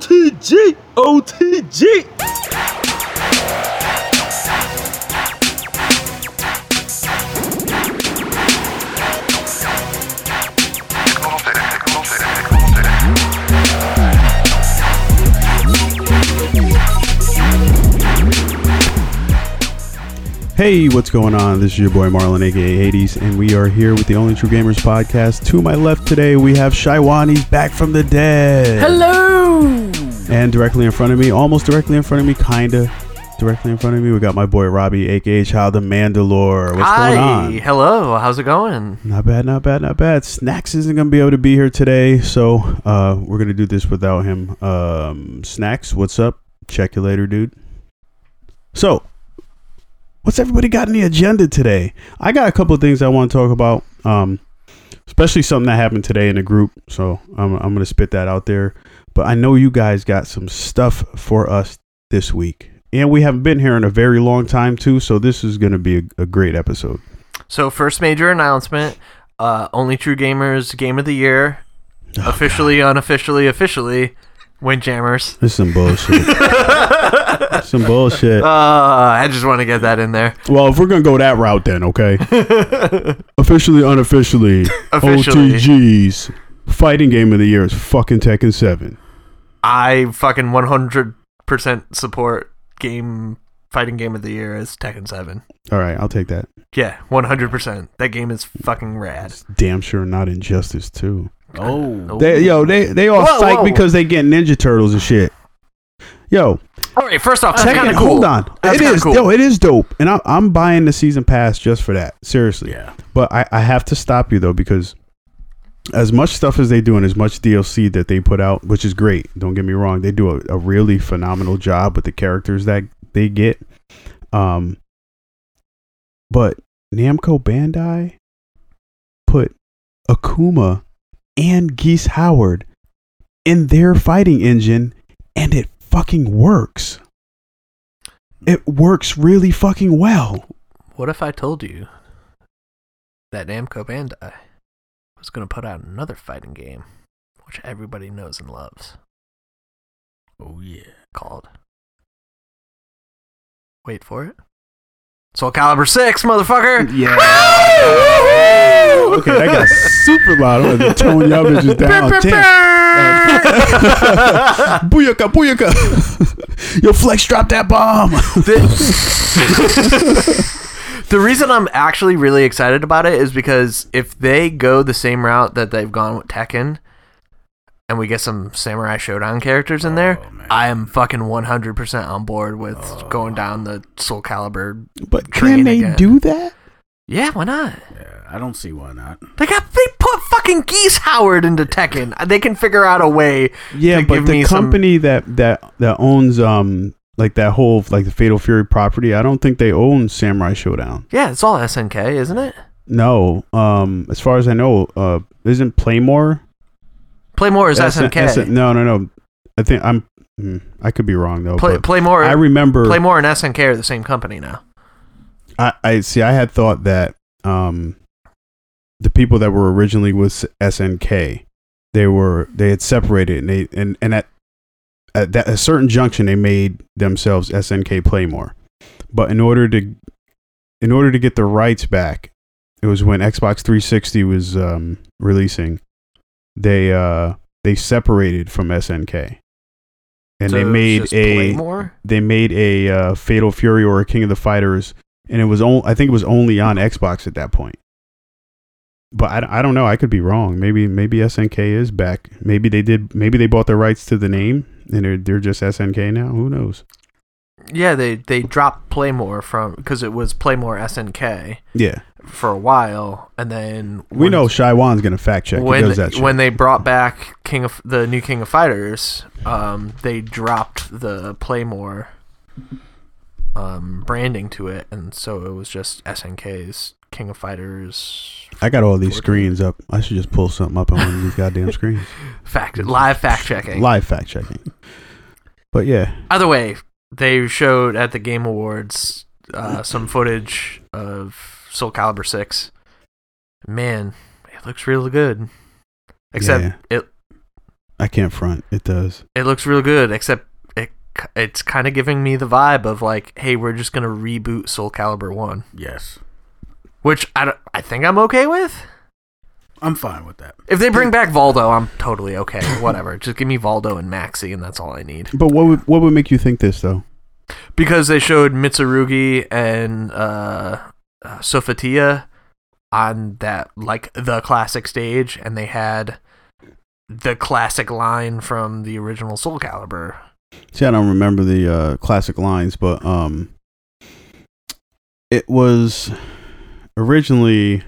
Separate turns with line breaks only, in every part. OTG, OTG.
Hey, what's going on? This is your boy Marlon, aka Hades, and we are here with the Only True Gamers podcast. To my left today, we have Shaiwan. He's back from the dead.
Hello.
And directly in front of me, almost directly in front of me, kinda directly in front of me, we got my boy Robbie, aka Child the Mandalore. What's
Hi.
going on?
Hello. How's it going?
Not bad, not bad, not bad. Snacks isn't gonna be able to be here today, so uh, we're gonna do this without him. Um, Snacks, what's up? Check you later, dude. So, what's everybody got in the agenda today? I got a couple of things I want to talk about, um, especially something that happened today in the group. So I'm I'm gonna spit that out there. But I know you guys got some stuff for us this week, and we haven't been here in a very long time too. So this is gonna be a, a great episode.
So, first major announcement uh, Only True Gamers Game of the Year.
Oh,
officially, unofficially, officially, Windjammers.
This is some bullshit. some bullshit.
Uh, I just want to get that in there.
Well, if we're gonna go that route, then okay. Officially, unofficially,
Officially.
OTGs fighting game of the year is fucking Tekken Seven.
I fucking 100% support game fighting game of the year as Tekken 7.
All right, I'll take that.
Yeah, 100%. That game is fucking rad.
It's damn sure not Injustice too.
Oh.
They, yo, they they all
Whoa,
psyched
whoa.
because they get Ninja Turtles and shit. Yo,
All right, first off, that's
Tekken,
kind of cool.
hold on,
That's
it
kinda
is
cool.
yo, it is dope, and I, I'm buying the season pass just for that. Seriously, yeah. But I, I have to stop you though because as much stuff as they do and as much DLC that they put out, which is great. Don't get me wrong, they do a, a really phenomenal job with the characters that they get. Um, but Namco Bandai put Akuma and Geese Howard in their fighting engine, and it fucking works. It works really fucking well.
What if I told you that Namco Bandai was going to put out another fighting game, which everybody knows and loves? Oh, yeah. Called. Wait for it. Soul Calibur 6, motherfucker! Yeah!
Okay, that got super loud. I'm gonna tone y'all bitches down. Damn. booyaka, booyaka. Yo, Flex, drop that bomb.
The reason I'm actually really excited about it is because if they go the same route that they've gone with Tekken, and we get some Samurai Showdown characters in there,
Oh,
I am fucking 100% on board with going down the Soul Calibur.
but
Train
can they
again.
do that?
Yeah, why not?
Yeah, I don't see why not.
They got they put fucking Geese Howard into Tekken. They can figure out a way.
Yeah,
to
but
give
the
me some-
company that that that owns um like that whole like the Fatal Fury property, I don't think they own Samurai Showdown.
Yeah, it's all SNK, isn't it?
No, um, as far as I know, uh, isn't Playmore?
Play more is
S-
SNK.
S- no, no, no. I think I'm. mm, I could be wrong though.
play,
but
play more.
I remember.
play more and SNK are the same company now.
I, I see. I had thought that um, the people that were originally with S- SNK, they were they had separated and they and and at at that, a certain junction they made themselves SNK Playmore, but in order to in order to get the rights back, it was when Xbox 360 was um, releasing. They uh they separated from SNK, and
So
they
it's
made
just
a
play more.
they made a uh, Fatal Fury or a King of the Fighters, and it was on, I think it was only on Xbox at that point. But I, d- I don't know. I could be wrong. Maybe maybe SNK is back. Maybe they did. Maybe they bought the rights to the name and they're they're just SNK now. Who knows?
Yeah, they they dropped Playmore from because it was Playmore SNK
Yeah,
for a while, and then
we
when-
know Shywan's gonna fact check.
when
he does that shit.
when they brought back King of the new King of Fighters, um, they dropped the Playmore um, branding to it, and so it was just SNK's King of Fighters
I got all these screens up. I should just pull something up on one of these goddamn screens.
fact live fact checking.
Live fact checking. But yeah,
Either way, they showed at the Game Awards uh, some footage of Soul Calibur Six. Man, it looks real good. Except
Yeah.
it
I can't front. It does.
It looks real good, except it it's kind of giving me the vibe of like, hey, we're just gonna reboot Soul Calibur One,
Yes,
which I don't, I think I'm okay with.
I'm fine with that.
If they bring back Valdo, I'm totally okay. Whatever, just give me Valdo and Maxi, and that's all I need.
But what would what would make you think this though?
because they showed Mitsurugi and uh, uh, Sophia on that like the classic stage, and they had the classic line from the original Soul Calibur.
See, I don't remember the uh, classic lines, but um, it was originally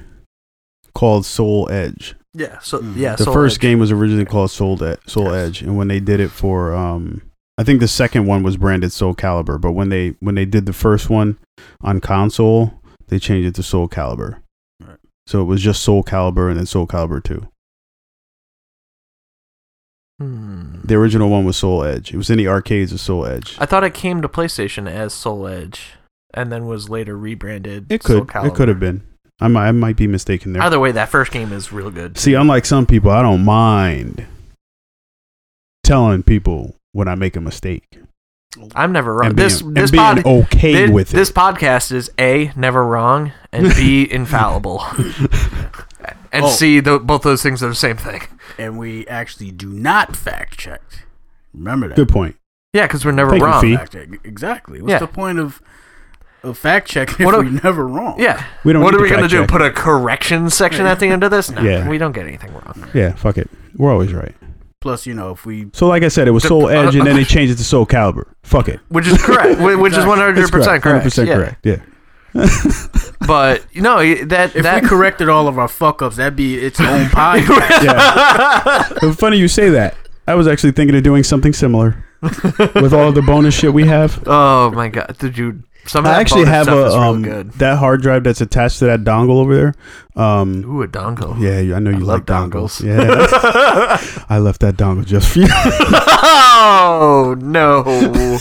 called Soul Edge.
Yeah, so
Mm.
yeah,
Hmm. The
Soul
first
Edge.
game was originally called Soul Ed- Soul
Yes.
Edge, and when they did it for, um, I think the second one was branded Soul Calibur. But when they when they did the first one on console, they changed it to Soul Calibur.
Right.
So it was just Soul Calibur and then Soul Calibur Two.
Hmm.
The original one was Soul Edge. It was in the arcades of Soul Edge.
I thought it came to PlayStation as Soul Edge, and then was later rebranded.
It
Soul
could
Calibur.
it could have been. I might I might be mistaken there.
Either way, that first game is real good.
See, unlike some people, I don't mind telling people when I make a mistake
I'm never wrong.
and being,
this
and
this
being
pod,
okay
thi-
with
this
it.
podcast is a never wrong and b infallible. and
Oh.
see tho- both those things are the same thing.
And we actually do not fact check. Remember that.
Good point.
Yeah, because we're never
Thank you,
wrong.
Fee.
Fact check. Exactly. What's
Yeah.
the point of of fact checking
What
if
a-
we never wrong?
Yeah.
We don't
what
need
are
to
we gonna do?
fact-check.
Put a correction section at the end of this? No,
Yeah.
we don't get anything wrong.
Yeah, fuck it. We're always right.
Plus, you know, if we
So, like I said, it was
The- uh,
Soul Edge, and then they changed it to Soul Calibur. Fuck it.
Which is correct. whi- which is
Exactly.
one
It's
hundred percent correct.
100%
yeah.
correct. Yeah.
But you know y- that
if
that
we corrected all of our fuck ups, that'd be its own podcast.
It's funny you say that. I was actually thinking of doing something similar with all the bonus shit we have.
oh my god, dude, you some of that
I actually
bonus
have
stuff
a
is real
um,
good.
that hard drive that's attached to that dongle over there. Um,
Ooh, a dongle.
Yeah, you- I know you
love
like dongles.
dongles.
Yeah, that's- I left that dongle just for you.
oh no. oh,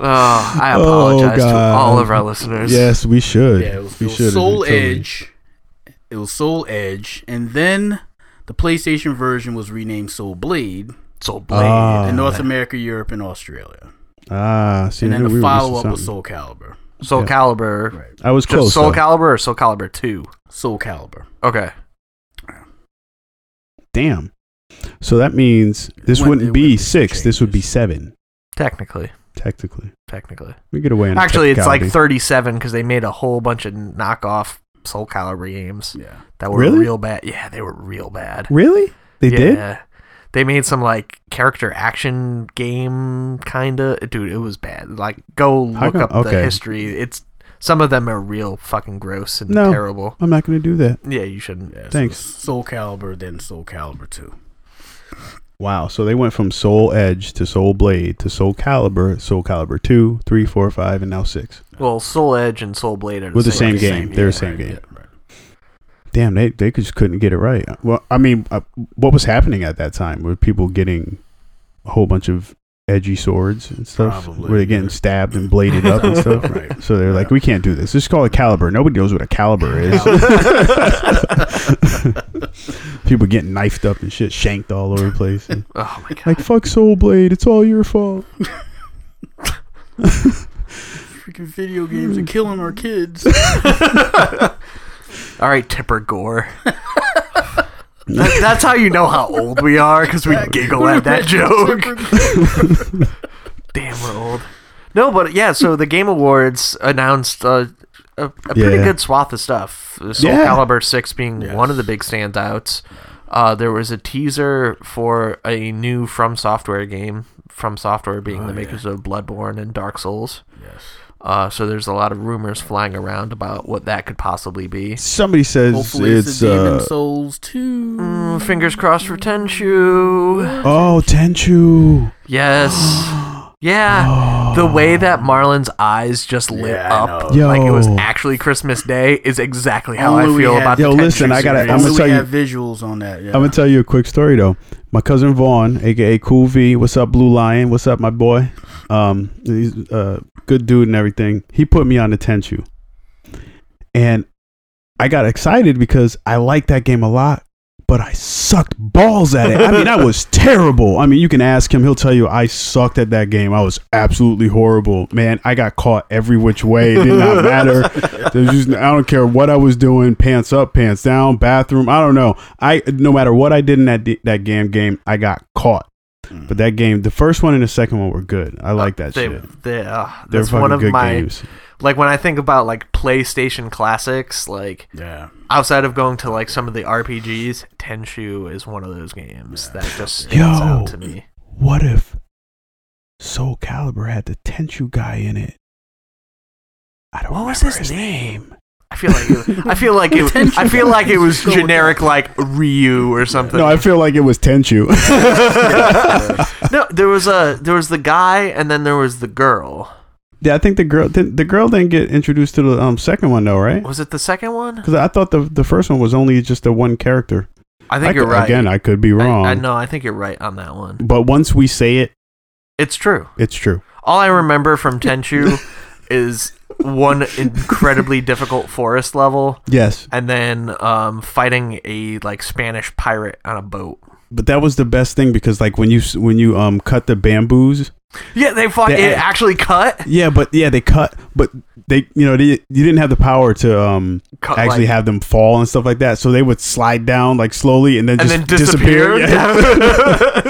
I
Oh,
apologize to
God.
all of our listeners.
yes, we should.
Yeah, it was,
we
it was
should.
Soul
Totally.
Edge. It was Soul Edge, and then the PlayStation version was renamed Soul Blade
Soul Blade.
Ah.
in North America, Europe, and Australia.
Ah, see,
And
I
then
knew we
the
were missing
follow up was
something.
Soul Calibur.
Soul
Yeah.
Calibur.
I was
Just
close.
Soul
though.
Calibur or Soul Calibur 2?
Soul Calibur.
Okay.
Damn. So that means this
When-
wouldn't
it
be
wouldn't
six.
change.
This would be seven,
Technically.
technically.
Technically.
We get away. On a
Actually, it's like
technicality.
37 because they made a whole bunch of knockoff Soul Calibur games
Yeah.
that were
Really?
real bad. Yeah, they were real bad.
really. They
yeah.
did.
They made some like character action game kind of dude. It was bad. Like go
How
look
come-
up the
okay.
history. It's some of them are real fucking gross and
No.
terrible.
I'm not going to do that.
Yeah, you shouldn't.
yeah so
Thanks.
Soul Calibur, then Soul Calibur 2.
Wow. So they went from Soul Edge to Soul Blade to Soul Calibur, Soul Calibur two, three, four, five, and now six.
Well, Soul Edge and Soul Blade are the
With the
same.
same game. They're the same
right,
game.
yeah, right.
Damn, they they just couldn't get it right. Well, I mean, uh, what was happening at that time? Were people getting a whole bunch of edgy swords and stuff?
Probably,
Were they getting
yeah.
stabbed and bladed up and stuff?
Right.
So they're like, we can't do this. Just call it caliber. Nobody knows what a caliber is. people getting knifed up and shit, shanked all over the place. And
Oh my god.
like, fuck Soul Blade. It's all your fault.
Freaking video games
Hmm.
are killing our kids.
All right, Tipper Gore. That- that's how you know how old we are because we giggle at that joke. Damn, we're old. No, but yeah. So the Game Awards announced uh, a, a pretty
Yeah.
good swath of stuff. Soul
Yeah.
Calibur Six being
Yes.
one of the big standouts. Uh, there was a teaser for a new From Software game. From Software being
Oh,
the makers of Bloodborne and Dark Souls.
yes.
Uh, so there's a lot of rumors flying around about what that could possibly be.
Somebody says
Hopefully it's,
it's.
a Demon
uh,
Souls 2.
Mm, fingers crossed for Tenchu.
oh, Tenchu. Oh.
Yes. Yeah. Ah, The way that Marlon's eyes just lit
Yeah, I
up
know.
like it was
Yo.
actually Christmas Day is exactly how
Only
I
we
feel
had-
about
Yo,
the
listen,
Tenchu
I gotta-
series.
I'ma
Only
tell
we
you-
have visuals on that. Yeah.
I'm gonna tell you a quick story though. My cousin Vaughn, aka Cool V, what's up, Blue Lion? What's up, my boy? Um, he's a good dude and everything. He put me on the Tenchu, and I got excited because I like that game a lot. But but I sucked balls at it. I mean, I was terrible. I mean, you can ask him; he'll tell you I sucked at that game. I was absolutely horrible, man. I got caught every which way. It did not matter. There's just, I don't care what I was doing: pants up, pants down, bathroom. I don't know. I no matter what I did in that that game game, I got caught. But that game, the first one and the second one were good. I like that
They,
shit.
they, uh,
They're
that's
fucking
one of
good
my
games.
like when I think about like PlayStation classics, like
Yeah.
outside of going to like some of the RPGs, Tenshu is one of those games that just stands
Yo.
out to me.
What if Soul Calibur had the Tenchu guy in it? I don't
What was
remember
his I feel like it, I feel like it I feel like it was
Go with
generic like Ryu or something.
No, I feel like it was Tenchu.
No, there was a there was the guy and then there was the girl.
yeah, I think the girl didn't, the girl didn't get introduced to the um, second one though, right?
Was it the second one?
Because I thought the the first one was only just the one character.
I think
could-
you're right.
Again, I could be
I-
wrong.
I, know. I think you're right on that one.
But once we say it,
It's true.
it's true.
All I remember from Tenchu is one incredibly difficult forest level,
Yes,
and then um, fighting a like Spanish pirate on a boat.
but that was the best thing because like when you s- when you um cut the bamboos,
Yeah, they fuck.
They
it
add-
actually cut.
yeah, but yeah, they cut, but they you know they you didn't have the power to um
Cut
actually
Oh, like,
have them fall and stuff like that. So they would slide down like slowly and then
and
just
then disappeared.
disappear.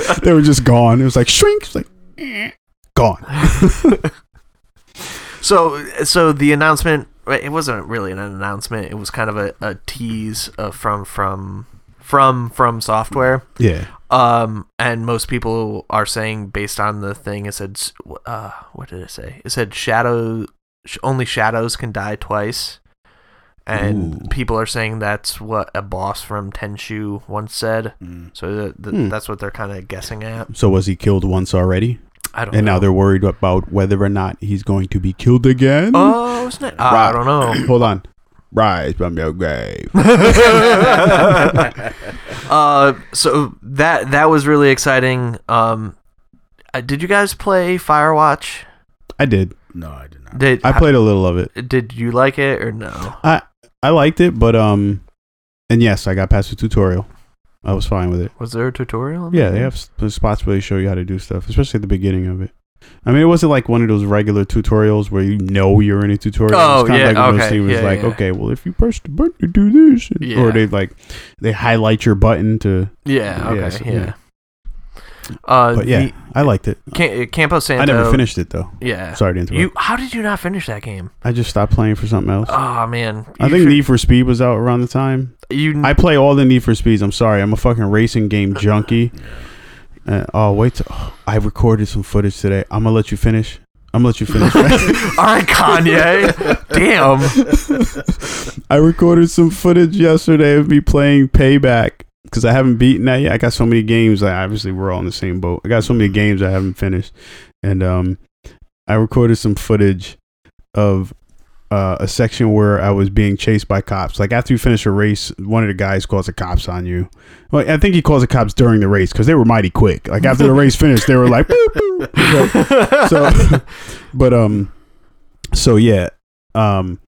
Yeah. they were just gone. It was like shrink, It's like eh, gone.
So, so the announcement. It wasn't really an announcement. It was kind of a, a tease uh, from from from from software.
Yeah,
Um, and most people are saying based on the thing, it said, s- uh, what did it say? It said shadow, sh- only shadows can die twice. And
Ooh.
people are saying that's what a boss from Tenshu once said.
Mm.
So th- th-
Hmm.
that's what they're kind of guessing at.
So was he killed once already,
I don't
and
know.
now they're worried about whether or not he's going to be killed again?
Oh, isn't it? I don't know.
Hold on. Rise from your grave.
Uh, so that that was really exciting. Um, uh, did you guys play Firewatch?
I did.
No, I did not.
Did
I played a little of it.
Did you like it or no?
I liked it, but um, and yes, I got past the tutorial. I was fine with it.
Was there a tutorial? on
Yeah,
that?
they have sp- spots where they show you how to do stuff, especially at the beginning of it. I mean, it wasn't like one of those regular tutorials where you know you're in a tutorial.
Oh,
it's kinda
yeah,
like one of
okay,
those things where it's
yeah,
like,
yeah.
okay, well, if you press the button to do this, and-
Yeah.
or they like they highlight your button to.
Yeah. Okay.
Yeah,
Yeah.
so-
Uh,
But yeah,
the-
I liked it.
Cam- uh, Campo Santo.
I never finished it though.
Yeah.
Sorry to interrupt.
You. How did you not finish that game?
I just stopped playing for something else.
Oh man.
I
You
think
should-
Need for Speed was out around the time.
you.
I play all the Need for Speeds. I'm sorry, I'm a fucking racing game junkie. Uh, oh wait, till- oh, I recorded some footage today. I'm gonna let you finish. I'm gonna let you finish.
All right, Kanye. Damn.
I recorded some footage yesterday of me playing Payback because I haven't beaten that yet. I got so many games. I obviously we're all in the same boat. I got so many games I haven't finished, and um, I recorded some footage of uh, a section where I was being chased by cops. Like after you finish a race, one of the guys calls the cops on you. Well, I think he calls the cops during the race because they were mighty quick. Like after the race finished, they were like, boop, boop. So- so but um so yeah um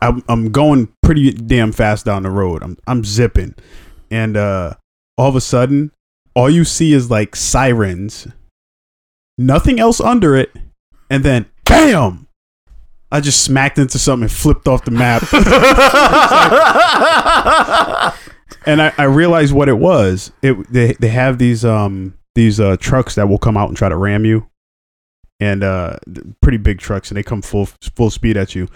I'm, I'm going pretty damn fast down the road i'm i'm zipping and uh all of a sudden all you see is like sirens nothing else under it and then bam i just smacked into something and flipped off the map and I, I realized what it was. It they they have these um these uh trucks that will come out and try to ram you, and uh th- pretty big trucks, and they come full full speed at you.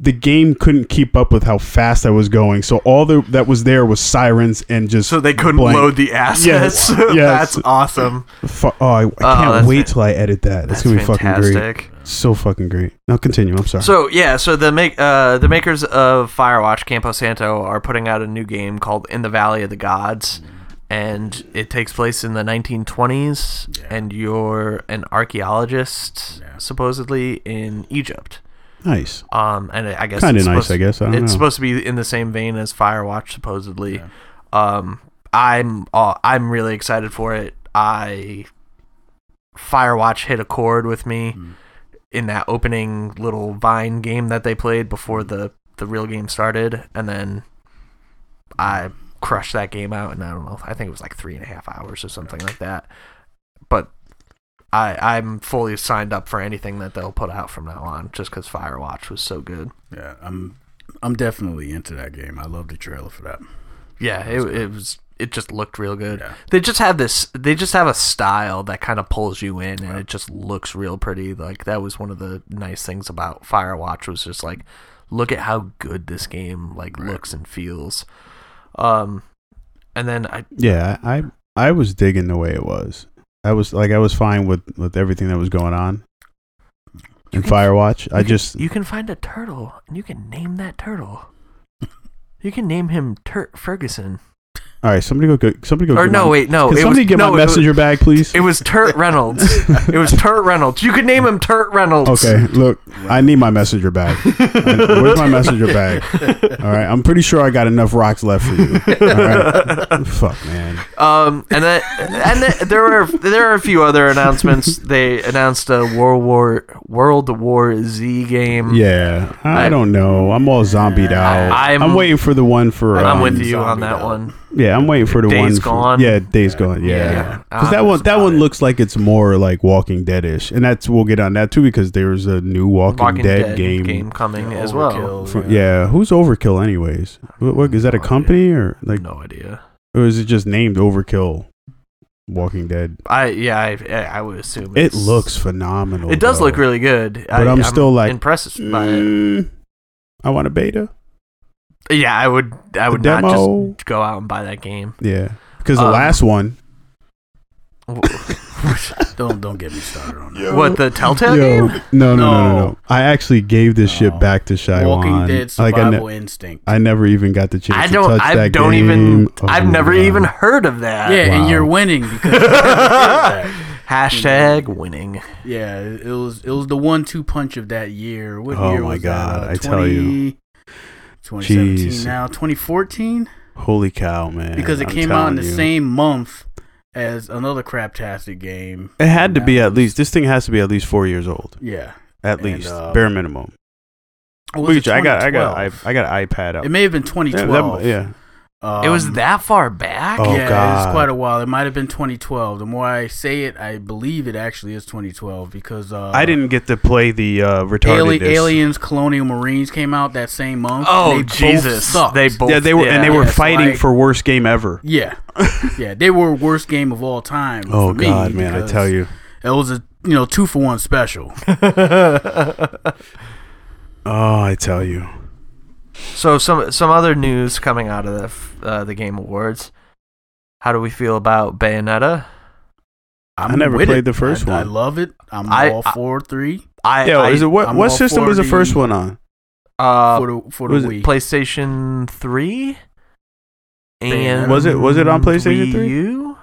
The game couldn't keep up with how fast I was going, so all the, that was there was sirens and just.
so they couldn't
Blank.
load the assets.
Yes, yes.
That's awesome.
fu- oh, I, I can't
that's
wait
fa-
till I edit that. That's,
That's,
gonna be fucking great.
fantastic.
So fucking great. Now continue. I'm sorry.
So yeah, so the make uh, the makers of Firewatch Campo Santo are putting out a new game called In the Valley of the Gods, and it takes place in the 1920s,
Yeah.
and you're an archaeologist
Yeah.
supposedly in Egypt.
nice.
Um, and I guess
Kind of
it's
nice,
supposed-
I guess. I don't
it's
know.
supposed to be in the same vein as Firewatch, supposedly.
Yeah.
Um, I'm uh, I'm really excited for it. I Firewatch hit a chord with me
Mm.
in that opening little Vine game that they played before the the real game started, and then I crushed that game out, and I don't know. I think it was like three and a half hours or something like that. But I I'm fully signed up for anything that they'll put out from now on, just because Firewatch was so good.
Yeah, I'm I'm definitely into that game. I love the trailer for that.
Yeah, it, it was. It just looked real good.
Yeah.
They just have this. They just have a style that kind of pulls you in, and it just looks real pretty. Like that was one of the nice things about Firewatch was just like, look at how good this game like looks and feels. Um, and then I
Yeah, I I was digging the way it was. I was like I was fine with with everything that was going on in
can-
Firewatch. I
you can-
just
you can find a turtle and you can name that turtle. you can name him Tur Ferguson.
all right. Somebody go. get- Somebody go.
Or
get
no,
my,
wait, no.
Can
it
somebody
was,
get
no,
my
it was-
messenger bag, please?
It was Turt Reynolds. it was Turt Reynolds. You could name him Turt Reynolds.
okay, look, I need my messenger bag. And Where's my messenger bag? All right, I'm pretty sure I got enough rocks left for you. All right, fuck, man.
Um, and then, and then there were there are a few other announcements. They announced a World War World War Z game.
Yeah, I,
I-
don't know. I'm all zombied out.
I-
I'm,
I'm-
waiting for the one for.
I'm
um,
with you on
Zombie
that
Dog.
one.
Yeah, I'm waiting for the
Days
one.
Gone?
For, yeah, days gone. Yeah,
Yeah.
because that
Ah,
one that
that's
one
about it.
looks like it's more like Walking Dead ish, and that's we'll get on that too because there's a new Walking, Dead, game.
coming
Yeah,
as well.
Overkill,
From, yeah, who's Overkill anyways? What, what, is that a
No
company or like,
no idea.
or is it just named Overkill? Walking Dead.
I yeah, I, I- I would assume
It
it's-
looks phenomenal.
It does
though.
look really good,
But I'm still, like,
impressed by it.
Mm, I want a beta.
Yeah, I would. I would not
demo.
just go out and buy that game.
Yeah, because the
Um,
last one.
Don't don't get me started on that.
what the Telltale
Yo,
game?
no, no, no, no,
No.
no. I actually gave this shit
No.
back to Shywan.
Walking Dead
like I,
survival
ne-
instinct.
I never even got the chance
I
to
don't.
touch
I
that
don't
game.
even.
Oh
I've
my
never
God.
even heard of that.
yeah,
wow.
and you're winning because
Hashtag winning.
yeah, it was it was the one two punch of that year. What
Oh
year
my
was
God,
that? Uh,
I tell you.
2017
Jeez.
now 2014
Holy cow, man!
because it
I'm
came out in the
telling you.
same month as another craptastic game.
It had to
And
be
that
at
was-
least. This thing has to be at least four years old,
Yeah.
at
And,
least
uh,
bare minimum.
Or was
Look
it
at you, I got, I got, I,
2012?
I got an iPad up.
It may have been
Yeah, that-
2012.
yeah.
Um,
it was that far back.
Oh,
yeah,
God.
it's quite a while. It might have been 2012. The more I say it, I believe it actually is 2012 because uh,
I didn't get to play the uh, retarded.
Ali-
disc.
Aliens Colonial Marines came out that same month.
Oh
They both
Jesus!
sucked.
they both.
Yeah, they were, and they were
yeah, so
fighting
like-
for worst game ever.
yeah, yeah, they were worst game of all time.
Oh
for me
God, man! I
because
tell you.
it was a you know two for one special.
Oh, I tell you.
So some some other news coming out of the f- uh, the Game Awards. How do we feel about Bayonetta?
I'm
I never
with
played
it.
the first
I, I
one.
love it. I'm
I-
all
I-
for three
I,
Yo,
I
is it what?
I'm
What
all
system was the
40.
first one on?
uh,
for the for the
was it
week.
PlayStation Three. And
Was
it- was it on PlayStation
Wii
3?
U?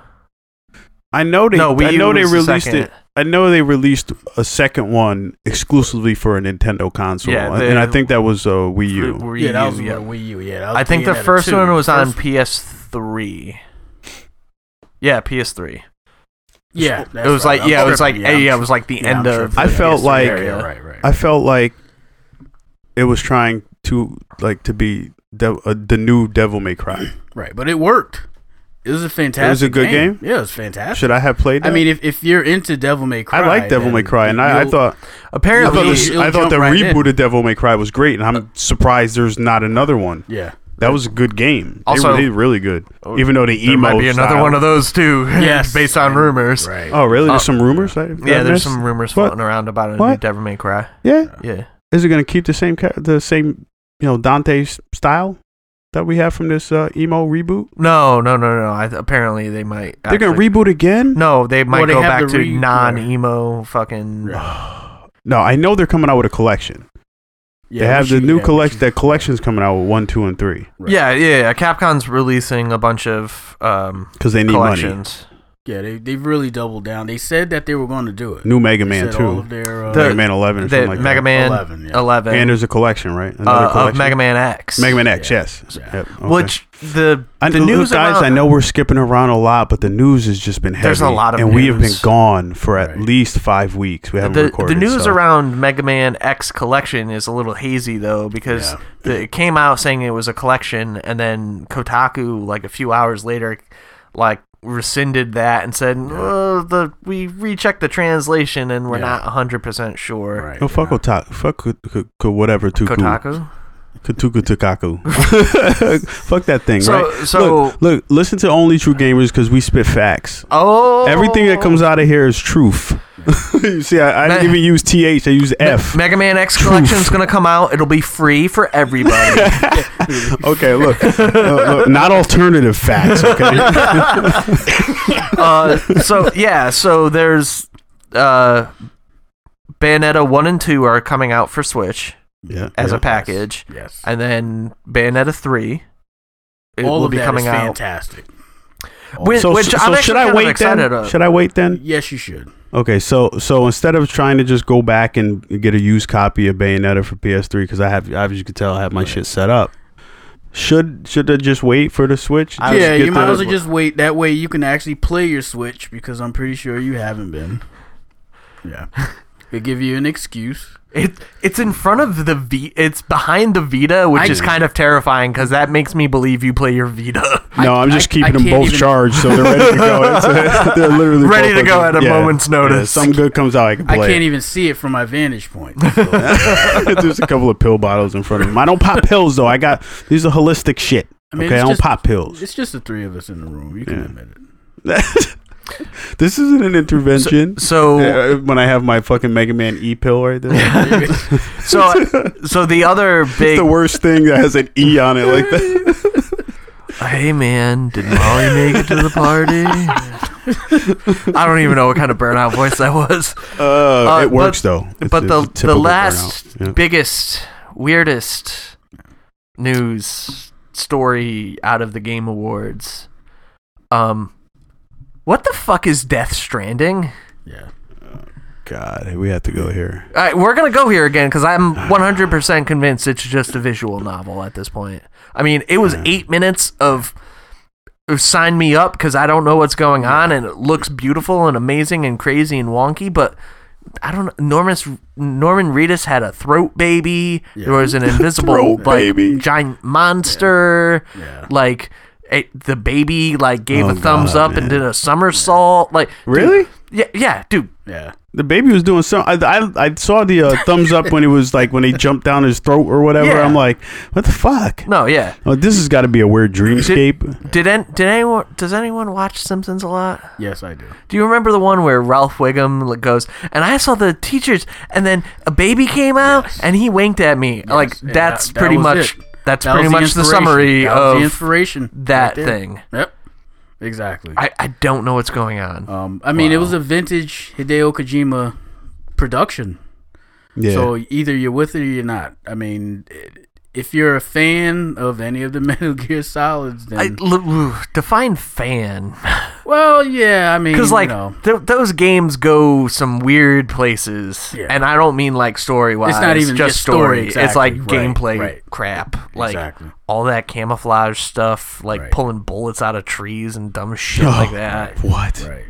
I know they.
no, Wii
I
U
know they
was the
released
second.
it. I know they released a second one exclusively for a Nintendo console,
Yeah,
and-
they-
and I think that was uh, Wii U.
Wii
yeah, that was
U,
yeah. Wii U. Yeah, that was
I think the
Bayonetta
first
2.
one was
First-
on PS3. Yeah, PS3.
Yeah,
it was like yeah, it was like yeah, it was like the
Yeah,
end
I'm
of.
tripping.
I felt
PS3
like-
yeah,
area.
yeah, right, right.
I felt like it was trying to like to be de- uh, the new Devil May Cry.
Right, but it worked. It was a fantastic.
good game?
Yeah, it was fantastic.
Should I have played?
I
that?
mean, if, if you're into Devil May Cry,
I like Devil May
then
Cry, and I, I
you'll-
thought I
Apparently,
thought,
you'll-
this,
you'll
I
jump
thought the
right in. Uh,
reboot of Devil May Cry was great, and I'm surprised there's not another one.
yeah,
That was a good game.
Also-
they were really good,
Oh,
even though the emo
there might be another
style-
one of those too.
Yes.
based on rumors.
right.
Oh, really? There's
Uh,
some rumors. I,
Yeah, there's some rumors
What?
floating around about a new
What?
Devil May Cry.
Yeah,
Yeah,
is it going to keep the same char- the same you know Dante s- style that we have from this uh, emo reboot?
no, no, no, no. I, apparently, they might.
They're going to
actually-
reboot again?
No, they might
Well, they
go
have
back
the
to
re-
non-emo fucking.
No, I know they're coming out with a collection.
Yeah,
they have
we
the
should-
new
yeah, we
collection.
should-
That collection's coming out with one, two, and three
Right.
Yeah, yeah. Capcom's releasing a bunch of um,
because they need money.
collections.
Yeah, they they really doubled down. They said that they were going to do it.
New Mega
They
Man
said
two,
all of their, uh,
Mega Man eleven, or
The
something like
Mega
that.
Man 11,
11, yeah.
And there's a collection, right? Another
uh, of
collection?
Mega Man X.
Mega Man X,
Yeah.
yes.
Yeah.
Yep, okay.
Which the
I,
the
look,
news
guys,
around-
I know we're skipping around a lot, but the news has just been heavy.
There's a lot of
and we have been
news.
gone for at
Right.
least five weeks. We haven't
the, the
recorded.
news
so-
around Mega Man X collection is a little hazy though because
Yeah.
the, it came out saying it was a collection and then Kotaku like a few hours later like rescinded that and said "Oh, the we rechecked the translation and we're
Yeah.
not 100% sure.
Right.
No, fuck Otaku. Fuck Ko- Ko- Ko- whatever. Tuku.
Kotaku?
Katuku Tukaku. fuck that thing,
So-
right?
so-
look, look, listen to Only True Gamers because we spit facts.
Oh.
Everything that comes out of here is truth. you see, I, I didn't
Me-
even use TH, I used F.
oh, Mega Man X collection's going to come out. It'll be free for everybody.
okay, look, Uh, look, Not alternative facts, okay?
uh, so yeah, so there's uh, Bayonetta one and two are coming out for Switch
yeah.
as
yeah.
a package,
Yes.
and then Bayonetta three it
all
will
of
be
that
coming
is
out.
fantastic.
Which,
so,
which
so
I'm
should I
actually kind of
wait
excited uh,
then?
of.
Should I wait then?
Yes, you should.
Okay, so so instead of trying to just go back and get a used copy of Bayonetta for PS3, because I have, as you can tell, I have my shit set up. Should should I just wait for the Switch?
I
Just
yeah,
get
you might
the-
as well just wait. That way you can actually play your Switch because I'm pretty sure you haven't been. Yeah. they give you an excuse.
It it's in front of the V. It's behind the Vita, which
I-
is kind of terrifying because that makes me believe you play your Vita.
No, I, am
I-
just
I
keeping them
can't
both
even-
charged, so they're ready to go. It's- they're literally
Ready
both
to go
open.
at a moment's notice.
something good comes out, I can
I
play.
can't even see it from my vantage point. So,
There's a couple of pill bottles in front of them. I don't pop pills though. I got these are holistic shit.
I mean,
okay, I
it's
don't
just-
pop pills.
it's just the three of us in the room. You can
Yeah.
admit it.
this isn't an intervention.
So
Uh, when I have my fucking Mega Man E pill right there,
so so the other big
it's the worst thing that has an E on it like that.
Hey man, did Molly make it to the party? I don't even know what kind of burnout voice that was.
Uh,
Uh,
it works though. It's-
but
it's a
the the
typical
last
burnout. Yeah.
biggest weirdest news story out of the Game Awards. Um what the fuck is Death Stranding?
Yeah.
God, we have to go here.
All right, we're gonna go here again because I'm 100% convinced it's just a visual novel at this point. I mean, it was eight minutes of, of sign me up because I don't know what's going on and it looks beautiful and amazing and crazy and wonky, but I don't. Norman Norman Reedus had a throat baby. There was an invisible
Throat
like
baby.
giant monster.
Yeah.
Like it, the baby like gave
Oh,
a thumbs
God,
up and
man.
did a somersault. Like dude,
Really?
yeah, yeah, dude.
Yeah.
The baby was doing some. I, I, I saw the uh, thumbs up when it was like when he jumped down his throat or whatever.
Yeah.
I'm like, what the fuck?
No, yeah.
Oh, this has got to be a weird dreamscape.
Did an, did anyone does anyone watch Simpsons a lot?
Yes, I do.
Do you remember the one where Ralph Wiggum like, goes and I saw the teachers and then a baby came out and he winked at me like
and
that's
that- that
pretty
was
much
it.
that's
That
pretty
was
much the
inspiration.
summary
That was the
of
inspiration.
that
there.
thing.
Yep. Exactly.
I, I don't know what's going on.
um, I mean, it was a vintage Hideo Kojima production.
yeah.
So either you're with it or you're not. I mean, if you're a fan of any of the Metal Gear Solids,
I,
then
l- ooh, define fan
well, yeah. I mean,
because like
you know,
th- those games go some weird places
Yeah.
and I don't mean like story wise.
It's not even
just
just story,
story. It's like
exactly. Right,
gameplay
right.
crap. Like
exactly.
all that camouflage stuff, like
Right. Oh,
pulling bullets out of trees and dumb shit like that.
Oh, what?
Right.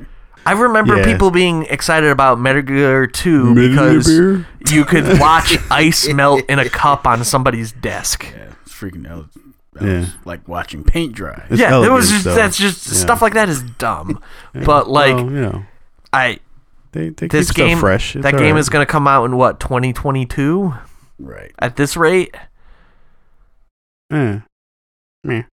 I remember
Yeah.
people being excited about Metal Gear 2
Metal
because
Gear?
you could watch ice melt in a cup on somebody's desk.
Yeah. It's freaking out.
Yeah.
like watching paint dry.
It's
yeah, there was
elegant,
just,
though.
that's just
Yeah.
stuff like that is dumb. But like
Well, you know,
I
they, they
this
keep
game
stuff fresh. It's
that
all
game
right.
is going to come out in what 2022
Right.
at this rate.
Yeah.
I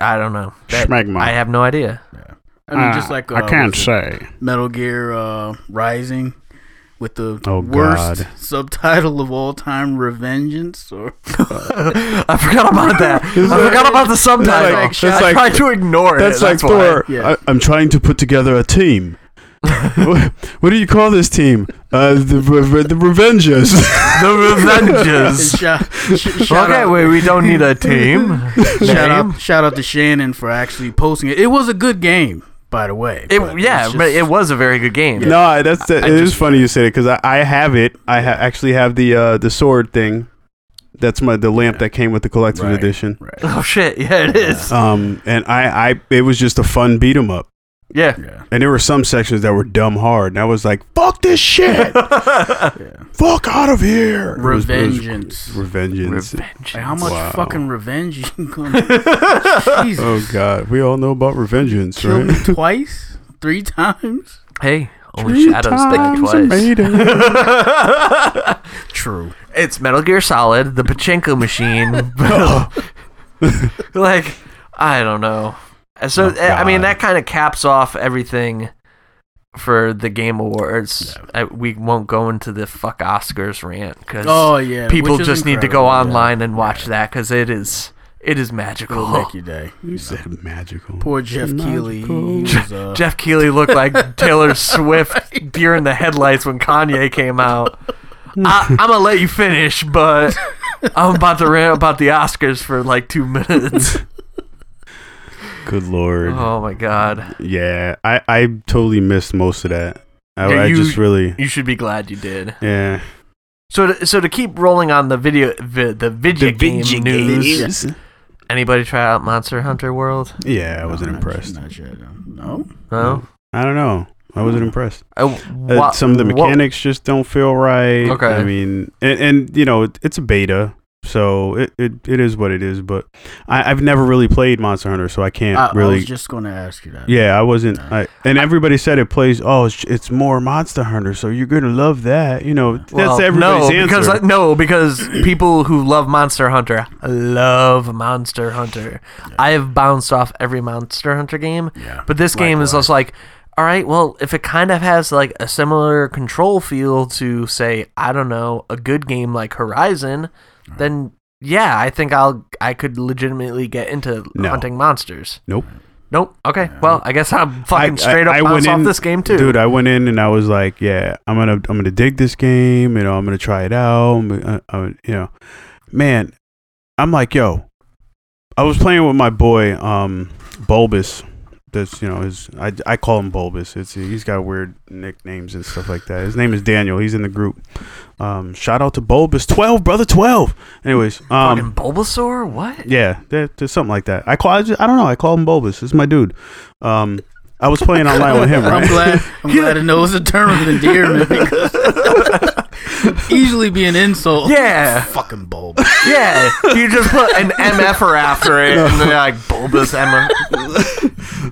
I don't know. That-
Schmegma. Ah,
I have no idea.
I mean, just like uh,
I can't
was it
say.
Metal Gear uh, Rising with the
Oh,
worst
God.
subtitle of all time, Revengeance. Or
I forgot about that. I
that-
forgot about the subtitle.
like-
I
that's like-
tried to ignore
That's
it.
like
that's why.
Thor.
yeah.
I, I'm trying to put together a team. what, what do you call this team? Uh, the re- the Revengers.
The
And
Revenges.
shout, sh- shout
okay,
out,
wait, we don't need a team.
shout
Name?
out, shout out to Shannon for actually posting it. It was a good game. by the way.
It,
but
yeah,
it's
but
just-
it was a very good game.
No, that's that,
I
it is
just-
funny you said it because I, I have it. I ha- actually have the uh, the sword thing. That's my the lamp that came with the collector's
Right.
edition.
Right.
Oh shit! Yeah, it is.
Um, and I, I it was just a fun beat 'em up,
Yeah.
Yeah.
and there were some sections that were dumb hard, and I was like, "Fuck this shit,
Yeah.
fuck out of here." It was- it was-
Revengeance.
Revengeance.
Revenge.
Like, how much
Wow.
fucking revenge you gonna Jesus.
Oh God, we all know about revengeance,
Kill me
right?
twice? Three times?
Hey, only
Three
shadows think
times
twice.
made it.
True.
it's Metal Gear Solid, the pachinko machine. like, I don't know. And So, eh,
Oh,
I I mean,
God.
that kind of caps off everything for the Game Awards. I, we won't go into the fuck Oscars rant because
Oh yeah.
people
which is
just need to go
incredible,
online
yeah.
and watch that 'cause that because it is it is magical.
It'll make your day.
you said magical.
Poor Jeff Keeley.
Magical.
uh,
Jeff Keeley looked like Taylor Swift deer in the headlights when Kanye came out. I, I'm gonna let you finish, but I'm about to rant about the Oscars for like two minutes.
Good lord.
Oh my god,
Yeah, I, I totally missed most of that. I,
Yeah,
I
you-
just really
you should be glad you did.
yeah.
So, to, so to keep rolling on the video, vi, the video game news. Anybody try out Monster Hunter World?
Yeah, I
No,
wasn't
not-
impressed.
Not yet. No.
No.
I don't know. I wasn't impressed.
I-
Uh,
wha-
some of the
wha-
mechanics just don't feel right.
Okay.
I mean, and, and you know, it, it's a beta, so it, it, it is what it is. But I, I've never really played Monster Hunter, so I can't
I, I
really.
was just gonna ask you that.
yeah, I wasn't.
No.
I, and everybody said it plays. Oh, it's, it's more Monster Hunter, so you're gonna love that. You know, that's
well,
everybody's
no,
answer.
because I- no, because people who love Monster Hunter love Monster Hunter. I have bounced off every Monster Hunter game,
Yeah.
but this game is
Likewise.
just like, all right, well, if it kind of has like a similar control feel to, say, I don't know, a good game like Horizon,
Mm-hmm.
then yeah, I think I'll I could legitimately get into
No.
hunting monsters.
Nope.
Nope. Okay. Well, I guess I'm fucking
I-
straight up
I
bounce
went
off
in-
this game too.
Dude, I went in and I was like, yeah, I'm gonna I'm gonna dig this game. You know, I'm gonna try it out. I'm, I, I, you know, man, I'm like, yo, I was playing with my boy, um, Bulbus. That's you know his. I, I call him Bulbus. It's he's got weird nicknames and stuff like that. His name is Daniel. He's in the group. Um, shout out to Bulbus twelve, brother twelve. Anyways, um,
fucking Bulbasaur. What?
yeah, there- there's something like that. I call. I, just, I don't know. I call him Bulbous. It's my dude. Um, I was playing online with him,
I'm
right?
glad. I'm glad it knows the term of endearment because easily be an insult.
Yeah.
Fucking bulb.
Yeah, you just put an MFer after it, and they're like bulbous MF.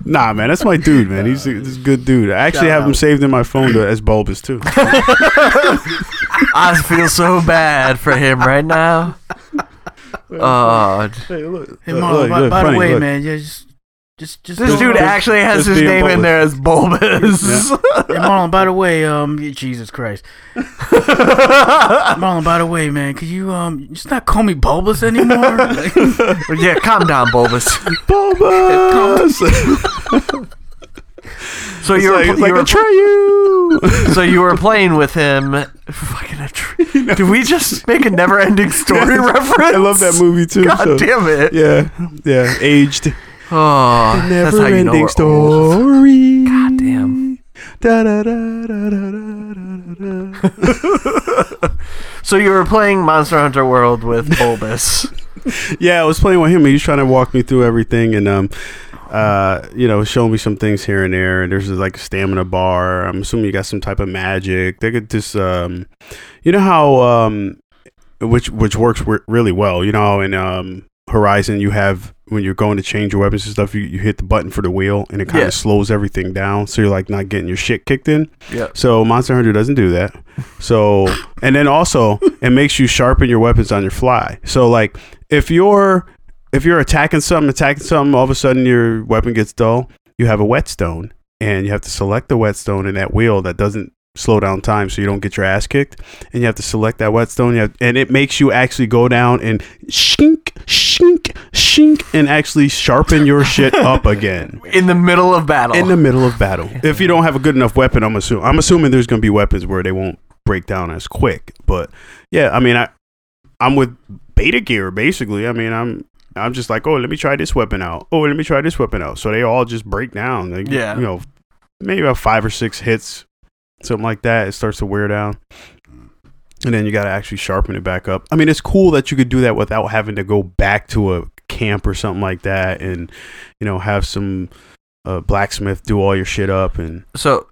nah, man, that's my dude, man. He's a, this good dude. I actually
Shout
have him
out.
saved in my phone to, as Bulbous too.
I feel so bad for him right now. Oh,
hey, look,
Hey, Marlon, by, by the way, man, yeah, just, just, just.
this
don't-
dude
Hey,
actually has
Just
his
being
name
bulbous.
in there as bulbous.
Marlon, by the way, um, yeah, Jesus Christ, Marlon, by the way, man, could you um, just not call me Bulbous anymore? Like,
yeah, calm down, bulbous.
Bulbous.
So
It's
you were
like,
pl-
it's
you
like
were
Atreyu.
so you were playing with him. Fucking a tr- Did we just make a never-ending story reference?
I love that movie too.
God
so-
damn it!
Yeah, yeah, aged.
Oh, that's how you know
Never-ending
we're old.
story.
God damn.
Da, da, da, da, da, da, da, da, da.
So you were playing Monster Hunter World with Bulbous.
yeah, I was playing with him. He was trying to walk me through everything and um, uh, you know, show me some things here and there. And there's like a stamina bar. I'm assuming you got some type of magic. They could just um, you know how um, which which works re- really well. You know, how in um, Horizon, you have when you're going to change your weapons and stuff, you, you hit the button for the wheel and it kind of
Yeah.
slows everything down. So you're like not getting your shit kicked in.
Yeah.
So Monster Hunter doesn't do that. So and then also it makes you sharpen your weapons on your fly. So like if you're if you're attacking something, attacking something, all of a sudden your weapon gets dull. You have a whetstone, and you have to select the whetstone in that wheel that doesn't slow down time, so you don't get your ass kicked. And you have to select that whetstone, you have, and it makes you actually go down and shink, shink, shink, and actually sharpen your shit up again
in the middle of battle.
in the middle of battle. If you don't have a good enough weapon, I'm assuming I'm assuming there's going to be weapons where they won't break down as quick. But yeah, I mean, I I'm with beta gear basically. I mean, I'm I'm just like, oh, let me try this weapon out. Oh, let me try this weapon out. So they all just break down. Like,
Yeah.
You know, maybe about five or six hits, something like that. It starts to wear down. And then you got to actually sharpen it back up. I mean, it's cool that you could do that without having to go back to a camp or something like that and, you know, have some uh, blacksmith do all your shit up. And
So,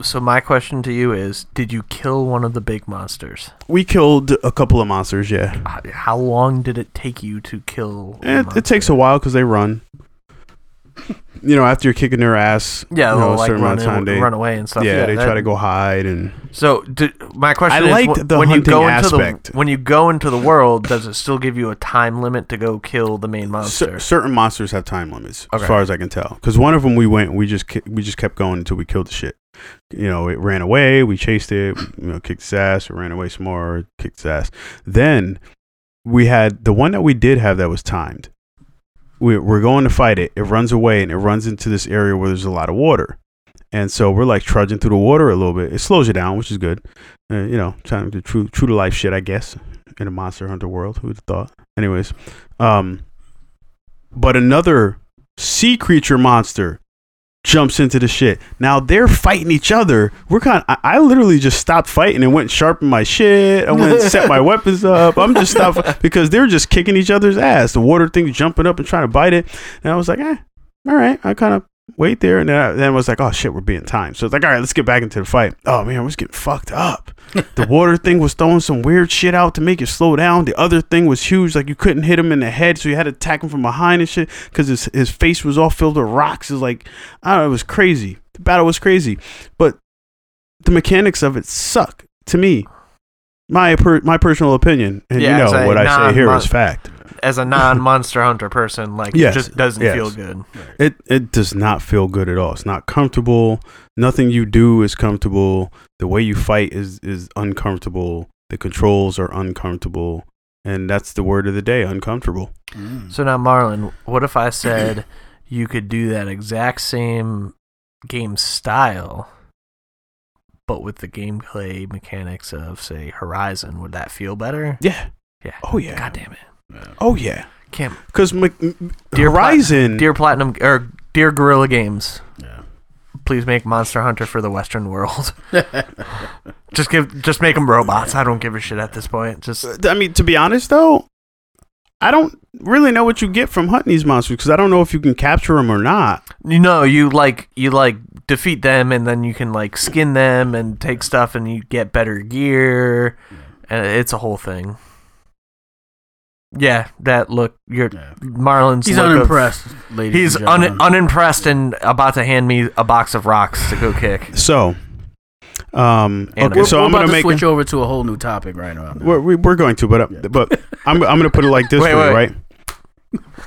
so my question to you is: Did you kill one of the big monsters?
we killed a couple of monsters, yeah.
How- How long did it take you to kill? a
Eh, It,
monster?
it takes a while because they run. You know, after you're kicking their ass,
Yeah,
you know,
they'll, like run, in-
they-
run away and stuff.
yeah, they
that-
try to go hide and
So, d my question
I
is:
liked
wh-
the
when you
hunting
go into
aspect.
the when you go into the world, does it still give you a time limit to go kill the main monster?
cer- certain monsters have time limits
Okay.
as far as I can tell. Because one of them we went, we just ki- we just kept going until we killed the shit. You know, it ran away, we chased it, you know, kicked its ass, it ran away some more, it kicked its ass. Then we had the one that we did have that was timed. We, we're going to fight it. It runs away and it runs into this area where there's a lot of water. And so we're like trudging through the water a little bit. It slows you down, which is good. Uh, you know, trying to do true, true to life shit, I guess, in a monster hunter world. Who would have thought? Anyways, um, but another sea creature monster jumps into the shit. Now they're fighting each other. We're kind. I, I literally just stopped fighting and went and sharpened my shit. I went and set my weapons up. I'm just stopped because they're just kicking each other's ass. The water thing's jumping up and trying to bite it, and I was like, eh, all right. I kind of wait there, and then I, then I was like, oh shit, we're being timed. So it's like, all right, let's get back into the fight. Oh man, we're just getting fucked up. The water thing was throwing some weird shit out to make it slow down. The other thing was huge, like you couldn't hit him in the head, so you had to attack him from behind and shit because his, his face was all filled with rocks. It was like, I don't know, it was crazy. The battle was crazy. But the mechanics of it suck to me. My per- my personal opinion, and
Yeah,
you
it's
know
a
what I say here is
non-mon-
fact.
As a non-monster hunter person, like
Yes,
it just doesn't
yes.
feel good.
It it does not feel good at all. It's not comfortable. Nothing you do is comfortable. The way you fight is is uncomfortable. The controls are uncomfortable, and that's the word of the day: uncomfortable.
Mm.
So now, Marlon, what if I said you could do that exact same game style, but with the gameplay mechanics of, say, Horizon? Would that feel better?
Yeah.
Yeah.
Oh yeah.
God damn it!
Oh yeah.
Can't
Because
Deer Pla-
Horizon.
Dear Platinum or Dear Gorilla Games,
Yeah.
please make Monster Hunter for the Western world. just give, just make them robots. I don't give a shit at this point. Just
I mean, to be honest though, I don't really know what you get from hunting these monsters because I don't know if you can capture them or not.
you know, you like you like defeat them, and then you can like skin them and take stuff, and you get better gear, and it's a whole thing. Yeah, that look. Your
Yeah.
Marlon's
He's
look of-
unimpressed, ladies.
He's
and
un,
gentlemen.
unimpressed and about to hand me a box of rocks to go kick.
So, um,
And
okay,
we're,
so
we're
I'm
about
gonna
to
make.
switch over to a whole new topic right now.
We're, we- we're going to, but uh,
Yeah.
but I'm I'm gonna put it like this
Wait,
way,
wait.
right?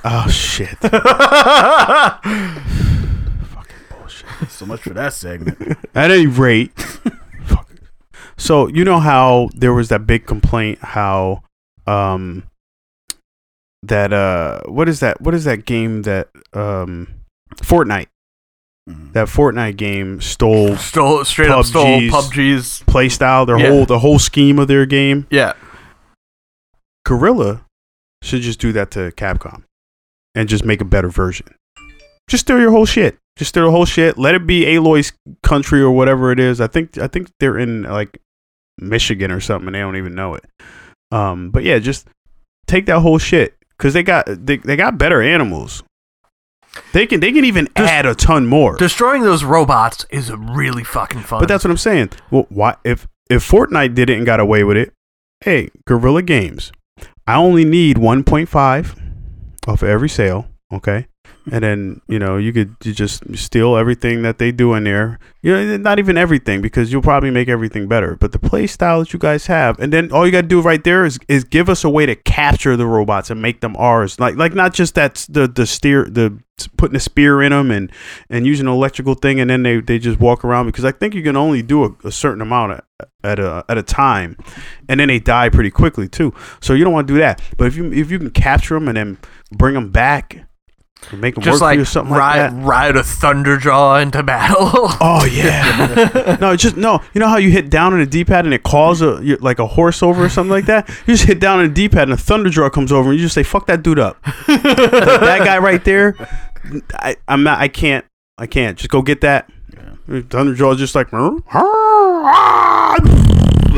Oh shit!
so much for that segment.
At any rate, fuck. so you know how there was that big complaint how um that uh what is that what is that game that um Fortnite
Mm.
that Fortnite game stole
stole straight up stole
PUBG's.
PUBG's.
play style their
Yeah.
whole the whole scheme of their game.
Yeah,
Gorilla should just do that to Capcom and just make a better version. Just steal your whole shit. Just steal the whole shit. Let it be Aloy's country or whatever it is. I think I think they're in like Michigan or something and they don't even know it. Um, but yeah, just take that whole shit because they got they, they got better animals. They can they can even
Just-
add a ton more.
destroying those robots is really fucking fun.
But that's what I'm saying. Well, why if if Fortnite did it and got away with it? Hey, Guerrilla Games. I only need 1.5 off of every sale, okay? And then you know you could you just steal everything that they do in there. You know, not even everything because you'll probably make everything better. But the play style that you guys have, and then all you gotta do right there is is give us a way to capture the robots and make them ours. Like like not just that's the the steer the putting a spear in them and and using an electrical thing, and then they, they just walk around because I think you can only do a, a certain amount at, at a at a time, and then they die pretty quickly too. So you don't want to do that. But if you if you can capture them and then bring them back Make them
Just
work
like,
for you or something
ride,
like that.
ride a Thunderjaw into battle.
Oh yeah. no, just no. You know how you hit down on a D-pad and it calls a you- like a horse over or something like that. You just hit down on a D-pad and a thunder draw comes over and you just say "fuck that dude up." Like, that guy right there. I, I'm not. I can't. I can't. Just go get that. Thunder draw just like "Huh? Ah!"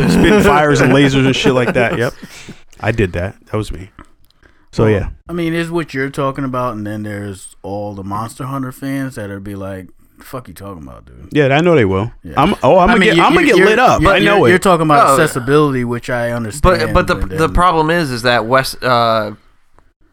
spitting fires and lasers and shit like that. Yep. I did that. That was me. So
Well,
yeah.
I mean, is what you're talking about, and then there's all the Monster Hunter fans that are be like, "Fuck you talking about, dude."
Yeah, I know they will.
Yeah.
I'm. Oh, I'm
I
gonna
mean,
get.
you-
I'm gonna
you-
get
you're-
lit up.
you're-
I know
you're,
it.
You're talking about
Oh, yeah.
accessibility, which I
But
understand.
but the
and
the
then-
problem is is that West uh,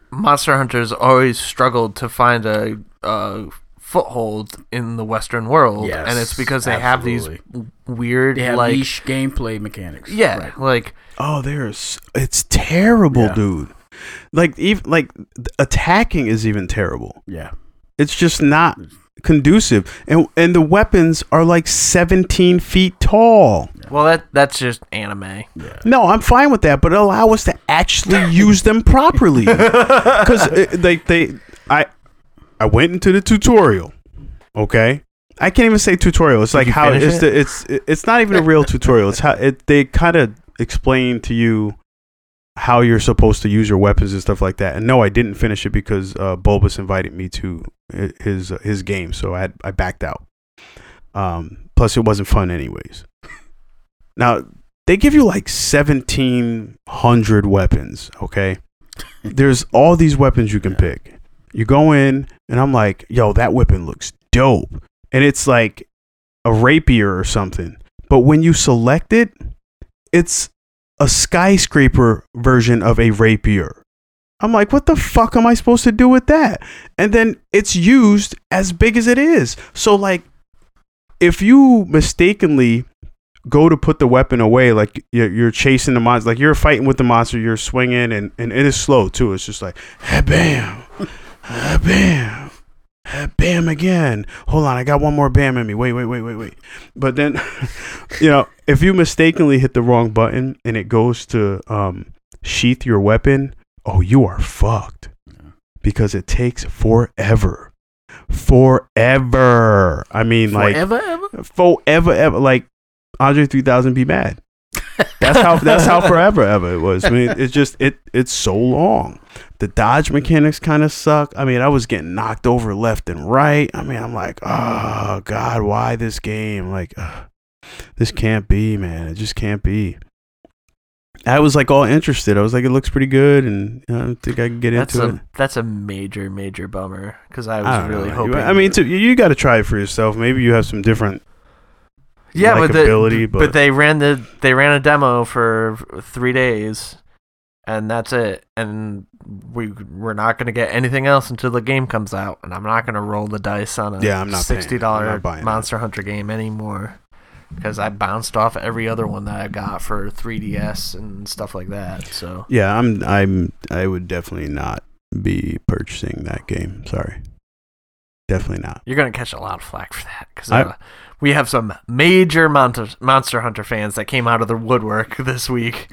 monster hunters always struggled to find a, a foothold in the Western world,
Yes,
and it's because they have these
absolutely.
w- weird
they have
like
niche gameplay mechanics.
yeah
Right.
like
Oh, there's it's terrible,
Yeah.
dude. Like even like th- attacking is even terrible.
yeah.
It's just not conducive, and and the weapons are like 17 feet tall.
well that that's just anime.
No, I'm fine with that, but allow us to actually use them properly. Because they they I I went into the tutorial. Okay. I can't even say tutorial. It's like
you
how
finish
it's
it?
the, it's it's not even a real tutorial. It's how it, they kind of explain to you how you're supposed to use your weapons and stuff like that. And no, I didn't finish it because uh, Bulbus invited me to hi- his uh, his game, so I had, I backed out. Um, plus, it wasn't fun anyways. Now they give you like seventeen hundred weapons. Okay, there's all these weapons you can
Yeah.
pick. You go in, and I'm like, yo, that weapon looks dope, and it's like a rapier or something. But when you select it, it's a skyscraper version of a rapier. I'm like, what the fuck am I supposed to do with that? And then it's used as big as it is. So, like, if you mistakenly go to put the weapon away, like you're, you're chasing the monster, like you're fighting with the monster, you're swinging, and, and it is slow too. It's just like, "Ah, bam, ah, bam, ah, bam again. Hold on, I got one more bam in me. Wait, wait, wait, wait, wait. But then, you know, if you mistakenly hit the wrong button and it goes to um, sheath your weapon, oh, you are fucked because it takes forever. Forever. I mean, like
Forever, ever.
forever ever like Andre 3000 be mad. That's how that's how forever ever it was. I mean, it's just it it's so long. The dodge mechanics kind of suck. I mean, I was getting knocked over left and right. I mean, I'm like, "Oh god, why this game? Like ugh, this can't be, man. It just can't be." I was like all interested. I was like, it looks pretty good, and I don't think I can get
That's
into
a
it.
that's a major major bummer because I was
I don't
really
know.
hoping.
I mean, to, you got to try it for yourself. Maybe you have some different
yeah, but, the,
likability,
but
but-
they ran the they ran a demo for three days, and that's it. And we we're not gonna get anything else until the game comes out, and I'm not gonna roll the dice on a
Yeah, I'm not paying.
sixty
I'm
dollar
not buying that.
Monster Hunter game anymore because I bounced off every other one that I got for 3DS and stuff like that. So
Yeah, I'm. I'm. I would definitely not be purchasing that game. Sorry, definitely not.
You're gonna catch a lot of flack for that because
I-
uh, we have some major Monster Monster Hunter fans that came out of the woodwork this week.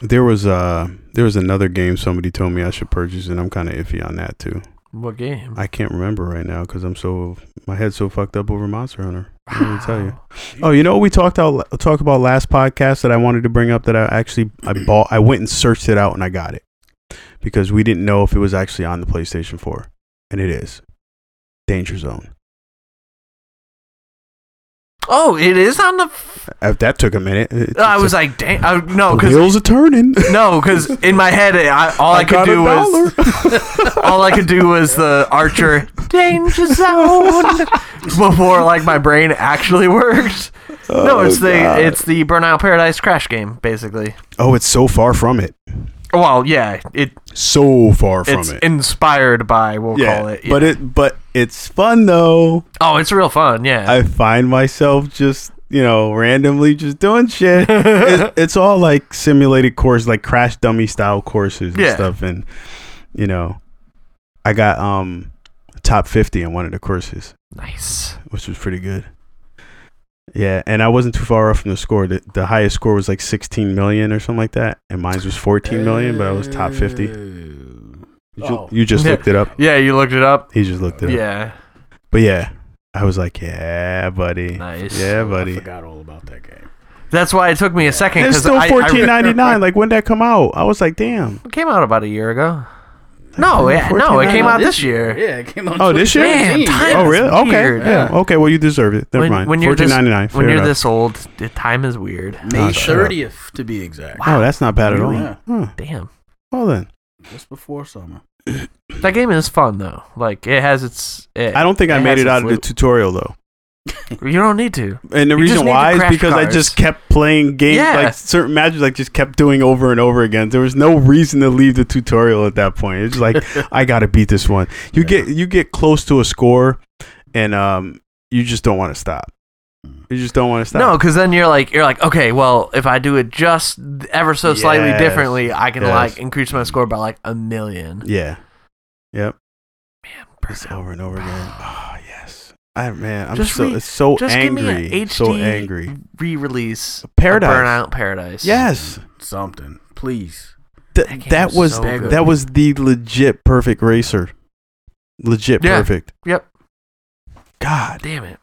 There was uh there was another game somebody told me I should purchase, and I'm kind of iffy on that too.
What game?
I can't remember right now because I'm so my head's so fucked up over Monster Hunter. I didn't tell you. Oh, you know what we talked out talked about last podcast that I wanted to bring up that I actually I bought. I went and searched it out and I got it because we didn't know if it was actually on the PlayStation 4, and it is. Danger Zone.
Oh, it is on the. F-
Uh, That took a minute. It-
I was like, dang, I, no,
the
because
wheels are turning.
no, because in my head, I, all I, could
got a
do was
dollar.
all I could do was the archer danger zone before like my brain actually worked.
Oh,
No, it's the
God.
it's the Burnout Paradise crash game basically.
oh, it's so far from it.
Well, yeah, it
So far from
it's
it.
inspired by we'll call it.
but it but it's fun though.
Oh, it's real fun. Yeah.
I find myself just you know randomly just doing shit. it, it's all like simulated course, like crash dummy style courses and
Yeah.
stuff, and you know, I got um top fifty in one of the courses.
nice.
which was pretty good. Yeah, and I wasn't too far off from the score. The, the highest score was like 16 million or something like that, and mine was 14 million, but I was top 50. You,
Uh, Oh.
you just looked it up.
Yeah, you looked it up.
He just looked it up.
Yeah,
But yeah, I was like, yeah, buddy.
nice.
Yeah,
I
buddy.
forgot all about that game.
That's why it took me a second.
It's
'cause
still
I- I re-
fourteen ninety nine. Like when that come out, I was like, damn.
It came out about a year ago. No,
think
it, no, it came
$14.99
out this year.
Yeah, it came out.
Oh, this year?
Man,
2013.
time
Oh, really?
It's
Okay.
weird,
Yeah.
yeah.
Okay. Well, you deserve it. Never
When-
mind.
when you're this-
Fourteen ninety nine.
When you're this old, the time is weird.
Ah,
May
shut up.
thirtieth to be exact.
Oh, that's not bad at all.
Yeah.
Huh.
Damn,
Well then,
Just before summer.
that game is fun though. Like it has its. It,
I don't think I
has
made it
its
out of the
loop.
tutorial though,
You don't need to.
and the
You just
reason
need to
why is
crash
because I
cars.
just kept playing games
Yeah.
like certain matches, like just kept doing over and over again. There was no reason to leave the tutorial at that point. It's like I gotta beat this one. You
Yeah.
get you get close to a score, and um, you just don't want to stop. You just don't want to stop.
Mm. No, because then you're like you're like okay, well, if I do it just ever so slightly
Yes,
differently, I can
yes.
like increase my score by like a million.
Yeah. Yep.
Man,
It's
burnout.
over and over again. Oh yes. I man, I'm
Just
so
re-
it's so
Just
angry.
give me an HD
so angry.
re-release. of
Paradise.
Burnout Paradise.
Yes.
Something, please.
Th-
That
that,
game was
was
so
good.
that was the legit perfect racer. Legit
Yeah.
perfect.
Yep.
God.
Damn it.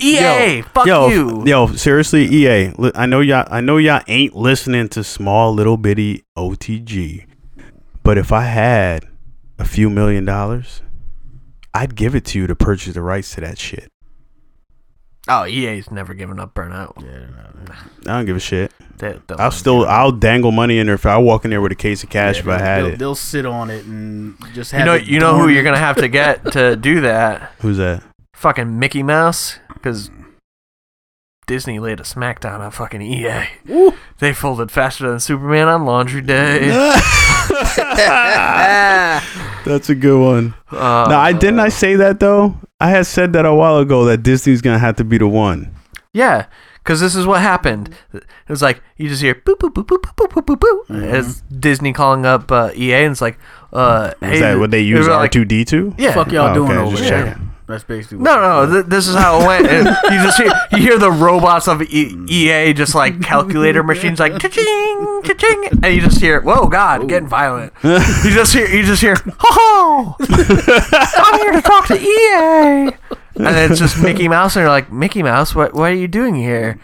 Yeah.
EA. fuck
yo,
you.
yo, seriously, EA. li- I know y'all I know y'all ain't listening to small little bitty OTG. But if I had a few million dollars, I'd give it to you to purchase the rights to that shit.
Oh, EA's never given up Burnout.
Yeah, no, no.
I don't give a shit.
They- they'll
I'll
never
still
give up.
I'll dangle money in there if I walk in there with a case of cash
Yeah,
if I
they'll-
had
they'll,
it.
They'll sit on it and just have
You know,
it
you know who
dormant.
you're gonna have to get to do that.
Who's that?
Fucking Mickey Mouse, because Disney laid a smackdown on fucking EA.
Woo.
They folded faster than Superman on Laundry Day. eh.
That's a good one.
Uh,
no, I didn't I say that though? I had said that a while ago that Disney's gonna have to be the one.
Yeah, because this is what happened. It was like you just hear boop boop boop boop boop boop boop boop.
Mm-hmm.
Mhm.
It's Disney calling up uh, EA, and it's like, uh,
Was
hey,
that what they
it
use
was
R
like-
two D two?
Yeah.
Fuck y'all
Oh,
doing
okay,
over
just
there?
checking.
That's basically. What
No, no, th- this is how it went. And you just hear, you hear the robots of e- EA just like calculator machines like cha-ching, cha-ching, and you just hear, "Whoa, God, getting violent." You just hear, you just hear, "Ho ho, I'm here to talk to EA," and then it's just Mickey Mouse, and you're like, "Mickey Mouse, what what are you doing here?"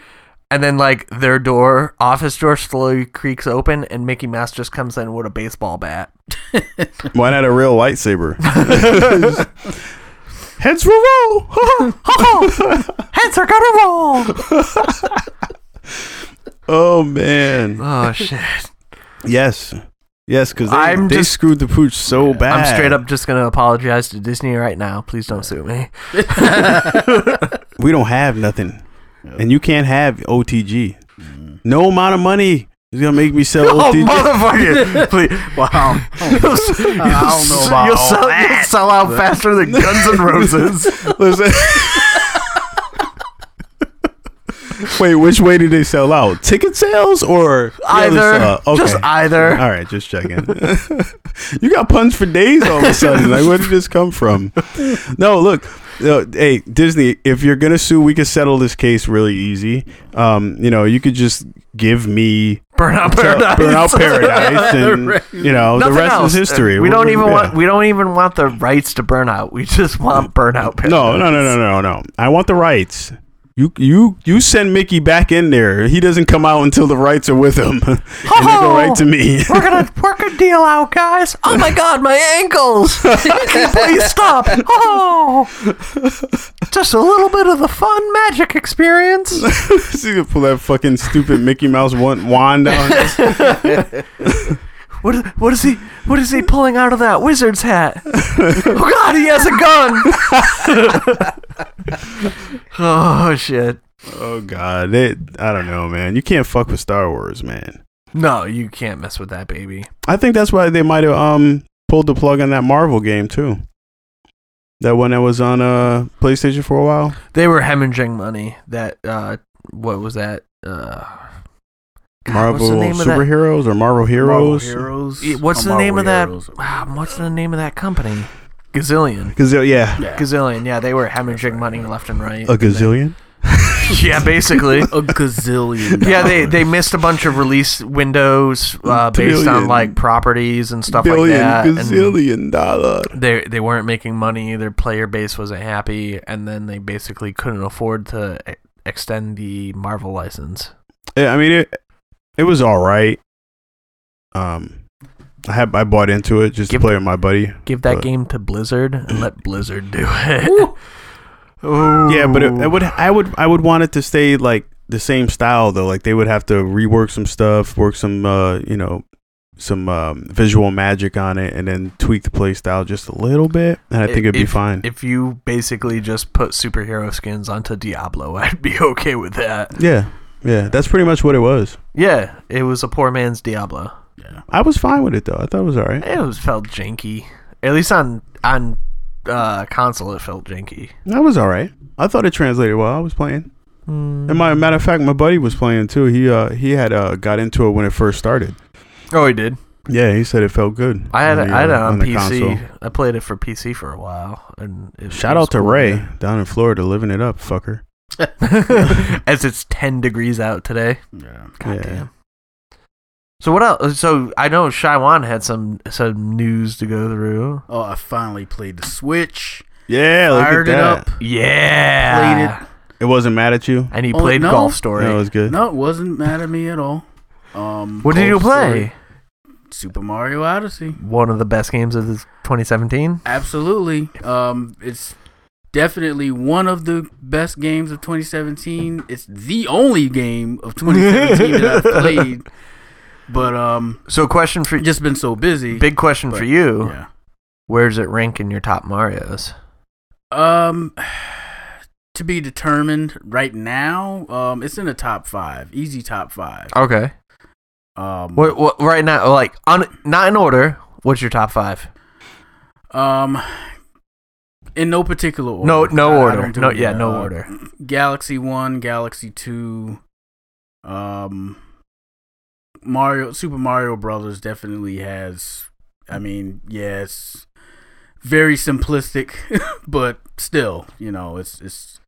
And then like their door, office door, slowly creaks open, and Mickey Mouse just comes in with a baseball bat.
Why not a real lightsaber? Heads will roll.
Ho ho, heads are gonna roll.
oh man.
Oh shit.
Yes. Yes, because they,
I'm
they
just-
screwed the pooch so bad.
I'm straight up just gonna apologize to Disney right now. Please don't sue me.
We don't have nothing. And you can't have OTG. No amount of money is gonna make me sell
Oh,
OTG.
motherfucker! Please,
Wow.
Um,
you'll, s- you'll,
don't know
s-
about
you'll
all
sell, you'll sell out faster than Guns N' Roses.
Listen. Wait, which way did they sell out? Ticket sales or the other
either,
side? Okay.
just either.
All right, just checking. you got punched for days all of a sudden. Like, where did this come from? No, look. uh, hey, Disney, if you're going to sue, we can settle this case really easy. Um, you know, you could just give me
Burnout Paradise.
Burnout Paradise
Right.
and, you know,
Nothing
the rest
else.
is history.
We don't
We're-
even
yeah.
want. We don't even want the rights to Burnout. We just want Burnout Paradise.
No, no, no, no, no, no. I want the rights. You you you send Mickey back in there. He doesn't come out until the rights are with him. and they go right to me.
We're gonna work a deal out, guys. Oh my god, my ankles! Can you please stop? Oh, just a little bit of the fun magic experience.
She's gonna pull that fucking stupid Mickey Mouse wan- wand out.
What is, what is he? What is he pulling out of that wizard's hat? oh God, he has a gun! oh shit!
oh god, it, I don't know, man. You can't fuck with Star Wars, man.
No, you can't mess with that baby.
I think that's why they might have um pulled the plug on that Marvel game too. That one that was on uh PlayStation for a while.
They were hemorrhaging money. That uh, what was that? Uh, God, what's
Marvel
the name of that-
Superheroes or Marvel
Marvel
Heroes.
Heroes.
Yeah, What's the
Marvel
name of that?
Heroes.
ah, What's the name of that company? Gazillion.
Gazillion, yeah,
Yeah.
Gazillion. Yeah, they were hemorrhaging money left and right.
a gazillion.
yeah, basically.
a gazillion.
Yeah, they, they missed a bunch of release windows uh, based
Billion.
on like properties and stuff
billion,
like that. And
gazillion dollar.
they they weren't making money. Their player base wasn't happy, and then they basically couldn't afford to e- extend the Marvel license.
Yeah, I mean it. It was all right. Um, I had I bought into it just
Give-
to play with my buddy.
Give that
But-
game to Blizzard and let Blizzard do it. Ooh.
Yeah, but it,
Oh.
it would I would I would want it to stay like the same style though. Like they would have to rework some stuff, work some uh, you know, some um, visual magic on it, and then tweak the play style just a little bit. And I think it'd be
If-
fine.
If you basically just put superhero skins onto Diablo, I'd be okay with that.
yeah, yeah, that's pretty much what it was.
Yeah, it was a poor man's Diablo.
Yeah.
I was fine with it though. I thought it was all right.
It was felt janky. At least on on uh, console, it felt janky.
That was all right. I thought it translated well. I was playing.
Hmm.
And my matter of fact, my buddy was playing too. He uh he had uh got into it when it first started.
Oh, it did.
Yeah, he said it felt good.
I had
on the,
I had it
uh,
on,
the
PC.
console.
I played it for PC for a while. And it
Shout
was
out to
cool.
Ray down in Florida, living it up, fucker.
As it's ten degrees out today.
Yeah.
God
Yeah.
damn. So what else? So I know Shywan had some some news to go through.
Oh, I finally played the Switch.
Yeah, look
Fired it
at that.
up.
Yeah,
Played
it wasn't mad at you.
and he
Oh,
played
no?
Golf Story.
No, it was good.
No, it wasn't mad at me at all. Um,
what did you
Golf
play?
Story, Super Mario Odyssey.
One of the best games of this 2017.
Absolutely. Um, it's definitely one of the best games of 2017. It's the only game of 2017 that I've played. But um,
So question for
just been so busy.
big question
but-
for you.
Yeah.
Where does it rank in your top Mario's?
Um, to be determined right now. Um, it's in the top five, easy top five.
Okay.
Um,
What, what right now? Like on not in order. What's your top five?
um, in no particular order.
No, no
I- I
order.
don't do
No-
it
yeah,
in,
no
uh,
order.
Galaxy One, Galaxy Two, um, Mario, Super Mario Brothers definitely has. I mean, yes, very simplistic, but still, you know, it's it's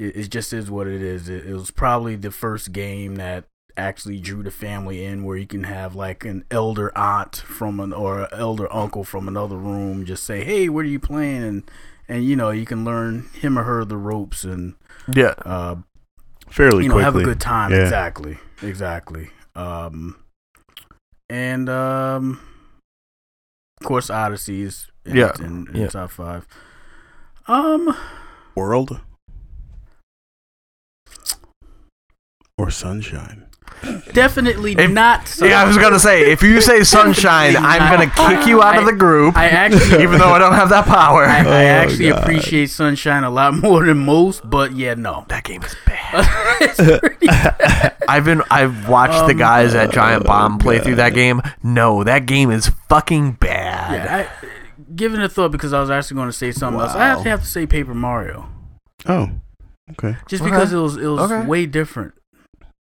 it, it just is what it is. It, it was probably the first game that actually drew the family in, where you can have like an elder aunt from an or an elder uncle from another room just say, "Hey, what are you playing?" and and you know you can learn him or her the ropes and
Yeah.
uh,
Fairly
you know
quickly.
have a good time.
Yeah.
Exactly, exactly. Um, and um, of course, Odyssey is in,
Yeah,
in, in
yeah.
top five. Um,
world. Or sunshine.
definitely
If-
not. So
Yeah, I was gonna say if you say sunshine, I'm gonna kick you out of the group,
I actually,
even though I don't have that power.
I, I
Oh,
actually
God.
appreciate sunshine a lot more than most. But yeah, no,
that game is bad.
it's pretty bad.
I've been I've watched the
Um, uh,
guys at Giant Bomb play through that game. No, that game is fucking bad.
Yeah, I, given a thought because I was actually going to say something else. I actually have to say Paper Mario.
Oh, okay.
just
Okay.
because it was it was
Okay.
way different.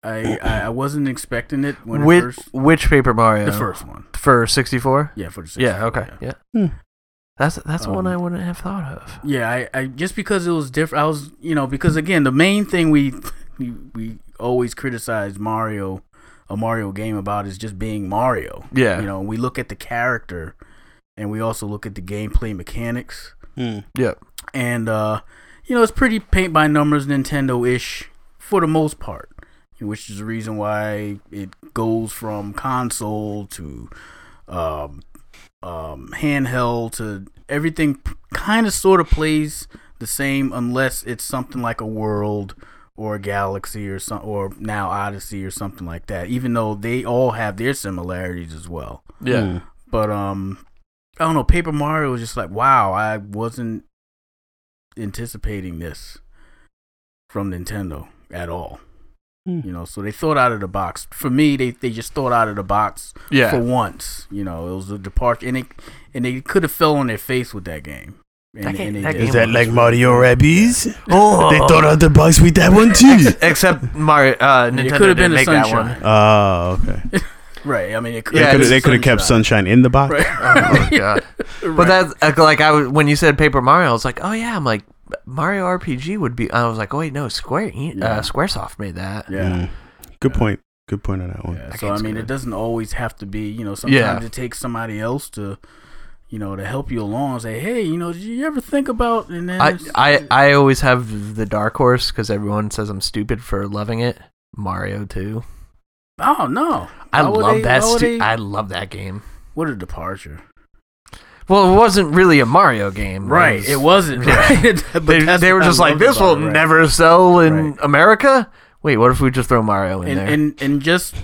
I, I I wasn't expecting it when
Which
it first
which Paper Mario?
the first one.
for 64.
Yeah, for the sixth
Yeah.
one,
Okay. Yeah.
Hmm.
That's that's
Um,
one I wouldn't have thought of.
Yeah, I, I just because it was different. I was you know because again the main thing we we, we always criticize Mario a Mario game about is just being Mario.
Yeah.
You know we look at the character, and we also look at the gameplay mechanics.
Yeah.
and uh, you know it's pretty paint by numbers Nintendo ish for the most part, which is the reason why it goes from console to um, um, handheld to everything kind of sort of plays the same unless it's something like a world or a galaxy or some or now Odyssey or something like that. Even though they all have their similarities as well.
Yeah.
Hmm.
But um, I don't know. Paper Mario was just like, wow, I wasn't anticipating this from Nintendo at all.
Hmm.
You know, so they thought out of the box. For me, they, they just thought out of the box
Yeah.
for once. You know, it was a departure, and it and they could have fell on their face with that game. And,
That game-
and they
that
did.
game Is that was- like
Mario Rabbids?
Oh.
out the box with that one too.
Except Mario. Uh, Nintendo
It could have been
didn't
a
make that
sunshine.
one.
Oh, okay.
Right. I mean, it could.
Yeah,
they could
it's
they could have kept Sunshine in the box.
Oh my god! But
Right.
that's uh, like I was- when you said Paper Mario, I was like, oh yeah, I'm like Mario RPG would be. I was like, oh wait, no, Square
Yeah.
uh, SquareSoft made that.
Yeah.
Mm. Good point. Good point on that one.
Yeah,
That
so I
game's
mean,
good.
it doesn't always have to be. You know, sometimes
Yeah.
it takes somebody else to, you know, to help you along. and Say, hey, you know, did you ever think about? And then
I,
it's-
I I always have the dark horse because everyone says I'm stupid for loving it. Mario 2.
oh no,
I
How would
love
they-
that.
how would
Stu-
they-
I love that game.
what a departure.
Well, it wasn't really a Mario game,
Right, it wasn't. Right, but
They,
that's
they were
what I
just like,
loved
this
about
will
it, right.
never sell in
Right.
America. Wait, what if we just throw Mario in
And
there?
and and just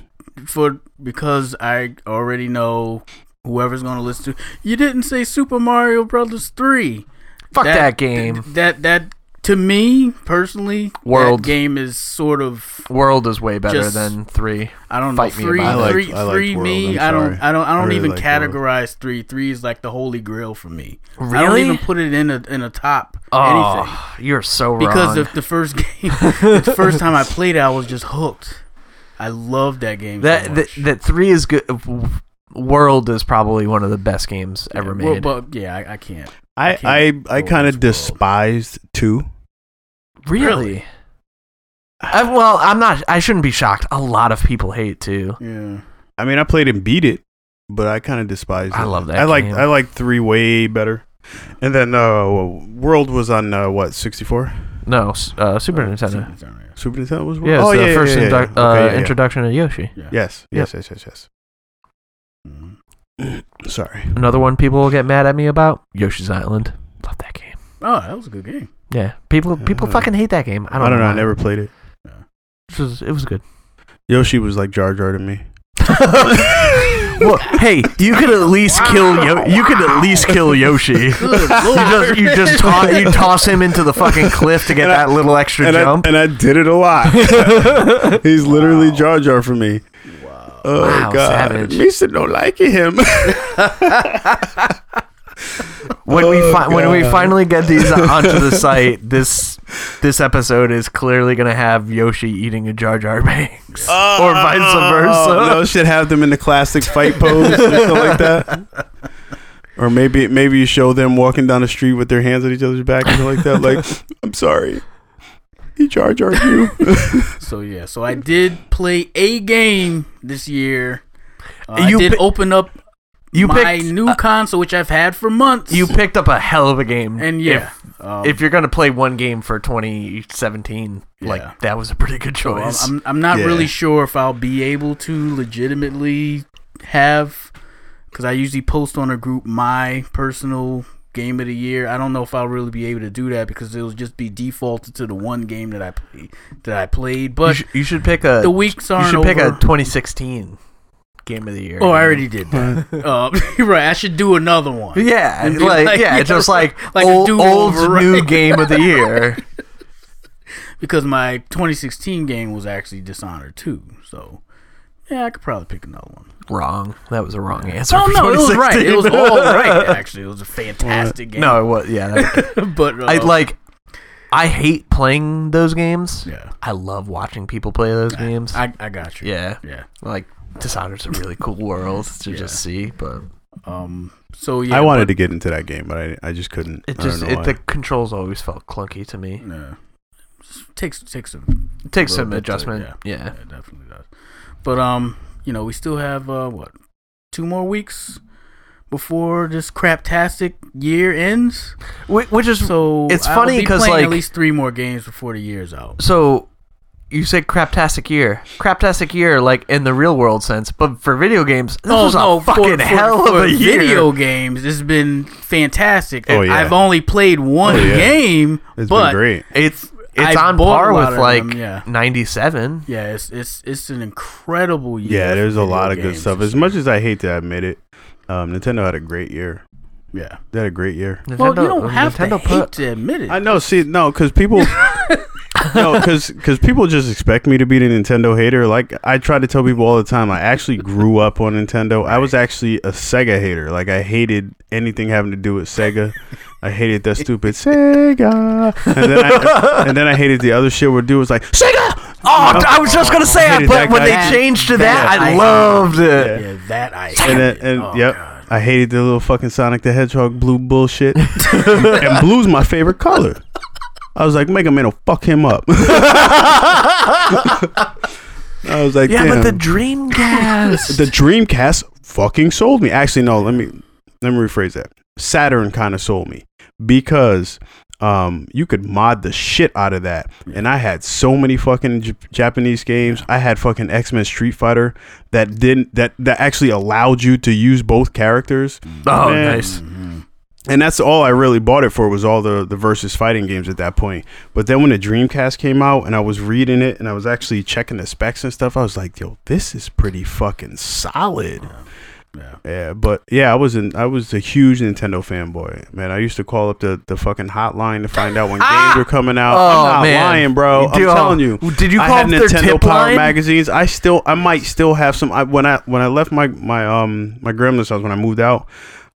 for because I already know whoever's going to listen to you didn't say Super Mario Brothers three.
Fuck that, game.
th- that that to me personally,
World.
that game is sort of
World is way better
Just-
than three.
I don't
Fight me
know. Three,
about it. I liked-
three,
I liked
three.
World,
Me,
I'm
I don't,
sorry.
I don't, I
I
don't
really
even
liked World.
categorize three. Three is like the holy grail for me. I don't
Really?
even put it in a in a top anything
Oh, you're so wrong.
because of the first game, the first time I played it, I was just hooked. I loved that game. so
that, that
much.
that three is good. World is probably one of the best games ever
Well,
made.
but yeah, I, I can't.
I I,
can't
I
go
kind
this world.
of despised two.
Really?
Really?
I, well, I'm not. I shouldn't be shocked. A lot of people hate too.
Yeah,
I mean, I played and beat it, but I kind of despised.
I
it.
love that
I like
game.
I like three way better. And then uh, World was on uh, what sixty four
No, s- uh, Super Nintendo.
Super Nintendo was. World?
Yeah, it's
oh
the
yeah,
first
yeah, yeah, yeah.
introdu-
Okay,
uh,
yeah, yeah.
introduction to Yoshi.
Yes,
Yep.
yes, yes, yes, yes.
Mhm.
Sorry.
Another one people will get mad at me about Yoshi's Island. Love that game.
Oh, that was a good game.
Yeah, people people
Uh,
fucking hate that game. I
I
don't,
don't, know.
Why.
I never played it.
It was, it was good.
Yoshi was like Jar Jar to me.
well, hey, you could at least kill Yo- you could at least kill Yoshi.
Good
You
lord.
just you just to- you toss him into the fucking cliff to get
And I-
that little extra
and
jump.
I and I did it a lot. He's literally Jar Jar for me.
Wow.
Oh
Wow,
God,
savage.
Misa don't like him.
when we
Oh,
fi- when we
God.
finally get these onto the site, this this episode is clearly gonna have Yoshi eating a Jar Jar Banks or vice versa.
Oh, No, should have them in the classic fight pose, or something like that. Or maybe maybe you show them walking down the street with their hands at each other's back and something like that. Like, I'm sorry, he Jar Jar you.
So yeah, so I did play a game this year. Uh,
You
I did
pi-
open up
You
my
picked uh,
new console, which I've had for months.
you picked up a hell of a game,
and yeah, um,
If, if you're gonna play one game for 2017,
Yeah.
like that was a pretty good
so I'm,
choice.
I'm I'm not
Yeah.
really sure if I'll be able to legitimately have because I usually post on a group my personal game of the year. I don't know if I'll really be able to do that because it'll just be defaulted to the one game that I play, that I played.
you,
But
sh- you should pick a
the weeks
you
aren't
should
over.
pick a 2016 game of the year.
oh, I already did that. uh, you're right. I should do another one.
Yeah,
And be
like,
like-
yeah,
yeah,
just like,
like a
old, old
do-over, right?
new game of the year.
because my 2016 game was actually Dishonored 2. So, yeah, I could probably pick another one.
wrong. That was a wrong answer.
Oh,
for
no, it was right. It was
2016.
all right, actually. It was a fantastic game.
No, it was yeah. that-
but, uh,
I like. I hate playing those games.
Yeah.
I love watching people play those games.
I, I got you.
yeah,
Yeah.
like Dishonored's a really cool world to just see, but
Um, so, yeah.
I wanted to get into that game, but I, I just couldn't.
it
I don't
just
know
it,
why.
the controls always felt clunky to me.
but, uh, just takes, takes some.
It takes
little
some
bit to-
adjustment. yeah.
yeah, it definitely does. But, um, you know, we still have, uh, what, two more weeks before this craptastic year ends?
Whi- which is
So
It's
I
funny
will be
'cause,
playing
like-
at least three more games before the year's out.
so you say craptastic year craptastic year like in the real world sense but for video games
Oh,
this was a fucking hell of a year
Video games, it's been fantastic.
Oh, yeah.
I've only played one
Oh, yeah.
game,
It's
but
been great.
it's it's
I
on
bought a
par
lot
with
of
like
them, yeah.
97
yeah, it's it's it's an incredible year.
Yeah,
for
there's a
video
lot of good
games
stuff.
this
As much as I hate to admit it, um, Nintendo had a great year.
year. yeah.
They had a great year.
Nintendo,
Well, you don't have
Nintendo
to hate
put
to admit it.
I know. See, no, because people, no, because people just expect me to be the Nintendo hater. Like I try to tell people all the time, I actually grew up on Nintendo. I was actually a Sega hater. Like I hated anything having to do with Sega. I hated that stupid Sega, and then I, and then I hated the other shit where dude was like Sega,
Oh, I was just gonna say,
I
I
hated
but
that
when they
guy.
changed to that,
Yeah.
I loved it.
Yeah, that I
And,
hated.
then, and
oh,
yep,
God.
I hated the little fucking Sonic the Hedgehog blue bullshit. and blue's my favorite color. I was like, Mega Man will fuck him up. I was like,
Yeah,
Damn.
but the Dreamcast.
The Dreamcast fucking sold me. Actually, no. Let me let me rephrase that. Saturn kind of sold me because um, you could mod the shit out of that, and I had so many fucking J- Japanese games. I had fucking X Men Street Fighter that didn't that that actually allowed you to use both characters,
oh,
Man.
nice.
and that's all I really bought it for was all the the versus fighting games at that point. But then when the Dreamcast came out, and I was reading it, and I was actually checking the specs and stuff, I was like, yo, this is pretty fucking solid.
Yeah.
Yeah, but yeah, I was an I was a huge Nintendo fanboy. Man, I used to call up the, the fucking hotline to find out when games were coming out.
Oh,
I'm not
man.
lying, bro.
You
I'm
do- uh,
telling you.
Did you
I
call
had
up their
Nintendo
tip
Power
line?
magazines. I still I might still have some I, when I when I left my my um my grandma's house when I moved out,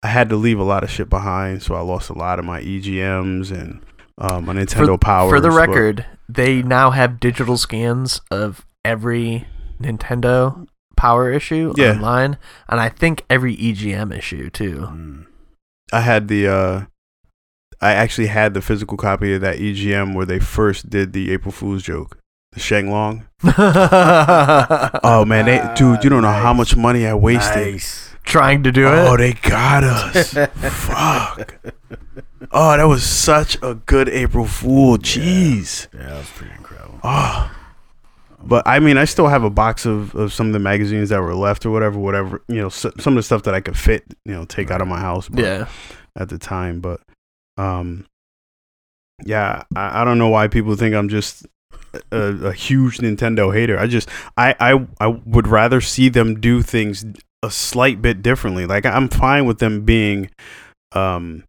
I had to leave a lot of shit behind, so I lost a lot of my EGMs and um my Nintendo Power.
For the record, they now have digital scans of every Nintendo Power issue
Yeah.
online, and I think every EGM issue too.
Mm.
I had the uh I actually had the physical copy of that EGM where they first did the April Fool's joke. The Shang Long. Oh man, they,
Ah,
dude, you don't know how
Nice.
much money I wasted.
Nice.
Trying to do
Oh,
it.
they got us. Fuck. Oh, that was such a good April Fool. Jeez.
Yeah, that was pretty incredible.
Oh. But I mean, I still have a box of, of some of the magazines that were left or whatever, whatever, you know, s some of the stuff that I could fit, you know, take out of my house. But
Yeah.
at the time. But um, yeah, I, I don't know why people think I'm just a, a huge Nintendo hater. I just I, I I would rather see them do things a slight bit differently. Like I'm fine with them being, um,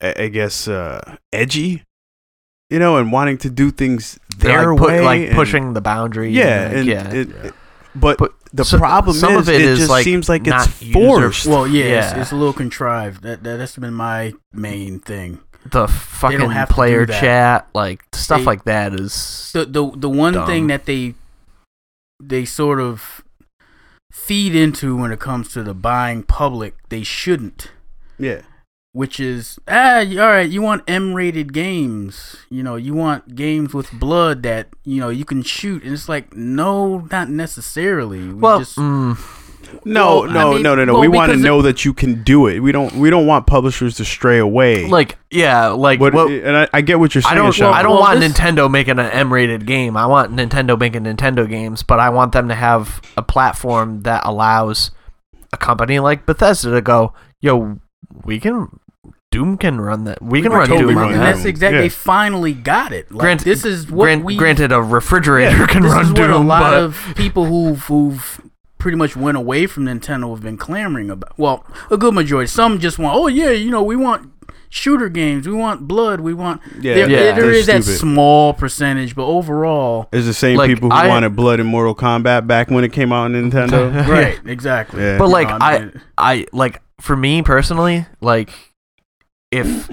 I, I guess uh, edgy, you know, and wanting to do things
They're
their
like, pu-
way,
like
and-
pushing the boundary.
Yeah,
like,
and
yeah.
it- it- but,
But
the
so-
problem
some
is
of it is,
just
like,
seems like it's
not user-
forced.
Well, yeah, It's,
Yeah.
it's a little contrived. That, that that's been my main thing.
the fucking
have to do
player
that.
chat, like stuff
They-
like that, is
The the the one
Dumb.
thing that they they sort of feed into when it comes to the buying public, they shouldn't.
yeah.
Which is ah, y- all right. You want M-rated games, you know. You want games with blood that you know you can shoot, and it's like no, not necessarily. We
well,
just,
mm,
No,
Well, I
no,
mean,
no, no, no.
well,
we want to
because it-
know that you can do it. We don't. We don't want publishers to stray away.
like yeah, like
What-
what.
and I, I get what you're saying.
I don't.
Sean.
I don't
Well,
want
this-
Nintendo making an M-rated game. I want Nintendo making Nintendo games, but I want them to have a platform that allows a company like Bethesda to go, "Yo, we can Doom can run that. We can run
totally
Doom
run
on
and
that.
that."
that's exactly.
Yeah.
They finally got it. Like,
Grant-
this is what
Grant-
we
granted, a refrigerator can
this
run
is what
Doom,
a lot
but
of people who've who've pretty much went away from Nintendo have been clamoring about. Well, a good majority. Some just want, oh yeah, you know, we want shooter games, we want blood, we want.
Yeah,
there,
yeah.
there- there
They're
is that
stupid.
small percentage, but overall,
It's the same
Like,
people who
I-
wanted blood in Mortal Kombat back when it came out on Nintendo.
right, exactly.
Yeah.
but
You
like
know,
I,
mean,
I like for me personally, like if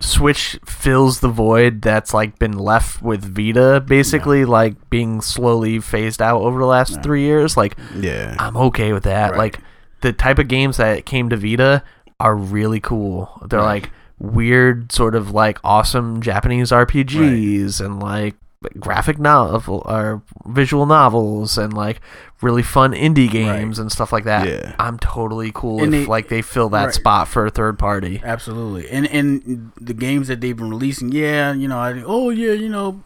Switch fills the void that's like been left with Vita, basically like being slowly phased out over the last
Yeah.
three years, like
yeah.
I'm okay with that.
Right.
Like the type of games that came to Vita are really cool. They're
Right.
like weird, sort of like awesome Japanese RPGs and like graphic novel or visual novels and like really fun indie games and stuff like that.
Yeah.
I'm totally cool
And
if
they-
like they fill that
right.
spot for a third party.
Absolutely, and and the games that they've been releasing, yeah, you know, I oh yeah, you know,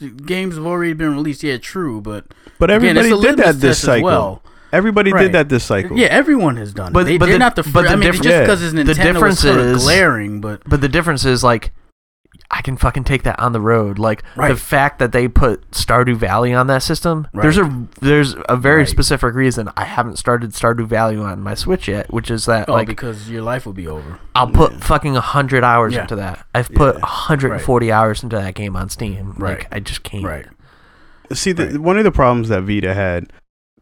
the games have already been released, yeah, true, but
But
again, it's
everybody
a
did
litmus
that this
test as
cycle.
well.
Everybody did
Right.
that this cycle.
Yeah, everyone has done
But-
it. They,
but
they're
the-
not the
but
first.
the
I mean,
difference-
just because it's
the
Nintendo,
difference
it's sort
is-
of glaring, but
But the difference is like I can fucking take that on the road. Like the
Right.
fact that they put Stardew Valley on that system,
Right.
there's a there's a very
Right.
specific reason I haven't started Stardew Valley on my Switch yet, which is that
oh,
like
because your life will be over.
I'll put fucking 100 hours
Yeah.
into that. I've put
Yeah.
140 hours into that game on Steam.
Right.
Like I just can't.
See, the,
Right.
one of the problems that Vita had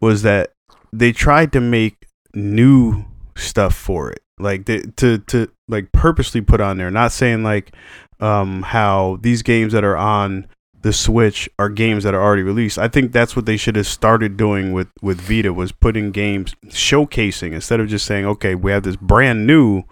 was that they tried to make new stuff for it, like they, to to like purposely put on there. Not saying like um, how these games that are on the Switch are games that are already released. I think that's what they should have started doing with with Vita was putting games showcasing instead of just saying, "Okay, we have this brand new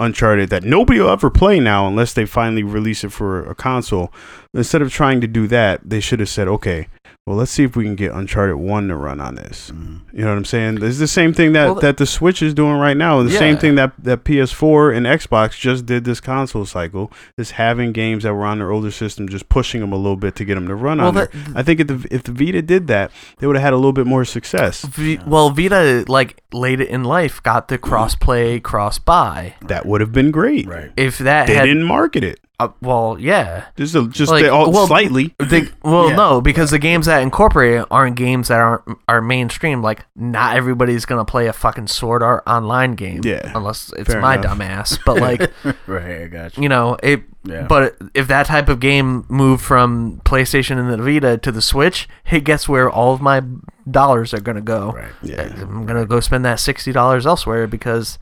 Uncharted that nobody will ever play now unless they finally release it for a console." Instead of trying to do that, they should have said, "Okay, well, let's see if we can get Uncharted 1 to run on this." You know what I'm saying? It's the same thing that
Well, the-
that the Switch is doing right now. The same
Yeah.
thing that that PS4 and Xbox just did this console cycle is having games that were on their older system, just pushing them a little bit to get them to run
Well,
on
that-
there. I think if the if the Vita did that, they would have had a little bit more success.
V- well, Vita, like late in life, got the cross play, cross buy.
That would have been great.
Right.
If that
They
had,
didn't market it.
uh, well, yeah.
Just a, just
Like,
they all,
well,
slightly.
They, well,
Yeah.
no, because the games that incorporate it aren't games that aren't are mainstream. Like, not everybody's gonna play a fucking Sword Art Online game,
Yeah.
Unless it's
Fair
my
enough.
dumbass. But like,
Right. I got you.
you know, it.
Yeah.
But if that type of game moved from PlayStation and the Vita to the Switch, hey, guess where all of my dollars are gonna go?
Right.
Yeah.
I'm gonna go spend that sixty dollars elsewhere because,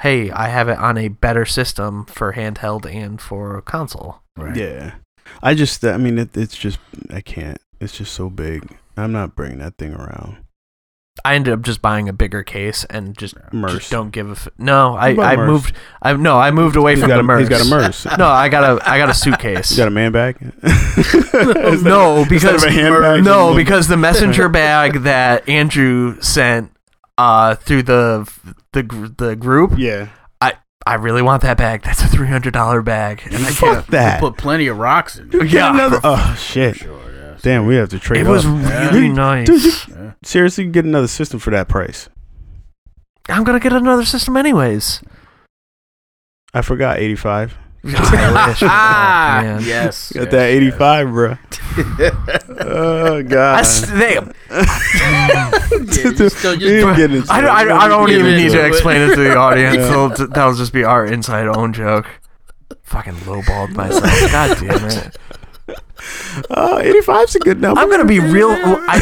hey, I have it on a better system for handheld and for console.
Right.
Yeah. I just I mean it, it's just I can't. It's just so big. I'm not bringing that thing around.
I ended up just buying a bigger case and just,
Merce.
just don't give a f- no.
What
I,
about
I
Merce?
moved. I no. I moved away
He's
from
got,
the
a,
merch.
he's got a merce.
No, I got a I got a suitcase.
You got a man bag? Is that-
no,
instead
because
of a handbag,
no,
it's a-
because the messenger bag that Andrew sent uh through the the gr- the group.
yeah,
I really want that bag. That's a three hundred dollar bag. And I can't-
fuck that.
Put plenty of rocks in.
Dude, get
Yeah.
another. Oh shit!
Sure. Yes.
Damn, we have to trade.
It was
up.
really
Yeah.
nice.
Dude, you
Yeah.
seriously get another system for that price.
I'm gonna get another system anyways.
I forgot eighty five.
I wish. Oh,
Ah.
man.
yes.
Got that eighty five, bro.
Uh,
oh god.
I s- they-
You didn't get into
I
it.
don't, I, don't- I don't
Yeah,
even need to
but-
explain it to the audience. It'll- That'll just be our inside own joke. Fucking lowballed myself. God damn it.
Oh, 85's a good number.
I'm gonna be real. I,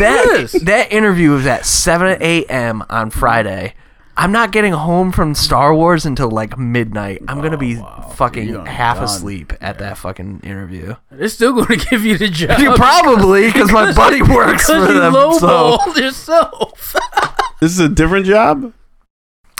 that
Yes.
that interview was at 7 a.m. on Friday. I'm not getting home from Star Wars until like midnight. I'm gonna be
You're
fucking
done.
half asleep at that fucking interview.
They're still going to give you the job.
Probably because my buddy works
Because
for
you
them. So
lowballed yourself.
This is a different job.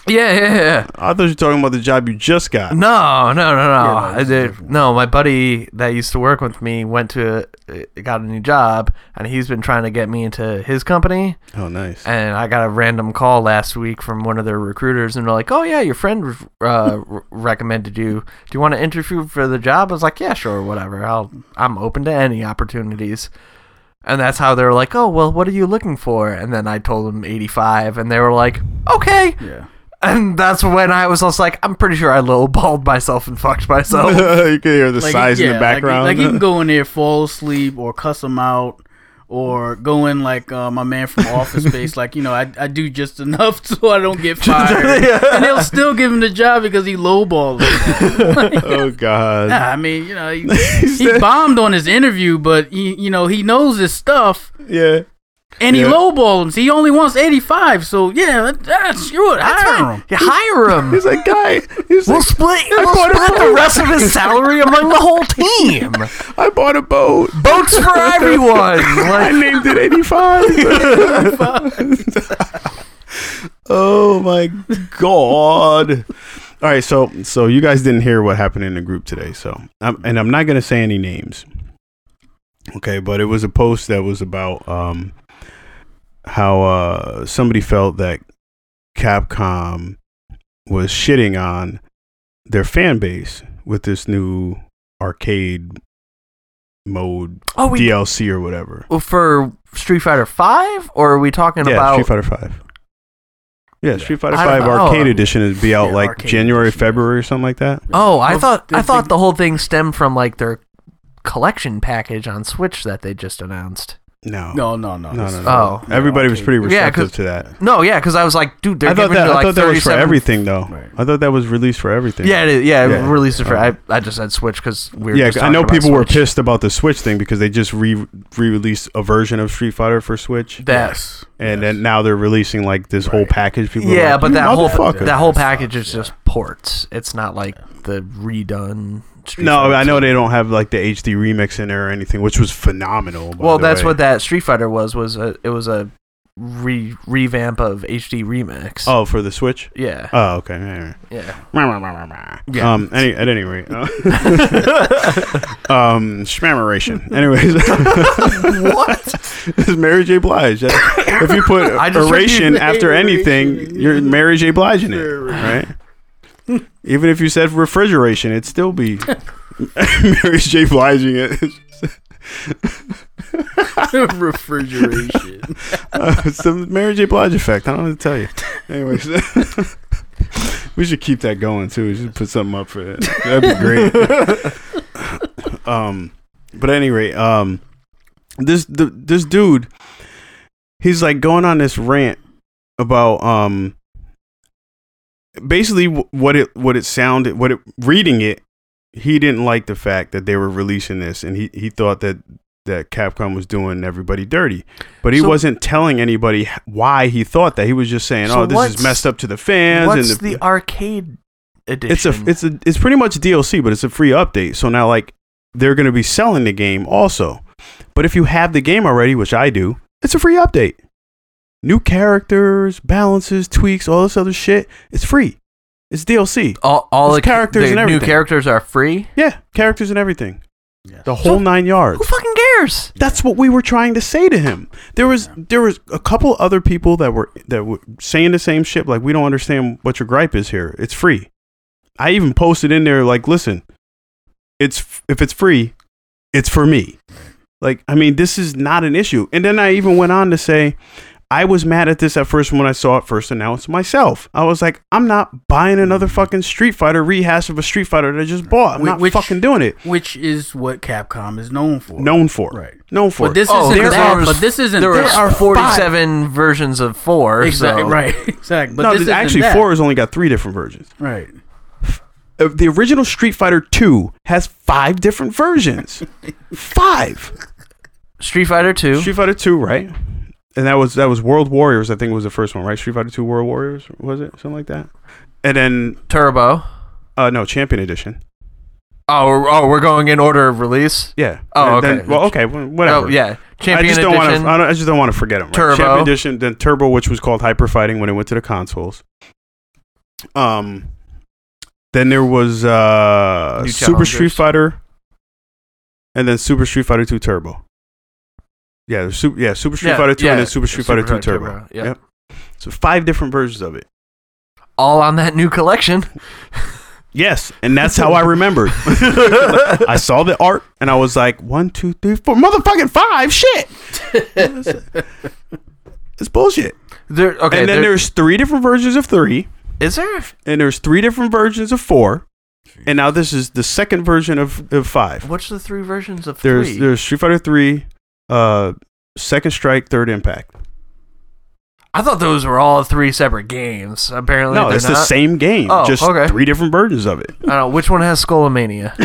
yeah, yeah, yeah.
I thought you were talking about the job you just got.
No, no, no, no.
Yeah, no,
I
it's
did-
different.
no, my buddy that used to work with me went to uh, got a new job, and he's been trying to get me into his company.
Oh, nice.
And I got a random call last week from one of their recruiters, and they're like, "Oh yeah, your friend uh, r- recommended you. Do you want to interview for the job?" I was like, "Yeah, sure, whatever. I'll I'm open to any opportunities." And that's how they were like, "Oh well, what are you looking for?" And then I told them 85, and they were like, "Okay."
Yeah.
And that's when I was also like, I'm pretty sure I lowballed myself and fucked myself.
you can hear the sighs in
yeah,
the
like-
background.
Like, you can go in there, fall asleep, or cuss them out, or go in like uh, my man from Office Space. Like you know, I, I do just enough so I don't get fired, and they'll still give him the job because he lowballed. Him.
oh god.
Nah, I mean, you know, he, he bombed on his interview, but he, you know, he knows his stuff.
Yeah.
And he
Yeah.
lowballed him. So he only wants 85. So, yeah, that, that's screw it. Hire him.
You Ah, hire him.
He's like, guy. He's
We'll
like,
split, we'll
bought a
split the
boat.
rest of his salary among the whole team.
I bought a boat.
Boats for everyone.
I
Like,
named it 85. oh my god. All right, so so you guys didn't hear what happened in the group today, so I'm, and I'm not going to say any names. Okay, but it was a post that was about um how uh somebody felt that Capcom was shitting on their fan base with this new arcade mode
oh, we
DLC or whatever.
well, for Street Fighter Five, or are we talking
yeah,
about?
Street Fighter Five. Yeah, Street Fighter
I
Five
don't know.
Arcade Edition is be out
Yeah,
like
Arcade
January,
Edition, yeah.
February, or something like that.
Oh, I
Well,
thought
the-
I thought
the-
the whole thing stemmed from like their collection package on Switch that they just announced.
No,
No, no, no.
no, no.
This
no.
is-
Oh.
no,
everybody was
okay.
pretty
Yeah,
receptive
'cause-
to that.
No, yeah, because I was like, dude, they're
I thought
giving
that
you,
I
like
thought that was for
37
everything though.
Right.
I thought that was released for everything.
Yeah, it is, yeah,
Yeah.
released it for.
Alright.
I, I just said Switch because we were.
yeah.
just
I know
talking about
people were
Switch.
pissed about the Switch thing because they just re re released a version of Street Fighter for Switch,
That
Yes.
and then now they're releasing like this whole
Right.
package. People, are
yeah,
like,
but
"You
that whole
motherfucker."
that whole
That sucks,
package is
yeah.
just ports. It's not like the redone Street
No,
Fighter
I
too.
know they don't have like the HD remix in there or anything, which was phenomenal. by
Well,
the
that's
way.
what that Street Fighter was. Was a it was a re revamp of HD remix.
Oh, for the Switch.
yeah,
Oh, okay. Yeah.
yeah.
yeah. Um. Any, at any rate. uh, um. Shmameration. Anyways. what? It's Mary J. Blige. That- if you put
I just heard you-
oration after anything,
Aeration.
you're Mary J. Blige in it, right? Even if you said refrigeration, it'd still be Mary J. Blige in it.
refrigeration.
Uh, it's the Mary J. Blige effect. I don't know what to tell you. Anyways, we should keep that going too. We should put something up for that. That'd be great. um, but at any rate, um, this the, this dude, he's like going on this rant about um, basically wh- what it what it sounded what it reading it. He didn't like the fact that they were releasing this, and he, he thought that that Capcom was doing everybody dirty. But he
So-
wasn't telling anybody h- why he thought that. He was just saying,
So
"Oh, this
what's-
is messed up to the fans."
What's
and
the, arcade edition?
it's a it's a it's pretty much DLC, but it's a free update. So now like they're going to be selling the game also. But if you have the game already, which I do, it's a free update. New characters, balances, tweaks, all this other shit. It's free. It's DLC.
all, all
it's
the
characters
the
and
new
everything.
characters are free.
Yeah, characters and everything.
Yeah.
The whole
So-
nine
Who
yards.
fucking cares?
That's what we were trying to say to him. There was there was a couple other people that were that were saying the same shit. Like we don't understand what your gripe is here. It's free. I even posted in there like, listen, it's f- if it's free, it's for me. Like I mean, this is not an issue. And then I even went on to say. I was mad at this at first when I saw it first announced myself. I was like, I'm not buying another fucking Street Fighter rehash of a Street Fighter that I just bought. I'm
Wh-
not
which-
fucking doing it.
Which is what Capcom is known for.
Known for.
Right.
Known for.
But this
Oh,
isn't
there
that.
was-
but this isn't
There
that.
are forty-seven versions of four.
Exactly.
so-
Right. Exactly. But
no,
this
th-
isn't
actually,
that.
four has only got three different versions.
Right.
Uh, the original Street Fighter Two has five different versions. five.
Street Fighter Two.
Street Fighter Two, right? And that was that was World Warriors. I think was the first one, right? Street Fighter Two World Warriors was it something like that? And then
Turbo.
uh, no Champion Edition.
Oh, we're- oh, we're going in order of release.
Yeah.
Oh,
And then-
okay.
well, okay. wh- Whatever.
Oh, yeah.
I
Champion
just don't
Edition.
want to. I, don't- I just don't want to forget them. Right?
Turbo.
Champion Edition, then Turbo, which was called Hyper Fighting when it went to the consoles. Um, then there was uh
New
Super Street
Challengers.
Fighter, and then Super Street Fighter Two Turbo. Yeah, there's Sup- yeah, Super Street
Yeah,
Fighter Two,
yeah,
and then Super Street Fighter Two Turbo.
yeah.
Yep. So five different versions of it.
All on that new collection.
Yes, and that's how I remembered. I saw the art and I was like, one, two, three, four, motherfucking five, shit. it's bullshit.
There, okay.
and then
there,
there's three different versions of three,
is there.
and there's three different versions of four, and now this is the second version of, of five.
What's the three versions of
There's
three?
there's Street Fighter three, uh, Second Strike, Third Impact.
I thought those were all three separate games. Apparently,
No,
they're
it's
not.
the same game,
Oh,
just
okay.
three different versions of it.
I don't know which one has Skullomania.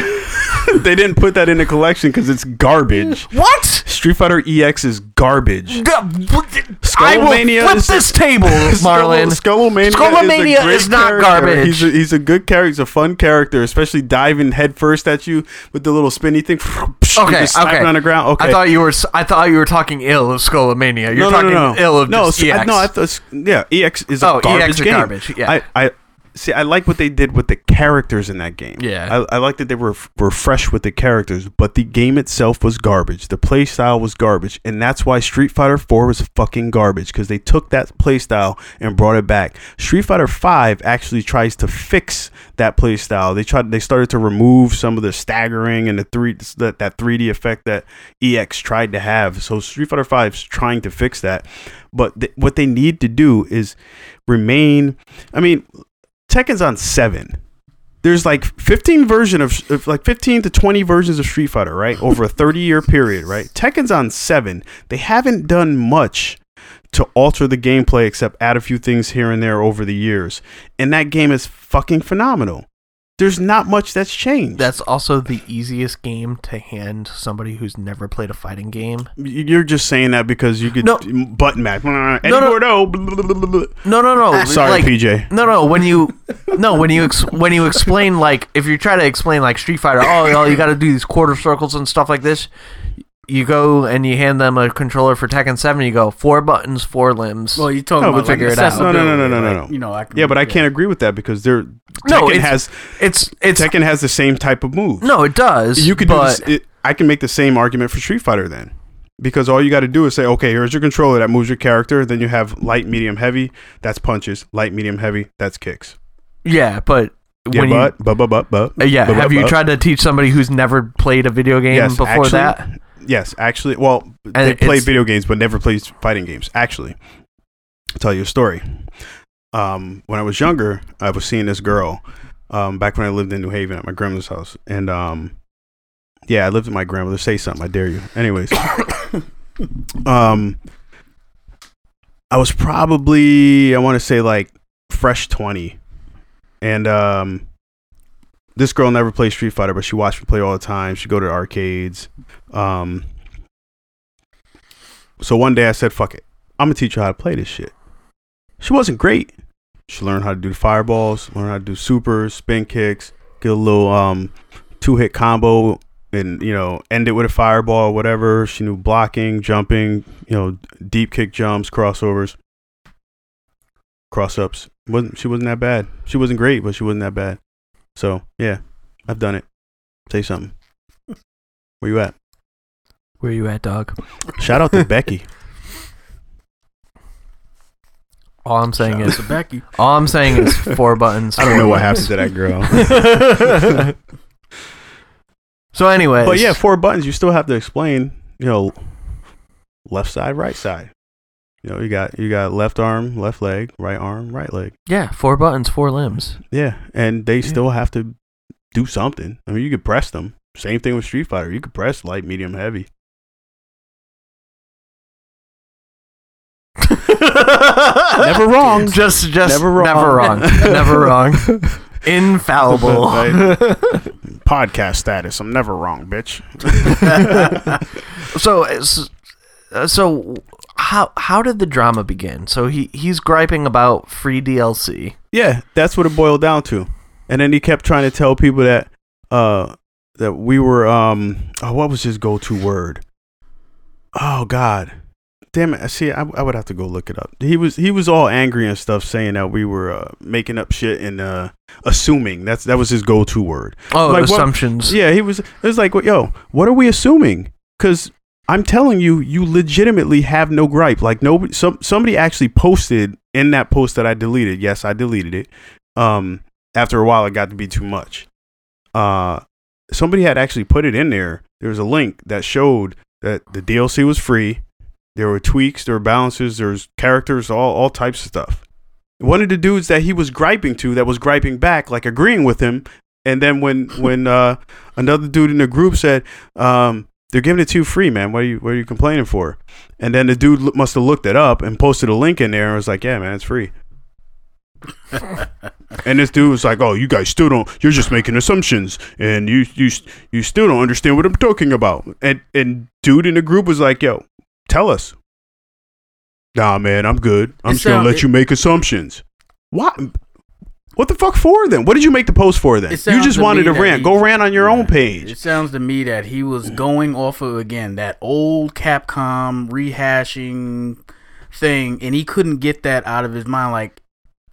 they didn't put that in the collection because it's garbage.
what?
Street Fighter EX is garbage.
The- what the- I will
Skullomania
flip
is-
this table,
Marlon,
Marlin.
Skullomania,
Skullomania
is, a great
is not
character.
garbage.
He's a, he's a good character. He's a fun character, especially diving headfirst at you with the little spinny thing.
Okay,
just slapping
okay.
on the ground. Okay.
I thought you were. s- I thought you were talking ill of Skullomania. You're talking ill of
no,
just
s- I-
EX.
no. I thought s- yeah, EX is a
Oh, EX
garbage
are
game.
garbage, yeah.
I, I see. I like what they did with the characters in that game.
Yeah.
I, I like that they were were fresh with the characters, but the game itself was garbage. The play style was garbage, and that's why Street Fighter Four was fucking garbage because they took that play style and brought it back. Street Fighter Five actually tries to fix that play style. They tried. They started to remove some of the staggering and the three that that 3D effect that EX tried to have. So Street Fighter Five's trying to fix that, but th- what they need to do is remain. I mean, Tekken's on seven there's like 15 version of, of like 15 to 20 versions of Street Fighter, right? Over a 30 year period, right? Tekken's on 7. They haven't done much to alter the gameplay except add a few things here and there over the years. And that game is fucking phenomenal. There's not much that's changed.
That's also the easiest game to hand somebody who's never played a fighting game.
You're just saying that because you could
No.
button match. Eddie
no.
Gordo, blah, blah, blah, blah, blah.
No, no, no.
Sorry,
like-
PJ.
No, no. When you no, when you ex- when you explain like if you try to explain like Street Fighter, oh, you, know, you got to do these quarter circles and stuff like this. You go and you hand them a controller for Tekken Seven. You go four buttons, four limbs.
Well, you're talking
No,
about
but
like
figure it out.
accessibility.
No, no, no, no, no,
like,
no.
You know, I can,
Yeah, but I can't agree with that because they're
No,
Tekken
it's-
has
it's it's
Tekken has the same type of move.
no, it does.
you could do
but
this, it, I can make the same argument for Street Fighter then. Because all you got to do is say, okay, here's your controller that moves your character. Then you have light, medium, heavy. That's punches. Light, medium, heavy. That's kicks.
yeah, but
Yeah,
when
but, but, but, but, but.
you Uh, yeah,
but,
have
but,
you
but.
tried to teach somebody who's never played a video game
Yes,
before
actually,
that?
Yes, actually. Well, they play
it's-
video games, but never play fighting games. Actually, I'll tell you a story. Um, when I was younger, I was seeing this girl um, back when I lived in New Haven at my grandmother's house. And um, yeah, I lived with my grandmother. Say something, I dare you. Anyways, um, I was probably, I want to say like fresh 20. And um, this girl never played Street Fighter, but she watched me play all the time. She'd go to arcades. Um, so one day I said, fuck it. I'm going to teach her how to play this shit. She wasn't great. She learned how to do the fireballs, learned how to do supers, spin kicks, get a little um, two hit combo and, you know, end it with a fireball or whatever. She knew blocking, jumping, you know, deep kick jumps, crossovers, cross ups. Wasn't, she wasn't that bad. She wasn't great, but she wasn't that bad. So, yeah, I've done it. Say something. Where you at?
Where you at, dog?
Shout out to Becky.
All I'm saying
It's
is
a Becky.
all I'm saying is four buttons.
I don't know what happened to that girl.
So, anyways,
but yeah, four buttons. You still have to explain. You know, left side, right side. You know, you got you got left arm, left leg, right arm, right leg.
yeah, four buttons, four limbs.
Yeah, and they still have to do something. I mean, you could press them. Same thing with Street Fighter. You could press light, medium, heavy. Never wrong.
Just, just
Never wrong.
Never wrong. never wrong. Infallible.
Podcast status. I'm never wrong, bitch.
so, it's- uh, so how how did the drama begin? So he he's griping about free DLC.
Yeah, that's what it boiled down to. And then he kept trying to tell people that uh that we were um oh, what was his go to word? Oh god. Damn it. See, I, I would have to go look it up. He was he was all angry and stuff saying that we were uh, making up shit and uh assuming. That's that was his go to word.
Oh,
Like what-
assumptions.
Yeah, he was it was like, "Yo, what are we assuming?" Cuz I'm telling you, you legitimately have no gripe. Like nobody some somebody actually posted in that post that I deleted. Yes, I deleted it. Um after a while it got to be too much. Uh somebody had actually put it in there. There was a link that showed that the DLC was free. There were tweaks, there were balances, there's characters, all all types of stuff. One of the dudes that he was griping to that was griping back, like agreeing with him, and then when when uh, another dude in the group said, um, "They're giving it to you free, man. What are you what are you complaining for?" And then the dude lo- must have looked it up and posted a link in there and was like, "Yeah, man, it's free." and this dude was like, "Oh, you guys still don't. You're just making assumptions, and you you you still don't understand what I'm talking about." And and dude in the group was like, "Yo, tell us." Nah, man, I'm good. I'm
It
just gonna
sound-
let
it-
you make assumptions. What? What the fuck for then? What did you make the post for then?
It
You
sounds
just
to
wanted
me
to
that
rant.
he-
Go rant on your
Yeah.
own page.
It sounds to me that he was going off of again that old Capcom rehashing thing, and he couldn't get that out of his mind. Like,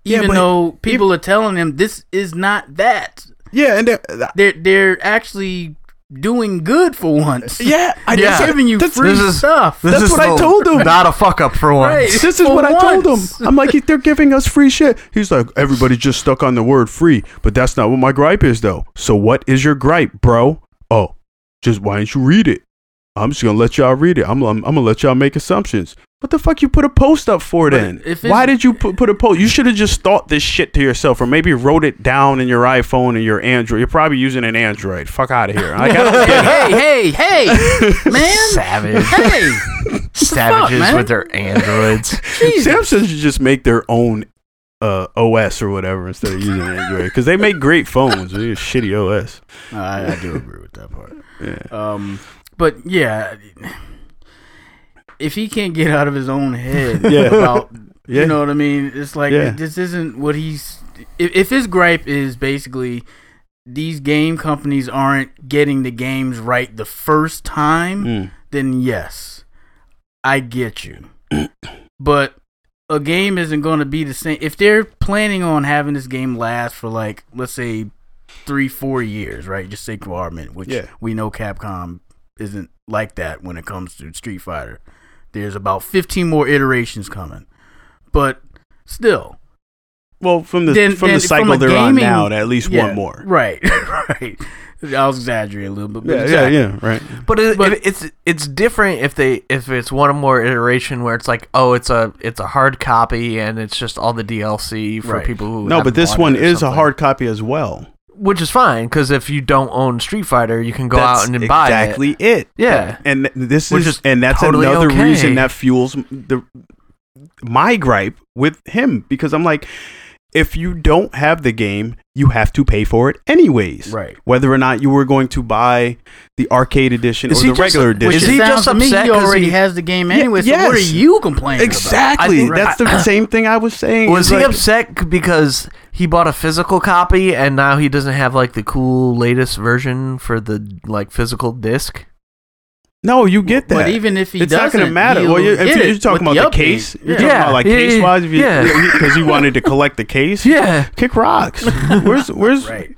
Yeah,
even
but-
though people are telling him this is not that,
Yeah, and that,
they're they're actually doing good for once.
yeah, I
Yeah.
They're giving you
that's-
free
this is-
stuff.
That's what I
the-
told him.
Not a fuck up for once.
Right.
This is
For
what I told
once.
him. I'm like, they're giving us free shit. He's like, everybody just stuck on the word free, but that's not what my gripe is though. So what is your gripe, bro? Oh, just why didn't you read it? I'm just gonna let y'all read it. I'm, I'm, I'm gonna let y'all make assumptions. What the fuck you put a post up for
But
then?
if it's-
Why did you put, put a post? You should have just thought this shit to yourself, or maybe wrote it down in your iPhone and your Android. You're probably using an Android. Fuck out of here. Like, I don't get it.
hey, hey, hey, man,
Savage.
hey,
Savages
man?
with their androids.
Jesus.
Samsung should just make their own uh, OS or whatever instead of using Android because they make great phones. They use shitty OS.
I, I do agree with that part.
Yeah.
Um, but yeah, if he can't get out of his own head
Yeah.
about,
Yeah.
you know what I mean? It's like
Yeah.
this isn't what he's. If, if his gripe is basically these game companies aren't getting the games right the first time,
Mm.
then yes, I get you. but a game isn't going to be the same if they're planning on having this game last for like let's say three, four years, right? Just say for argument, which
Yeah.
we know Capcom isn't like that when it comes to Street Fighter. There's about 15 more iterations coming, but still,
Well, from the
Then-
from
then
the
from
cycle
a
they're on
gaming-
now, to at least
yeah,
one more.
right? Right. I was exaggerating a little bit, but
Yeah, yeah,
exactly.
yeah, right.
But, it,
But-
it- it's it's different if they if it's one more iteration where it's like oh it's a it's a hard copy and it's just all the DLC for
Right.
people who
No, but
haven't
this
bought it
one
or
is a
something.
hard copy as well.
which is fine because if you don't own Street Fighter, you can go out
That's
and buy
exactly
it.
it.
Yeah.
and th- this
Which
is
is
and that's
totally
another
okay.
reason that fuels m- the my gripe with him because I'm like, if you don't have the game, you have to pay for it anyways,
Right.
Whether or not you were going to buy the arcade edition
Is
or
he
the
just-
regular
which
edition.
Is he
Sounds
just
to me
upset
He
'cause
already
he-
has the game anyway. so what are
yes.
you complaining
exactly.
I think-
that's the same thing I was saying.
Was
It's
he
like-
upset c- because he bought a physical copy and now he doesn't have like the cool latest version for the like physical disc?
No, you get that.
But even if he
it's not
doesn't,
gonna matter.
he'll
Well, you're, if
get
you- you're
it
talking
with
about the
update.
case. You're
Yeah.
talking
Yeah.
about like
Yeah, yeah,
case wise, if you
yeah.
because you wanted to collect the case.
Yeah.
Kick rocks. Where's where's
Right.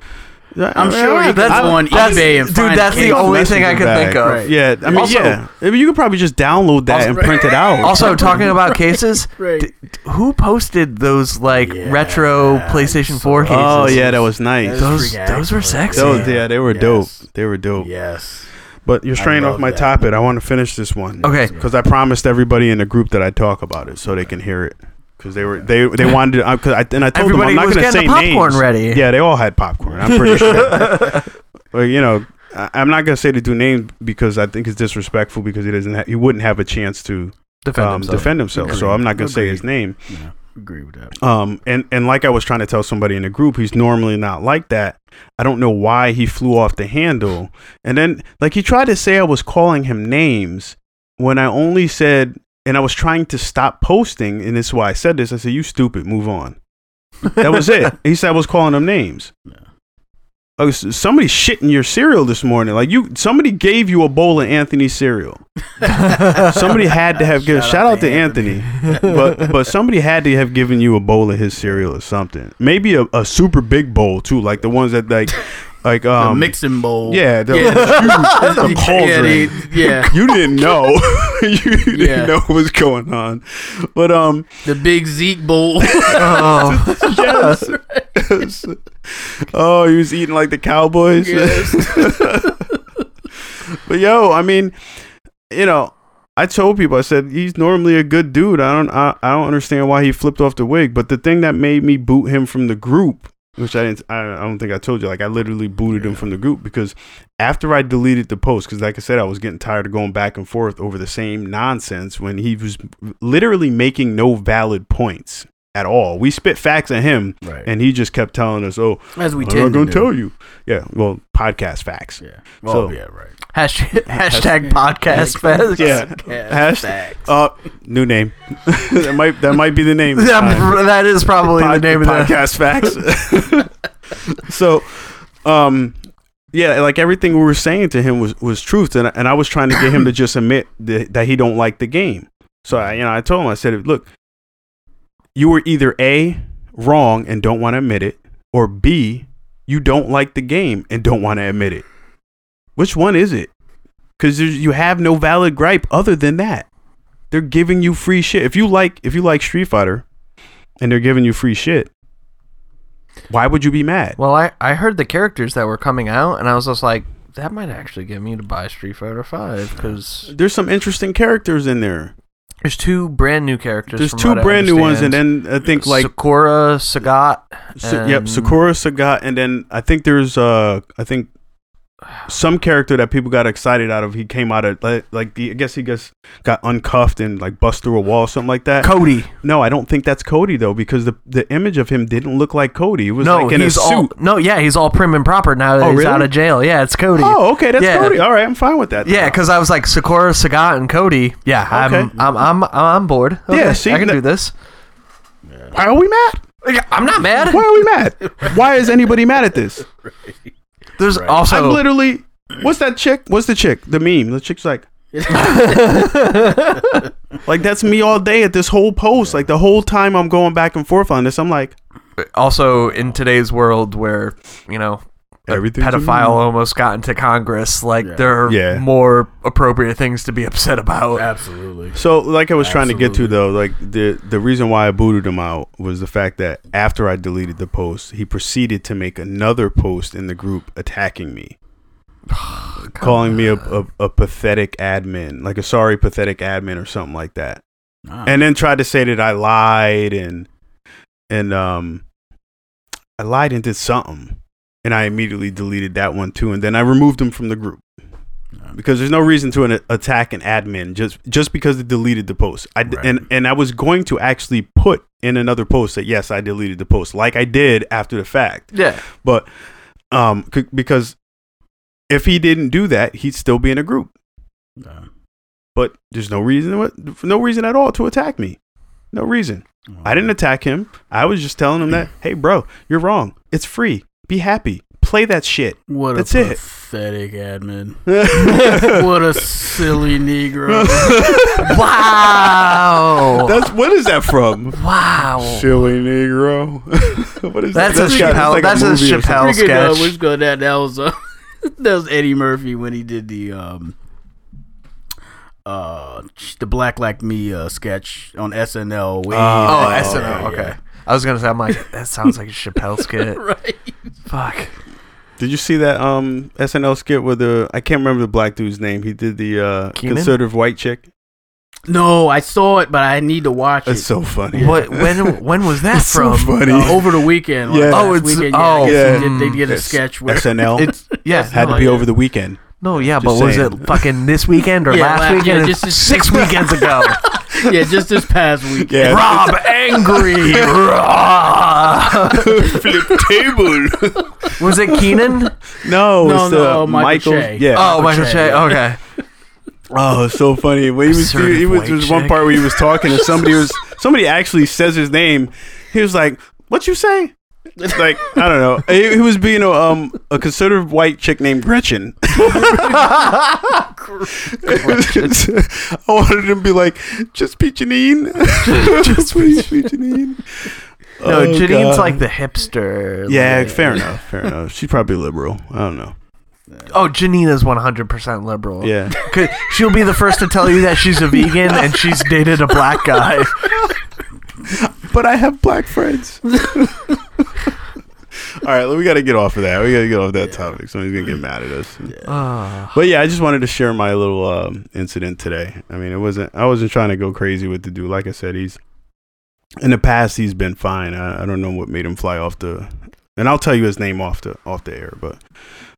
I'm
sure he could go on eBay and
dude,
find
that's
the
the
case.
only thing I could think of.
Right.
Yeah, I mean,
Also-
yeah, I mean, you could probably just download that
Also-
and print it out.
Also, talking about cases,
Right.
d- d- who posted those like
Yeah,
retro PlayStation 4 cases?
oh yeah, that was nice.
That
Those,
was
Those-
freaking
those were sexy.
excellent.
yeah, they were
Yes.
dope. They were dope.
Yes.
But you're straying
love
off my
that.
topic. I want to finish this one.
Okay.
Because I promised everybody in the group that I talk about it so they can hear it. Because they were they they wanted to, I, cause I and I told
Everybody
them I'm
was
not going to
getting
say
the popcorn
names.
ready.
Yeah, um, they all had popcorn. I'm pretty sure. but you know, I, I'm not going to say to do names because I think it's disrespectful because he doesn't ha- he wouldn't have a chance to
Defend
um,
himself.
defend himself. So
Agreed.
I'm not going to say
Agreed.
his name.
Yeah, agree with that.
Um, and, and like I was trying to tell somebody in the group, he's normally not like that. I don't know why he flew off the handle. And then, like, he tried to say I was calling him names when I only said, and I was trying to stop posting. And this is why I said this. I said, You stupid, move on. That was it. he said I was calling him names. I was, somebody shitting your cereal this morning. Like you, somebody gave you a bowl of Anthony's cereal. somebody had to have given. Shout, out, to Anthony. but but somebody had to have given you a bowl of his cereal or something. Maybe a, a super big bowl too, like the ones that like like
The
um.
mixing bowl.
yeah, the,
the
cauldron.
Yeah,
you didn't know. you didn't
Yeah.
know what was going on, but um.
the big Zeke bowl.
Oh.
yes. oh, he was eating like the Cowboys. but yo, I mean, you know, I told people I said he's normally a good dude. I don't, I, I don't understand why he flipped off the wig. But the thing that made me boot him from the group, which I didn't, I, I don't think I told you. Like I literally booted him from the group because after I deleted the post, because like I said, I was getting tired of going back and forth over the same nonsense when he was literally making no valid points at all. We spit facts at him,
Right.
and he just kept telling us, "Oh,
As we
I'm not
tend
going
to
to
do.
tell you." Yeah, well, podcast facts.
Yeah. Well,
So-
yeah, right.
hashtag, hashtag podcast fest.
Yeah,
Podcast facts.
Uh, new name. that might that might be the name. Uh,
That, that is probably
pod-
the name of the
podcast facts. so, um, yeah, like everything we were saying to him was was truth, and I- and I was trying to get him to just admit that, that he don't like the game. So I, you know, I told him, I said, look, you were either a wrong and don't want to admit it, or b you don't like the game and don't want to admit it. Which one is it? Because you have no valid gripe other than that. They're giving you free shit. If you like, if you like Street Fighter, and they're giving you free shit, why would you be mad?
Well, I, I heard the characters that were coming out, and I was just like, that might actually get me to buy Street Fighter Five because
There's some interesting characters in there.
there's two brand new characters.
There's
from
two
what I
brand new ones, and
understand.
then I think like
Sakura Sagat. Um,
Sa- yep, Sakura Sagat, and then I think there's uh I think some character that people got excited out of. He came out of like, like the, I guess he gets got uncuffed and like bust through a wall, or something like that.
Cody.
no, I don't think that's Cody though, because the the image of him didn't look like Cody. It was
No,
like in a
he's
suit.
all no. Yeah, he's all prim and proper now that
Oh,
he's
really?
out of jail. Yeah, it's Cody.
Oh, okay, that's
Yeah.
Cody. All right, I'm fine with that.
Yeah,
now.
because I was like Sakura, Sagat, and Cody. Yeah,
Okay.
I'm, I'm, I'm, I'm on board. Okay,
Yeah, see,
I can
that-
do this.
why are we mad?
I'm not mad.
Why are we mad? Why is anybody mad at this?
There's
Right.
also
I'm literally. What's that chick? What's the chick? The meme. The chick's like. like that's me all day at this whole post. Like the whole time I'm going back and forth on this. I'm like
also in today's world where you know a
Everything's a
pedophile
meme.
almost got into Congress. Like
Yeah.
there are
Yeah.
more appropriate things to be upset about.
Absolutely.
so. Like I was trying to get to
Absolutely.
though. Like the the reason why I booted him out was the fact that after I deleted the post, he proceeded to make another post in the group attacking me. Calling me a, a, a pathetic admin, like a sorry pathetic admin or something like that.
Wow.
and then tried to say that I lied and and um I lied and did something and I immediately deleted that one too and then I removed him from the group because there's no reason to an, attack an admin just just because they deleted the post I d-
Right.
and and I was going to actually put in another post that yes I deleted the post like I did after the fact
Yeah,
but um c- because if he didn't do that he'd still be in a group
Yeah.
but there's no reason what no reason at all to attack me no reason I didn't attack him. I was just telling him that, hey, bro, you're wrong. It's free. Be happy. Play that shit.
What
That's
a
it.
pathetic admin.
That's
What a silly Negro.
wow,
what is that from?
wow.
Silly Negro. what is
That's a
got-
Chappelle- that's a
movie or something.
Chappelle-
Freaking, uh,
sketch.
which go that that was uh, that was Eddie Murphy when he did the um uh the Black Like Me uh, sketch on SNL. Way
Oh,
Oh,
back.
SNL.
Yeah,
okay. I was gonna say, I'm like, that sounds like a Chappelle
yeah.
skit.
right.
Fuck.
Did you see that um SNL skit with the I can't remember the black dude's name. He did the uh
Keenan?
conservative white chick.
No, I saw it, but I need to watch
That's
it
so funny.
What? When? When was that
It's so
from?
funny.
uh, over the weekend. like,
Yeah.
last
Oh, it's-
weekend,
oh.
yeah. I guess
Yeah.
They, did, they did a
It's-
sketch where
SNL
It's yeah.
had to be over the weekend.
No, yeah,
Just
but was
saying.
it fucking this weekend or
Yeah,
last
last-
weekend?
yeah,
It's
just-
six weekends ago.
yeah, just this past weekend.
Yeah.
Rob angry. Rob.
Flip table.
was it Keenan?
no,
No,
it's
no,
uh,
Michael
Michael.
Che.
Yeah.
Oh, Michael Che. Okay.
Oh, it's so funny. When he was,
Assertive
he was
white
there was one
chick.
part where he was talking and somebody was somebody actually says his name. He was like, "What you say?" It's Like I don't know. He, he was being a um a conservative white chick named Gretchen. I wanted him to be like, "Just be Janine, just please be Janine."
No,
Oh,
Janine's
God.
like the hipster.
yeah,
like-
fair enough, fair enough. She's probably liberal. I don't know.
Oh, Janine is 100% liberal.
Yeah,
'Cause She'll be the first to tell you that she's a vegan and she's dated a black guy.
but I have black friends. All right, we got to get off of that. We got to get off that topic. Somebody's gonna get mad at us.
Ah.
But yeah, I just wanted to share my little um, incident today. I mean, it wasn't. I wasn't trying to go crazy with the dude. Like I said, he's in the past he's been fine. I, I don't know what made him fly off the. And I'll tell you his name off the off the air, but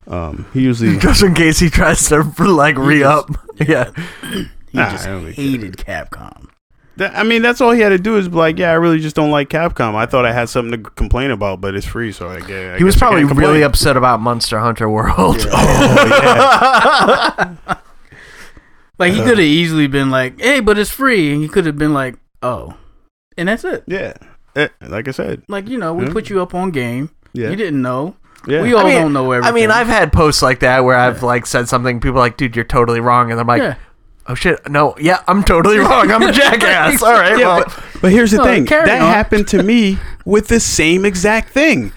um, he usually.
Just in case he tries to like re up. Yeah.
He
Nah,
just
I don't think-
hated Capcom.
That- I mean, that's all he had to do is be like, yeah, I really just don't like Capcom. I thought I had something to complain about, but it's free, so I, gue- I
He was
guess I
probably
can't complain.
really upset about Monster Hunter World.
Oh,
Like he
Uh,
Uh-huh.
could have easily been like, "Hey, but it's free," and he could have been like, "Oh," and that's it.
Yeah. Eh, Like I said,
Like you know, we
Yeah.
put you up on game.
yeah,
You didn't know.
yeah.
We all
Hmm? I mean-
don't know
I
everything.
mean, I've had posts like that where I've like said something, people are like, dude, you're totally wrong. And I'm like,
yeah.
oh shit, no, yeah, I'm totally wrong. I'm a jackass. All right,
Yeah,
well.
but, but here's the
No,
thing
carry
that
on.
happened to me with the same exact thing.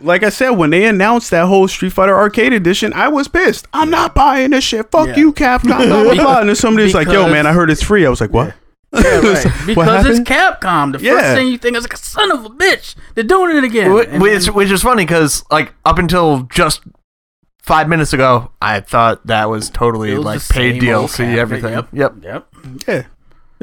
Like I said, when they announced that whole Street Fighter Arcade Edition, I was pissed. I'm not buying this shit. Fuck
Yeah.
you, Capcom. Blah, blah, blah. And then somebody's like, "Yo,
Because-
man, I heard it's free." I was like, "What?"
Yeah, right. because it's
happened?
Capcom. The
Yeah.
first thing you think is like, "Son of a bitch, they're doing it again."
Wh-
And
which
then-
which is funny because like up until just five minutes ago, I thought that was totally
It was
like
the
paid
same old
DLC
Cap-
everything. Yep.
yep.
yep.
Yep.
Yeah,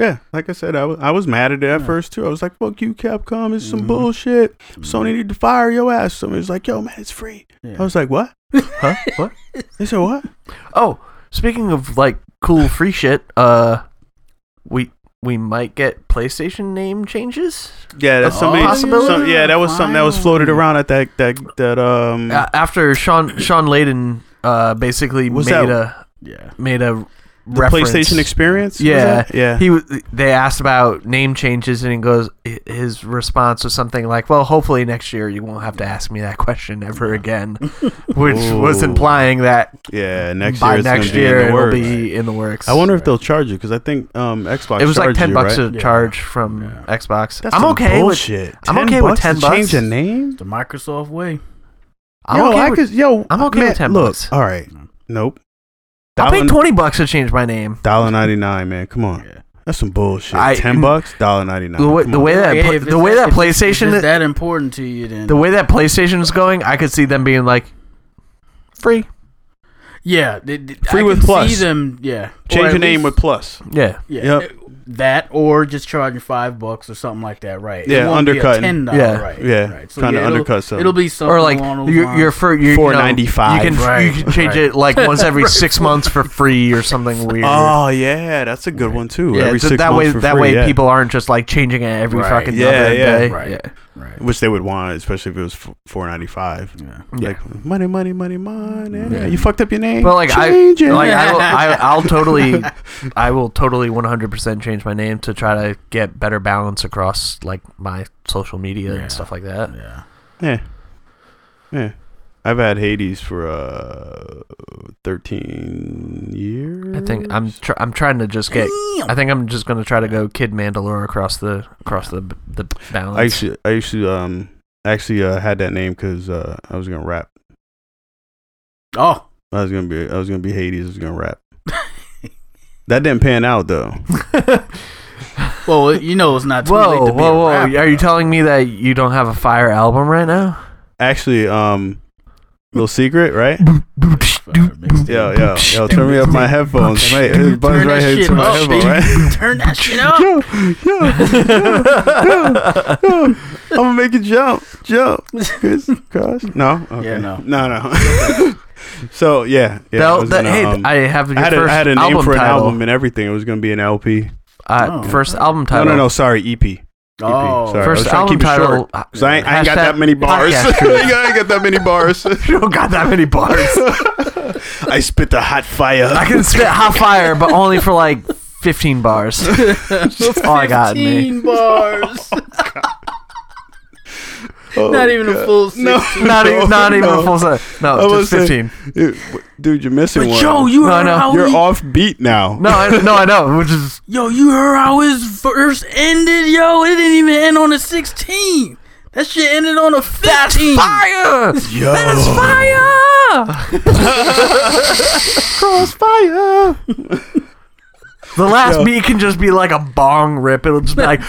yeah. Like I said, I was I was mad at it at first too. I was like, "Fuck you, Capcom.
Mm-hmm.
It's some bullshit. Sony need to fire your ass." Somebody's like, "Yo, man, it's free." I was like, "What?"
Huh? What?
They said what?
Oh, speaking of like cool free shit, uh, we we might get PlayStation name changes
Yeah, that's
Oh,
somebody.
possibility?
some- yeah, that was something that was floated around at that that that um.
A- after Sean Sean Layden uh basically
Was
made
that-
a
Yeah.
made a
the
reference.
PlayStation Experience. was
Yeah,
it? yeah.
He w- they asked about name changes and he goes hi- his response was something like, "Well, hopefully next year you won't have to ask me that question ever again," which was
Ooh.
implying that
yeah, next
by
year it's
next
gonna be in
year
the
it'll
works.
be in the works.
I wonder if they'll charge you because I think um Xbox.
it was like
charged
ten
you,
bucks
right?
a
Yeah.
charge from
Yeah.
Xbox.
That's
I'm
some
okay with
bullshit.
I'm okay with 10
to
bucks.
Change a name.
The Microsoft way.
I'm
yo,
okay
I
with-
could- yo,
I'm okay
man,
with 10
look,
bucks.
All right, nope.
I'll pay
Dollar-
twenty bucks to change my name.
Dollar ninety nine, man. Come on,
Yeah.
that's some bullshit.
I-
Ten bucks, dollar ninety
The way,
nine.
the way that
Hey,
pla-
if
the
it's
way that
if it's- if
PlayStation
it's that important to you then
the way that PlayStation is going, I could see them being like free.
Yeah, they, they,
Free
I
with
can
Plus.
See them, yeah. Or
Change
at
your name
least-
with plus.
Yeah.
yeah,
Yep.
that or just charging five bucks or something like that, right? It
Yeah,
won't be a
undercutting.
Ten dollar,
Yeah,
right?
yeah,
right.
trying to
it'll-
undercut something.
It'll be something
or like
along those
your
lines.
your for your
$4.95.
You, know, you can
Right,
you can change
right.
it like once every six months for free or something weird.
Oh yeah, that's a good one too.
yeah,
Every
so
six
that
months
way
for
that
free,
way
yeah.
people aren't just like changing it every
Right.
fucking
Yeah,
other
yeah.
day.
Right. right.
which they would want, especially if it was four ninety five.
Yeah.
Like money, money, money, money.
Yeah.
You fucked up your name.
But like I
Change it.
like I will, I, I'll totally I will totally 100% change my name to try to get better balance across like my social media
Yeah.
and stuff like that.
Yeah.
yeah, yeah. I've had Hades for uh thirteen years.
I think I'm tr- I'm trying to just get I think I'm just going to try to go Kid Mandalore across the across the the balance.
I actually, I actually, um, actually uh, had that name because uh, I was gonna rap.
Oh,
I was gonna be, I was gonna be Hades. I was gonna rap. that didn't pan out though.
well, you know it's not too late
Whoa,
to
whoa,
be a
whoa!
rapper,
Are you
though.
telling me that you don't have a fire album right now?
Actually, um, little secret, right?
Fire mixtape.
Yo, yo, yo! Turn me up my headphones, mate. This button's
Turn
right
that
here
shit
to my
up,
headphone,
baby.
right?
Turn that shit up.
Yo, yo, yo, yo, yo. I'm gonna make you jump, jump. Chris, cross. No, okay.
Yeah, no.
no, no. so yeah, yeah. I
They'll-
was
that-
gonna,
hey,
um,
I have your
I had, a,
first
I had a name
album
for an
title.
album and everything. It was going to be an LP.
Uh,
Oh.
First album title.
No, no, no. Sorry, EP. EP.
Oh,
sorry. I was
First
trying to
album
keep it
title.
short, 'Cause I, ain't- I ain't got
Hashtag
that many bars. I
podcast
ain't
truth.
got I ain't got that many bars.
you don't got that many bars.
I spit the hot fire.
I can spit hot fire, but only for like 15 bars. That's all I got in me.
Fifteen bars.
Oh,
Not even a
God.
full
No,
six.
Not,
no,
even, not even
no.
a full set.
I
No,
was
just
saying-
15.
Dude, w- Dude, you're missing
But
one.
yo, you
No, I
heard
know.
how
You're
he,
off beat now.
No, I, no, I know. Which is
Yo, you heard how his verse ended, yo. It didn't even end on a 16. That shit ended on a 15.
fire.
Yo.
That is fire.
Crossfire.
The last
Yo.
beat can just be like a bong rip. It'll just be like.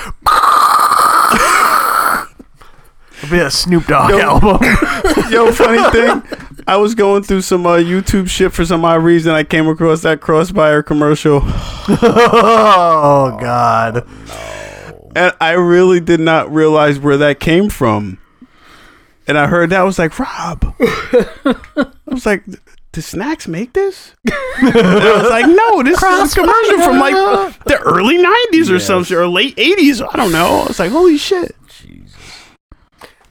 It'll be a Snoop Dogg album.
Yo, funny thing, I was going through some uh, YouTube shit for some odd reason. I came across that Crossfire commercial.
oh God!
and I really did not realize where that came from. And I heard that I was like Rob. I was like, "Do snacks make this?" And I was like, "No, this is a commercial from like the early '90s or some shit, or late '80s. I don't know." I was like, "Holy shit!"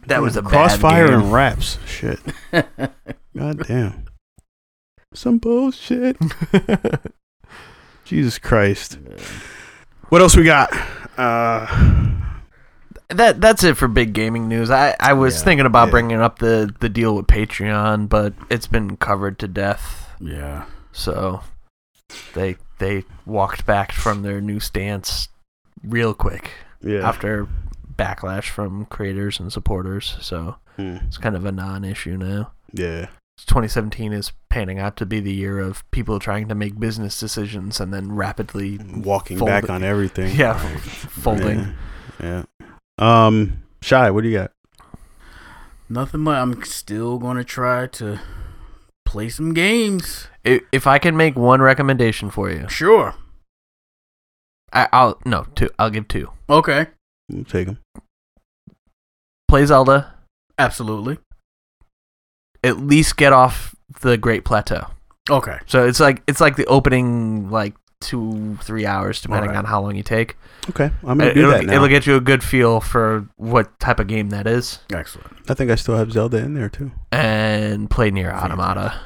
That was a bad
Crossfire
game.
and raps, shit. God damn, some bullshit. Jesus Christ. What else we got? Uh,
That that's it for big gaming news. I, I was
Yeah,
thinking about
yeah.
bringing up the, the deal with Patreon, but it's been covered to death.
Yeah.
So they they walked back from their new stance real quick
yeah.
after backlash from creators and supporters. So
Hmm.
it's kind of a non-issue now.
Yeah.
2017 is panning out to be the year of people trying to make business decisions and then rapidly
walking
Fold
back
it.
on everything.
yeah folding.
Yeah. yeah. Um, shy. What do you got?
Nothing much. I'm still going to try to play some games.
I If I can make one recommendation for you,
Sure.
I, I'll no two. I'll give two.
Okay.
We'll take him.
play Zelda
Absolutely.
at least get off the Great Plateau.
Okay.
So it's like it's like the opening like two three hours depending
Alright.
on how long you take.
Okay, I'm gonna
It,
do
will
that now.
Uh, it'll get you a good feel for what type of game that is,
Excellent.
I think I still have Zelda in there too.
and play near Automata.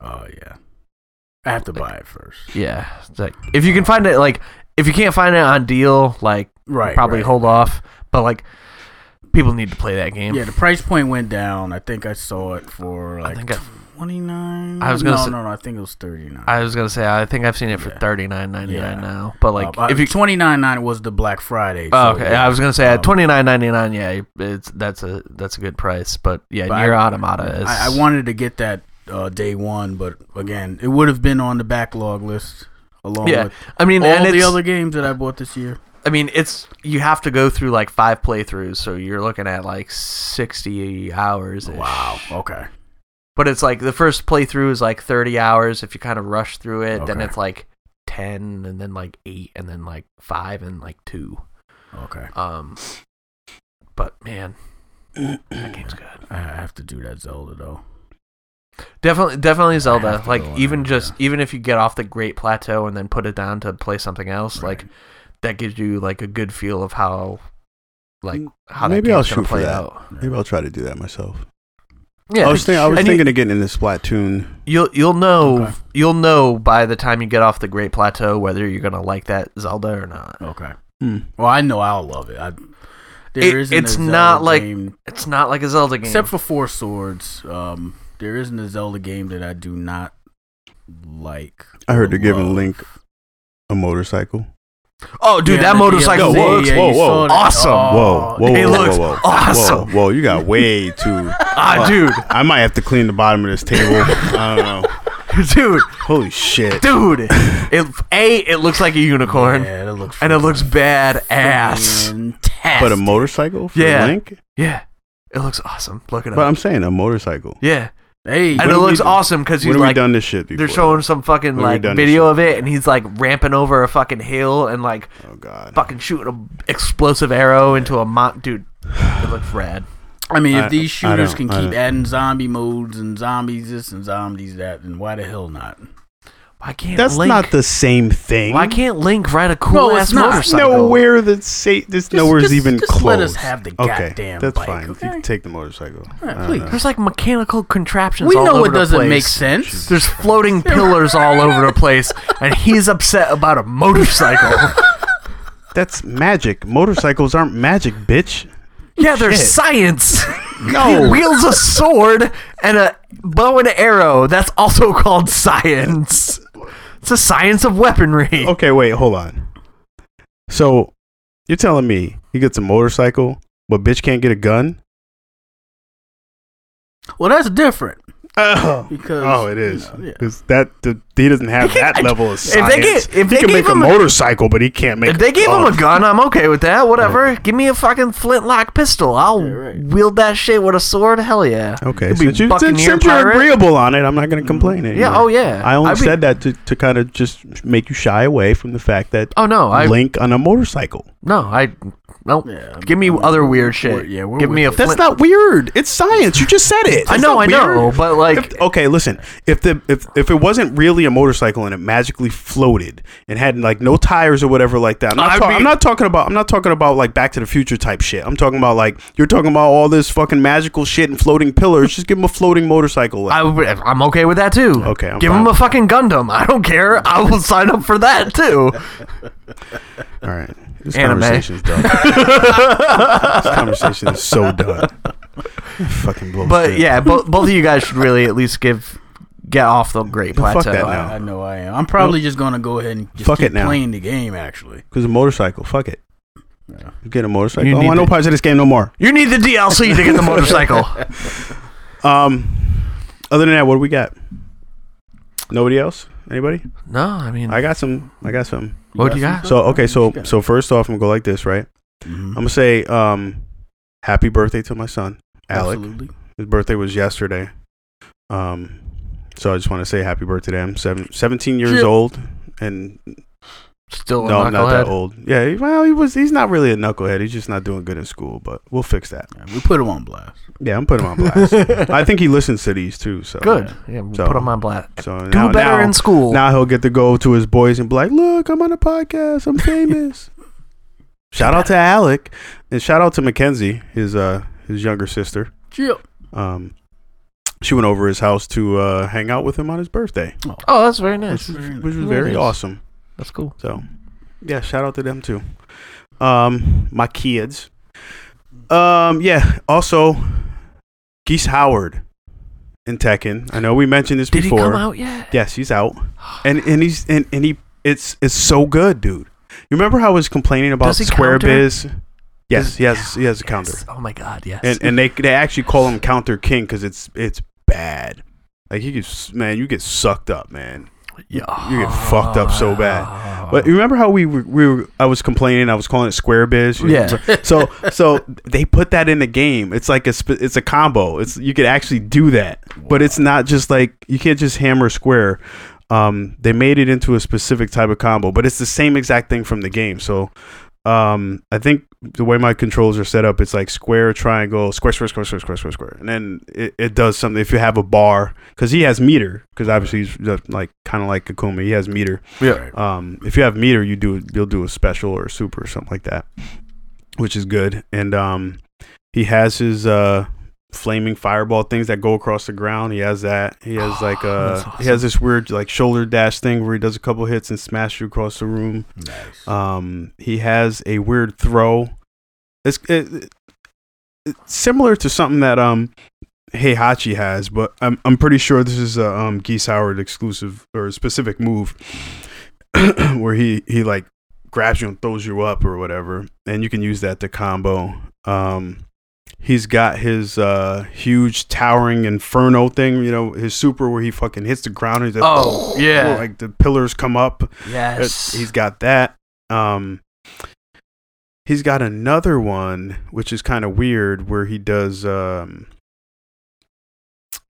Oh yeah. I have to buy it first.
Yeah, it's like if you can find it, like if you can't find it on deal, like
Right.
probably
right.
hold off. But like people need to play that game.
Yeah, the price point went down. I think I saw it for
I
like
think I,
twenty nine.
I was
no,
gonna say-
no, no. I think it was thirty nine.
I was gonna say I think I've seen it for
Yeah.
thirty nine ninety nine
Yeah.
now. But like if
if
you
twenty nine Um, nine was the Black Friday.
Oh,
so,
okay.
yeah.
I was gonna say at
Um,
twenty nine ninety nine, yeah, it's that's a that's a good price. But yeah,
But
near
I-
automata is
I, I wanted to get that uh, day one, but again, it would have been on the backlog list along
Yeah,
with
I mean,
all
and
the
it's,
other games that I bought this year.
I mean, it's you have to go through like five playthroughs, so you're looking at like sixty hours.
Wow. Okay.
But it's like the first playthrough is like thirty hours if you kind of rush through it. Then
Okay.
it's like ten, and then like eight, and then like five, and like two.
Okay.
Um, but man, that game's good.
I have to do that Zelda though.
Definitely, definitely Zelda.
have to
Like
go on
even
that,
just even if you get off the Great Plateau and then put it down to play something else, like
Right.
that gives you like a good feel of how, like
Mm,
how that
maybe
game's
I'll shoot
gonna
for
play
that.
out.
Maybe I'll try to do that myself.
Yeah,
I was, think, I was
And you-
thinking of getting into Splatoon.
you'll you'll know
Okay.
you'll know by the time you get off the Great Plateau whether you're gonna like that Zelda or not.
Okay.
Hmm.
Well, I know I'll love it. I,
It-
there not
it's not like It's not like a Zelda game.
except for Four Swords. Um, there isn't a Zelda game that I do not like.
I heard they're giving
Love.
Link a motorcycle.
oh, dude,
Yeah,
that
the
motorcycle
DLC,
Yo, whoa,
thing.
yeah,
whoa,
you
whoa.
saw that.
Awesome.
Oh,
whoa, whoa, whoa,
it
whoa,
looks
whoa, whoa.
awesome.
Whoa, whoa, you got way too.
ah, dude,
I might have to clean the bottom of this table. I don't know.
dude,
Holy shit.
dude. It a it looks like a unicorn
Yeah, Oh, that looks
and it looks bad ass.
fantastic.
But a motorcycle for
Yeah.
Link?
Yeah, it looks awesome. Look it up.
But I'm saying a motorcycle.
yeah,
hey,
and
When
it
we
looks
do-
awesome because
When
he's
have we
like
done this shit before?
they're showing some fucking
When have we
like
done this
video
shit?
of it, and he's like ramping over a fucking hill and like
Oh, God.
fucking shooting a explosive arrow into a mont. Dude, it looks rad.
I mean, if
I-
these
I
shooters
don't-
can
I
keep
don't-
adding zombie modes and zombies this and zombies that, then why the hell not?
Why can't
That's
Link?
not the same thing.
Why can't Link ride a cool ass
it's not.
That's
motorcycle?
nowhere the sa- this nowhere's
just-
even
just
close.
let us have the
okay,
goddamn
that's
bike,
fine.
okay?
You can take the motorcycle.
Yeah,
I don't
please.
know.
There's like mechanical contraptions.
We
all
know
over
it
the
doesn't
place.
make sense.
There's floating pillars all over the place, and he's upset about a motorcycle.
That's magic. Motorcycles aren't magic, bitch.
Yeah, there's
Shit.
science. He
No.
wields a sword and a bow and arrow. That's also called science. It's a science of weaponry.
Oh
Okay, wait, hold on. So you're telling me he gets a motorcycle, but bitch can't get a gun?
Well, that's different.
Oh,
Because,
oh, it is.
you know, yeah.
'Cause that the, he doesn't have that level of
If
science.
they get, if
he
they
can
gave
make a
him, a,
motorcycle, but he can't make.
if they gave
oh,
him a gun, I'm okay with that. Whatever. Give me a fucking flintlock pistol. I'll
Yeah, right.
wield that shit with a sword. Hell yeah.
Okay,
You'll be
since, you, since,
Buccaneer
since you're
pirate.
agreeable on it, I'm not going to complain anymore.
Yeah. Oh yeah.
I only
I'd be-
said that to, to kind of just make you shy away from the fact that
Oh no. I
Link on a motorcycle.
no. I no.
Yeah,
Give me
I mean,
other
we're-
weird
we're-
shit.
yeah, we're
Give me a.
with
That's
flint-
not weird. It's science. You just said it.
I
It's
know.
not
I know.
weird.
But like,
If- okay, listen. If the if, if it wasn't really a motorcycle and it magically floated and had like no tires or whatever like that, I'm not,
I'd
ta-
be-
I'm not talking about I'm not talking about like Back to the Future type shit. I'm talking about like you're talking about all this fucking magical shit and floating pillars. just give him a floating motorcycle.
I, would- I'm okay with that too.
Okay, I'm
give
fine
him a
with
fucking Gundam. I don't care. I will sign up for that too.
all right, this
Anime.
conversation's done. this conversation is so done. fucking bullshit.
But yeah, both both of you guys should really at least give get off the Great
No,
Plateau.
fuck that now.
I, I know I am. I'm probably just gonna go ahead and just
Fuck
keep
it now.
playing the game. Actually,
because a motorcycle. Fuck it.
Yeah.
You get a motorcycle. Oh,
You
I don't
need
want no
to-
parts of this game no more.
You need the DLC to get the motorcycle.
Um, other than that, what do we got? Nobody else? Anybody?
no, I mean,
I got some. I got some.
what do you got?
So okay, so so first off, I'm gonna go like this, right? I'm
Mhm.
gonna say, um, happy birthday to my son, Alec.
Absolutely.
His birthday was yesterday. Um, so I just want to say happy birthday to him. Seven, 17 years
Yeah.
old, and
Still Oh, a
no,
knucklehead.
I'm not that old. Yeah, he- well, he was. He's not really a knucklehead. He's just not doing good in school. But we'll fix that.
Yeah, we put him on blast.
Yeah, I'm putting him on blast. I think he listens to these too. So
Good. Yeah, we'll
So-
put him on blast.
So
Do
now,
better
now,
in school.
Now he'll get to go to his boys and be like, "Look, I'm on a podcast. I'm famous." shout out to Alec, and shout out to Mackenzie, his uh his younger sister.
Chill.
Um, she went over his house to uh, hang out with him on his birthday,
oh, that's very
which
nice.
was,
very nice.
which was very
Nice.
awesome.
That's cool.
So, yeah, shout out to them too. Um, my kids. Um, yeah. Also, Geese Howard in Tekken. I know we mentioned this
Did
before.
he come out yet?
Yes, he's out, and and he's and, and he it's it's so good, dude. You remember how I was complaining about
Does he
Square
counter?
Biz? Yes,
Does-
he has he has a counter,
Yes. Oh my god, yes.
and and they they actually call him Counter King because it's it's bad. Like he gets man, you get sucked up, man.
Yeah.
you get fucked up so bad. But you remember how we were, we were I was complaining I was calling it Square Biz.
Yeah.
So so they put that in the game. It's like a sp- it's a combo. It's you could actually do that, but it's not just like you can't just hammer square. Um, they made it into a specific type of combo, but it's the same exact thing from the game. So um, I think the way my controls are set up, it's like square, triangle, square, square, square, square, square, square, square, and then it, it does something. If you have a bar, because he has meter, because obviously he's just like kind of like Kakuma, he has meter.
Yeah.
Um, if you have meter, you do you'll do a special or a super or something like that, which is good. And um, he has his uh, flaming fireball things that go across the ground. He has that. He has like uh,
That's
he has this weird like shoulder dash thing where he does a couple hits and smash you across the room.
Nice.
Um, he has a weird throw. It's it, it's similar to something that um Heihachi has, but I'm I'm pretty sure this is a um Geese Howard exclusive or a specific move where he he like grabs you and throws you up or whatever, and you can use that to combo. Um, he's got his uh huge towering inferno thing, you know, his super where he fucking hits the ground and he's like,
Oh, yeah.
like the pillars come up.
yes.
It's- He's got that. Um, he's got another one which is kind of weird, where he does um,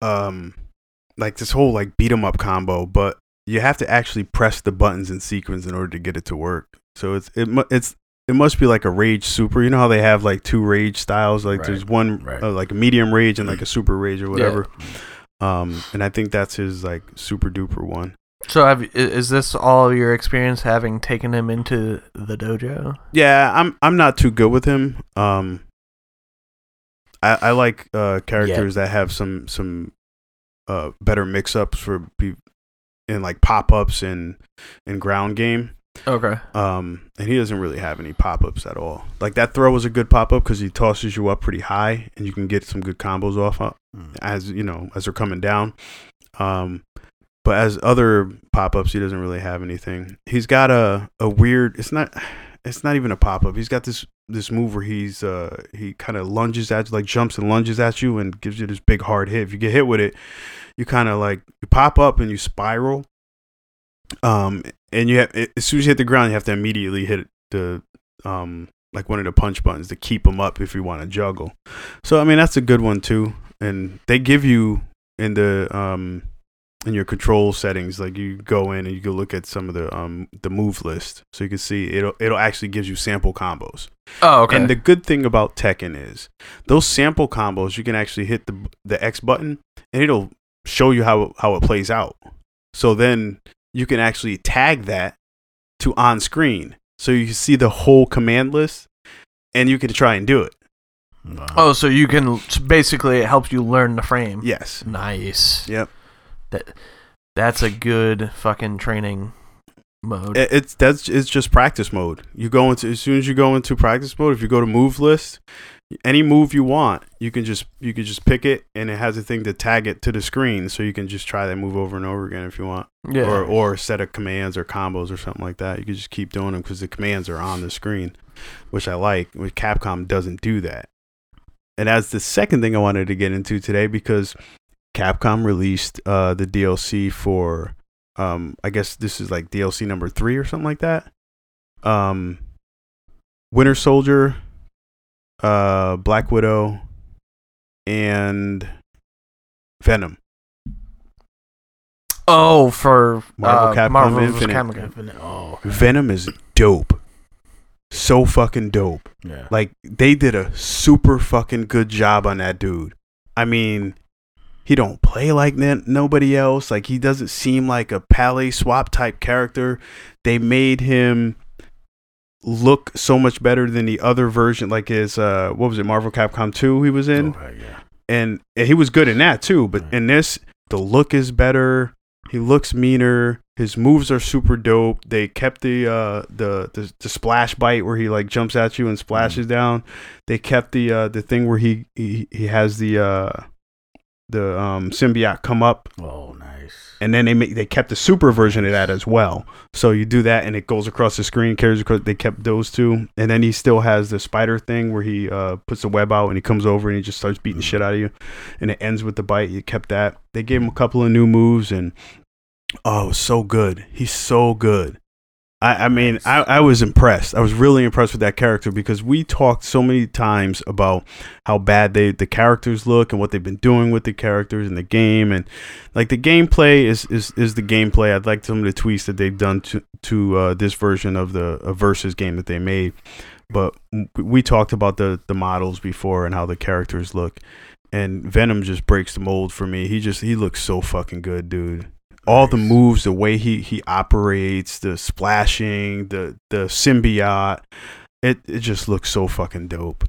um, like this whole like beat 'em up combo, but you have to actually press the buttons in sequence in order to get it to work. So it's it mu- it's it must be like a rage super. You know how they have like two rage styles, like
Right,
there's one
right.
uh, like a medium rage and like a super rage or whatever. Um, and I think that's his like super duper one.
so have i- is this all your experience having taken him into the dojo?
Yeah, I'm I'm not too good with him. Um, I I like uh, characters that have some some uh, better mix ups for be in like pop ups and and ground game.
Okay.
Um, and he doesn't really have any pop ups at all. Like that throw was a good pop up because he tosses you up pretty high and you can get some good combos off uh,
Mm.
as you know as they're coming down. Um, but as other pop ups, he doesn't really have anything. He's got a a weird. It's not. It's not even a pop up. He's got this this move where he's uh he kind of lunges at you, like jumps and lunges at you and gives you this big hard hit. If you get hit with it, you kind of like you pop up and you spiral. Um, and you have as soon as you hit the ground, you have to immediately hit the um like one of the punch buttons to keep them up if you want to juggle. So I mean that's a good one too. And they give you in the um in your control settings like you go in and you can look at some of the um the move list so you can see it'll it'll actually gives you sample combos.
Oh, okay.
And the good thing about Tekken is those sample combos you can actually hit the the X button and it'll show you how how it plays out. So then you can actually tag that to on screen so you can see the whole command list and you can try and do it.
Wow.
oh, so you can basically it helps you learn the frame.
Yes.
Nice.
Yep.
That that's a good fucking training mode.
It- It's that's it's just practice mode. You go into as soon as you go into practice mode, if you go to move list, any move you want, you can just you can just pick it and it has a thing to tag it to the screen so you can just try that move over and over again if you want.
yeah.
or or a set of commands or combos or something like that. You could just keep doing them because the commands are on the screen, which I like. Which Capcom doesn't do that. And that's the second thing I wanted to get into today because Capcom released uh, the DLC for, um, I guess this is like DLC number three or something like that. Um, Winter Soldier, uh, Black Widow, and Venom.
Oh, for
Marvel
uh,
Capcom
Marvel vs.
Infinite.
Capcom.
Oh,
Venom is dope. So fucking dope.
yeah.
Like they did a super fucking good job on that dude. I mean, he don't play like n- nobody else. Like he doesn't seem like a Pally swap type character. They made him look so much better than the other version like his uh what was it Marvel Capcom 2 he was in
Alright, Oh, yeah.
and, and he was good in that too. But
Right.
in this, the look is better. He looks meaner. His moves are super dope. They kept the uh, the, the the splash bite where he like jumps at you and splashes down. They kept the uh, the thing where he he, he has the uh, the um, symbiote come up,
Oh, nice.
and then they ma- they kept the super version of that as well. So you do that, and it goes across the screen, carries across. They kept those two, and then he still has the spider thing where he uh, puts the web out, and he comes over and he just starts beating the shit out of you, and it ends with the bite. You kept that. They gave him a couple of new moves, and oh, it was so good. He's so good. I, I mean, I, I was impressed. I was really impressed with that character because we talked so many times about how bad they the characters look and what they've been doing with the characters in the game, and like the gameplay is is, is the gameplay. I'd like some of the tweaks that they've done to to uh, this version of the uh, versus game that they made. But w- we talked about the the models before and how the characters look, and Venom just breaks the mold for me. He just he looks so fucking good, dude. All the
Nice.
moves, the way he he operates, the splashing, the the symbiote, it it just looks so fucking dope.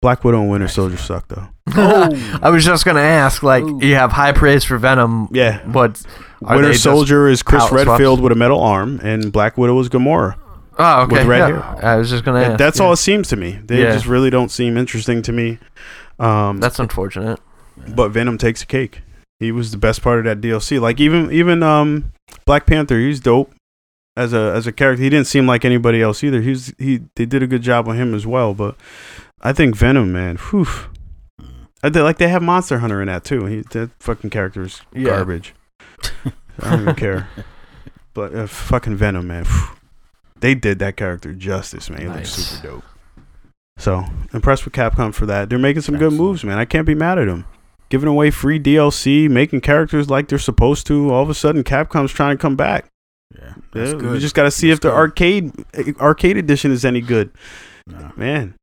Black Widow and Winter
Nice.
Soldier suck though.
Oh.
I was just gonna ask, like,
Ooh.
you have high praise for Venom.
Yeah,
What? are they
Winter
just-
Soldier is Chris
palette swaps?
Redfield with a metal arm, and Black Widow is Gamora.
Oh, okay.
with red
yeah.
hair.
I was just gonna.
And
ask,
that's
yeah.
all it seems to me. They
Yeah.
just really don't seem interesting to me. Um,
That's unfortunate.
but Venom takes a cake. He was the best part of that DLC. Like even even um, Black Panther, he's dope as a as a character. He didn't seem like anybody else either. He's he they did a good job on him as well. But I think Venom, man, whew. I did- like they have Monster Hunter in that too. He, that fucking character is
Yeah.
garbage. I don't even care. But uh, fucking Venom, man, phew. they did that character justice, man. It looks
Nice.
super dope. So impressed with Capcom for that. They're making some good
Absolutely.
moves, man. I can't be mad at them. Giving away free DLC, making characters like they're supposed to. All of a sudden, Capcom's trying to come back.
Yeah,
Yeah, We just got to see
That's
if the
good.
arcade eh, arcade edition is any good,
No.
man.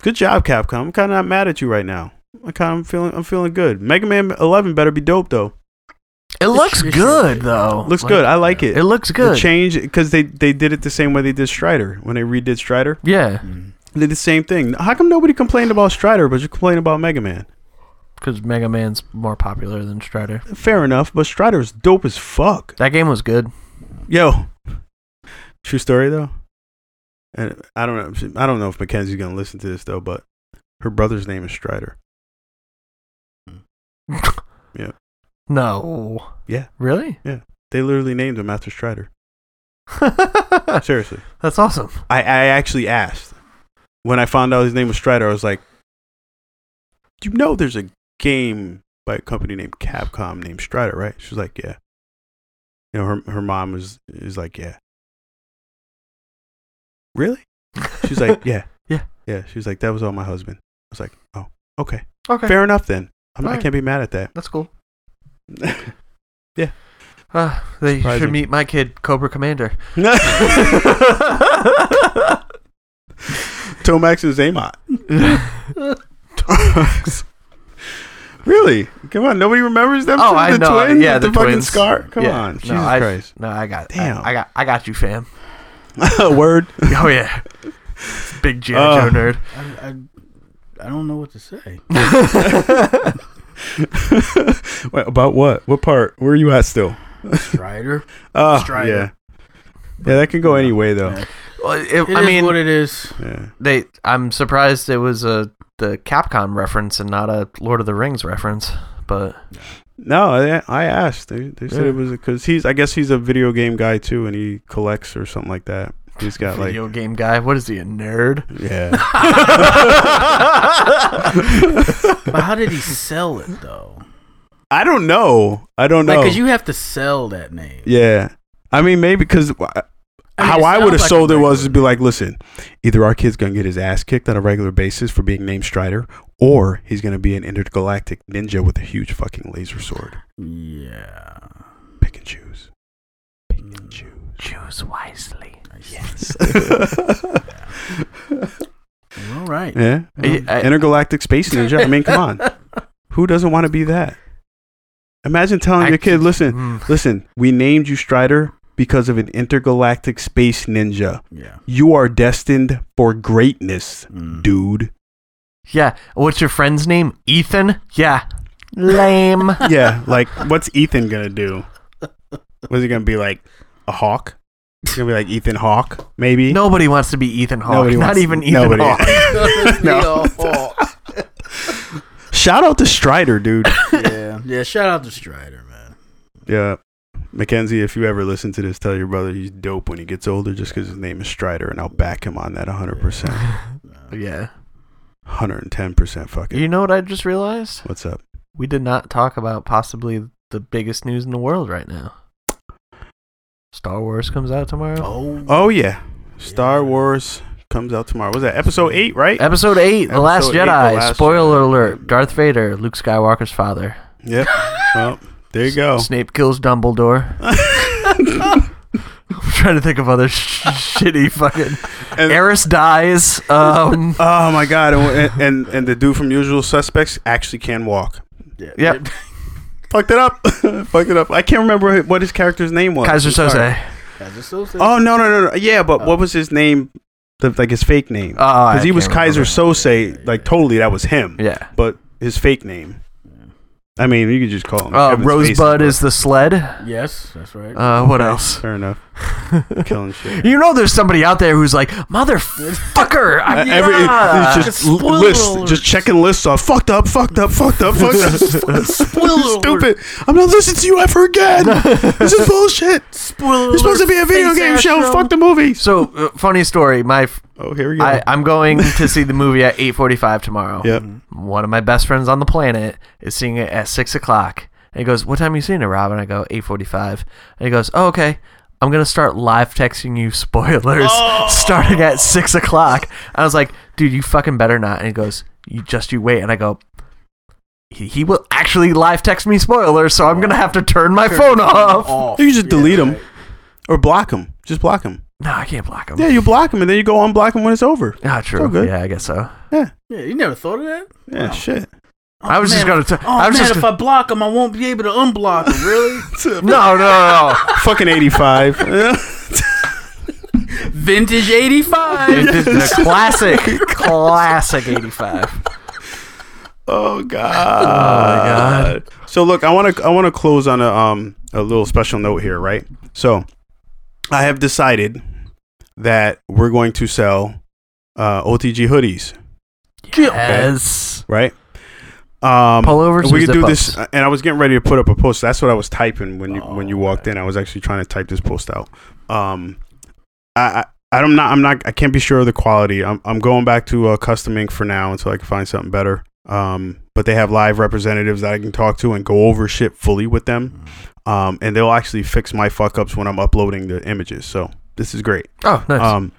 Good job, Capcom. I'm kind of not mad at you right now. I kind of feeling I'm feeling good. Mega Man 11 better be dope though.
It looks
should-
good though.
Looks
Like,
good. I like it.
It looks
The
good.
change because they they did it the same way they did Strider when they redid Strider.
yeah,
Mm.
They did the same thing. How come nobody complained about Strider, but you complain about Mega Man?
because Mega Man's more popular than Strider.
Fair enough, but Strider's dope as fuck.
That game was good.
Yo, true story though. And I don't know. I don't know if Mackenzie's gonna listen to this though, but her brother's name is Strider.
No.
Oh. Yeah.
Really?
They literally named him after Strider. Seriously,
That's awesome.
I, I actually asked when I found out his name was Strider. I was like, "You know, there's a game by a company named Capcom named Strider, right?" She was like, "Yeah." You know, her her mom was is like, "Yeah." Really? She's like, yeah,
Yeah.
yeah. She was like, that was all my husband. I was like, oh, okay,
okay,
fair enough then. I'm, I
Alright.
can't be mad at that.
that's cool.
Yeah.
Uh, they should
Surprising.
meet my kid, Cobra Commander.
Tomax and Zaymot. really? Come on, nobody remembers them.
Oh,
two?
I
the
know,
Twin?
yeah,
with the,
the
fucking
twins.
scar. Come
Yeah.
on,
No,
Jesus
I-
Christ.
no, I got.
Damn.
I, I got. I got you, fam.
Word.
Oh yeah. Big G.I.
Uh.
Joe nerd.
I, I, I don't know what to say.
Wait, about what? What part? Where are you at still?
Strider.
Oh,
Strider.
yeah. Yeah, that can go any way though.
Yeah.
Well, it,
It
I
is
mean,
what it is.
Yeah.
they I'm surprised it was a the Capcom reference and not a Lord of the Rings reference, but
No, I, I asked. They, they said
Yeah.
it was because he's. I guess he's a video game guy too, and he collects or something like that. He's got like
video game guy, what is he a nerd?
yeah.
But how did he sell it though?
I don't know. I don't
Like,
know.
cause you have to sell that name.
yeah, I mean maybe because
mean,
how
it
I would have
sounds like
sold
a
it was to
regular
be like, listen, either our kid's gonna get his ass kicked on a regular basis for being named Strider, or he's gonna be an intergalactic ninja with a huge fucking laser sword.
Yeah.
Pick and choose. Pick
Hmm.
and choose.
Choose wisely.
Yes.
All right.
yeah.
I- I-
Mm-hmm. Intergalactic space ninja. I mean, come on. Who doesn't want to be that? Imagine telling
I-
Oh, your kid, listen,
Mm.
listen, we named you Strider because of an intergalactic space ninja.
Yeah.
You are destined for greatness,
Mm.
dude.
Yeah. What's your friend's name? Ethan? Yeah. Lame.
yeah, like what's Ethan gonna do? Was he gonna be like a hawk? He's gonna be like Ethan Hawk, maybe.
Nobody wants to be Ethan Hawke.
E- Nobody
Not
wants-
even Ethan
nobody.
Hawke.
No. Shout out to Strider, dude.
yeah. Yeah. Shout out to Strider, man.
yeah, Mackenzie, if you ever listen to this, tell your brother he's dope when he gets older, just because his name is Strider, and I'll back him on that 100, percent
Yeah.
110, percent. Fucking.
You know what I just realized?
What's up?
We did not talk about possibly the biggest news in the world right now. Star Wars comes out tomorrow.
Oh.
Oh yeah, Star Wars comes out tomorrow. Was that episode eight? Right?
Episode 8, The Last
Episode eight,
Jedi.
The Last
Spoiler
Jedi.
alert. Darth Vader, Luke Skywalker's father.
Yep. well, there you go.
Snape kills Dumbledore. I'm trying to think of other sh- shitty fucking.
And-
Eris dies. Um,
Oh my god! And, and and the dude from Usual Suspects actually can walk.
Yeah.
Yep.
Fucked it up. Fucked it up. I can't remember what his character's name was.
Kaiser
I'm sorry.
Soze.
Kaiser Soze.
Oh no no no no! Yeah, but what was his name? The, like his fake name?
Oh, I
Because he was
can't
Kaiser
remember.
Sose. Like totally, that was him.
Yeah.
But his fake name. I mean, you could just call him.
Uh,
Kevin Spacey,
Rosebud
but-
is the sled.
Yes, that's right.
Uh, what else?
Fair enough. Killing shit.
You know, there's somebody out there who's like, motherfucker.
Uh,
I'm
Every,
yeah."
it's just l- list, just checking lists off. Fucked up, fucked up, fucked up, fucked up.
Spoiler
Stupid. I'm not listening to you ever again. this is bullshit.
Spoiler.
It's supposed to be a video game show. Fuck the movies.
so uh, funny story. My, f-
Oh, here we go.
I, I'm going to see the movie at 8:45 tomorrow.
yep.
One of my best friends on the planet is seeing it at six o'clock. And he goes, "What time are you seeing it, Rob?" And I go, "8:45." And he goes, "Oh, okay." I'm gonna start live texting you spoilers starting at six o'clock. I was like, "Dude, you fucking better not." And he goes, "You just you wait." And I go, "He, he will actually live text me spoilers, so I'm gonna have to turn my phone off."
Oh.
You just delete 'em. Or block them. Just block them.
No, I can't block him.
Yeah, you block them and then you go unblock them when it's over.
Ah, true.
all good.
Yeah, I guess so.
Yeah, you never thought of that?
Yeah,
Wow.
shit.
I was just
man,
gonna. T-
Oh
I was
man,
just.
if
Gonna-
I block him, I won't be able to unblock him. Really?
no, no, no.
Fucking 85.
Vintage '85.
It's the classic, classic '85.
oh, God. Oh, my God. So, look, I want to I wanna close on a, um, a little special note here, right? So, I have decided that we're going to sell uh, OTG hoodies,
Yes.
right? Um,
Pullovers.
we
or
could do
zip-ups?
this, and I was getting ready to put up a post. That's what I was typing when you when you
Oh,
walked in. I was actually trying to type this post out. Um, I, I I'm not I'm not I can't be sure of the quality. I'm I'm going back to uh, custom ink for now until I can find something better. Um, but they have live representatives that I can talk to and go over shit fully with them. Um, and they'll actually fix my fuck ups when I'm uploading the images. So this is great.
Oh, nice.
Um,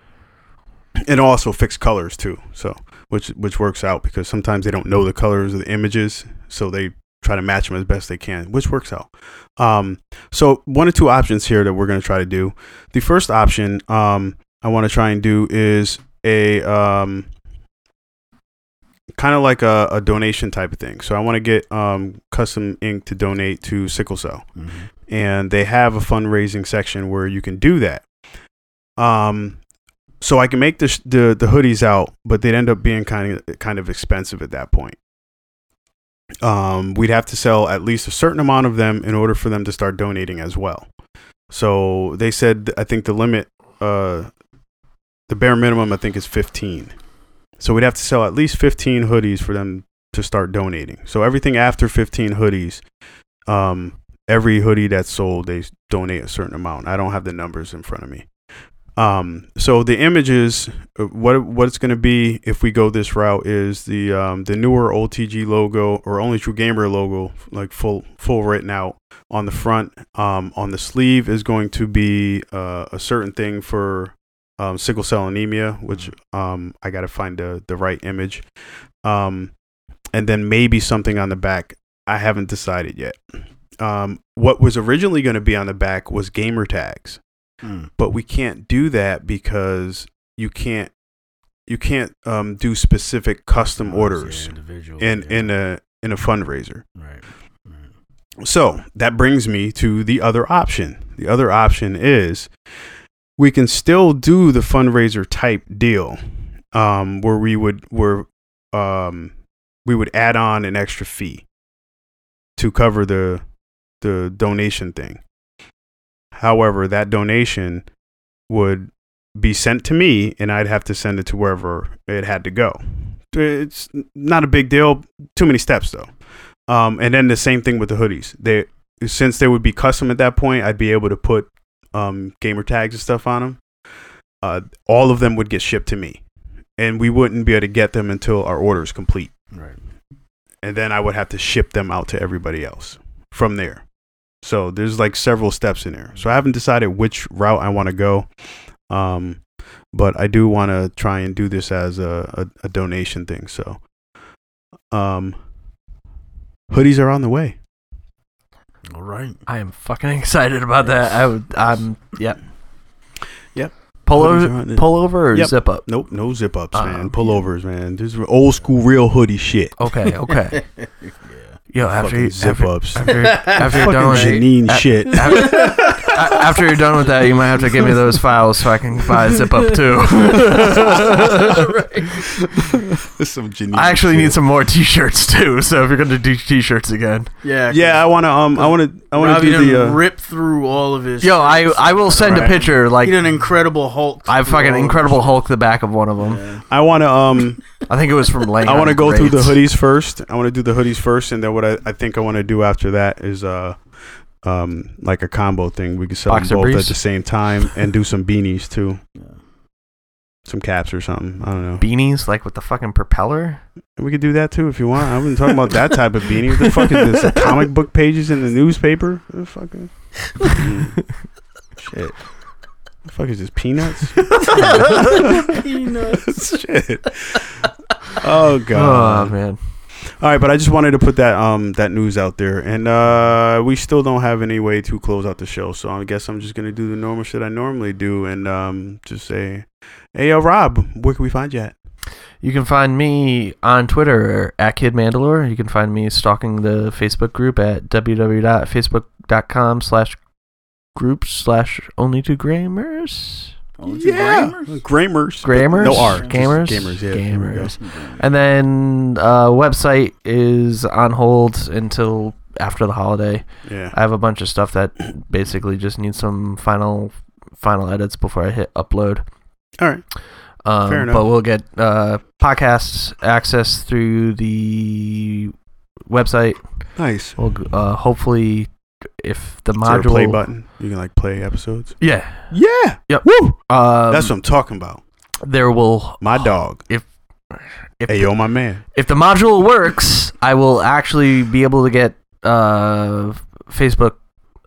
and also fix colors too. So which which works out because sometimes they don't know the colors of the images, so they try to match them as best they can, which works out. Um, so one or two options here that we're going to try to do. The first option um, I want to try and do is a um, kind of like a, a donation type of thing. So I want to get um, custom ink to donate to sickle cell
Mm-hmm.
and they have a fundraising section where you can do that. Um, so I can make the sh- the, the hoodies out, but they'd end up being kind of kind of expensive at that point. Um, we'd have to sell at least a certain amount of them in order for them to start donating as well. So they said, I think the limit, uh, the bare minimum, I think is fifteen. So we'd have to sell at least fifteen hoodies for them to start donating. So everything after fifteen hoodies, um, every hoodie that's sold they donate a certain amount i don't have the numbers in front of me um so the images uh, what what it's going to be if we go this route is the um the newer otg logo or only true gamer logo like full full written out on the front um on the sleeve is going to be uh, a certain thing for um, sickle cell anemia which um i gotta find the the right image um and then maybe something on the back i haven't decided yet um, what was originally going to be on the back was gamer tags,
Mm.
but we can't do that because you can't you can't um, do specific
Oh,
custom orders
individual,
in
Mm-hmm. Oh, yeah.
in a in a fundraiser.
right. Mm-hmm. right.
So that brings me to the other option. The other option is we can still do the fundraiser type deal, um, where we would where um, we would add on an extra fee to cover the the donation thing. However, that donation would be sent to me, and I'd have to send it to wherever it had to go. It's not a big deal. Too many steps though. Um, and then the same thing with the hoodies. They since they would be custom at that point, I'd be able to put um, gamer tags and stuff on them. Uh, all of them would get shipped to me, and we wouldn't be able to get them until our order is complete.
Right.
And then I would have to ship them out to everybody else from there. So there's like several steps in there. So I haven't decided which route I want to go, um, but I do want to try and do this as a, a, a donation thing. So um, hoodies are on the way.
All right.
I am fucking excited about that. I would. I'm. Yep.
Yep.
Pull
Hoodies are
over,
on it.
pull over, or
Yep.
zip up.
Nope, no zip ups,
Uh-uh.
man. Pullovers, man. This is old school, real hoodie shit.
Okay. Okay. Yo, after
Fucking
you,
zip
after,
ups.
after, you're- after you're
Fucking
done with
Janine
a-
shit.
After, a- after you're done with that, you might have to give me those files so I can buy a zip up too.
Some Janine.
I actually need
shit.
some more T-shirts too. So if you're gonna do T-shirts again,
Yeah. 'cause
Yeah, I wanna um, I wanna I wanna
Robbie
do the
done
uh,
rip through all of his.
yo, I
shirts.
I will send a
Right.
picture. Like
he did an Incredible Hulk.
I
through
fucking
all of
Incredible Hulk the back of one of them.
his- Yeah.
I wanna um
I think it was from Lane.
I
on
wanna go through the
Grades.
hoodies first. I wanna do the hoodies first and then what I, I think I wanna do after that is uh um like a combo thing. We could sell them
Boxer
both
briefs?
at the same time and do some beanies too.
Yeah.
Some caps or something. I don't know.
beanies, like with the fucking propeller.
We could do that too if you want. I've been talking about that type of beanie. What the fuck is this? The comic book pages in the newspaper? What the fucking shit. The fuck is this? Peanuts?
Peanuts.
shit. Oh
Oh
god.
man,
All right, but I just wanted to put that um that news out there, and uh we still don't have any way to close out the show, so I guess I'm just gonna do the normal shit I normally do, and um just say, hey, yo, Rob, where can we find you at?
you can find me on Twitter at Kid Mandalore. You can find me stalking the Facebook group at www.facebook.com slash group slash only two grammars.
Only two Grammars?
Grammers, but
Grammars?
no R, just
Gamers?
gamers, yeah, there we go.
Gamers. And then uh, website is on hold until after the holiday.
yeah.
I have a bunch of stuff that basically just needs some final final edits before I hit upload.
All right.
Um,
Fair enough.
But we'll get uh, podcasts access through the website.
Nice.
We'll uh, hopefully, if the
Is there a
module
play button? You can like play episodes.
yeah,
Yeah.
Yep.
Woo.
um,
That's what I'm talking about.
there will
My dog.
if
Hey,
the,
yo, my man.
if the module works, I will actually be able to get uh, Facebook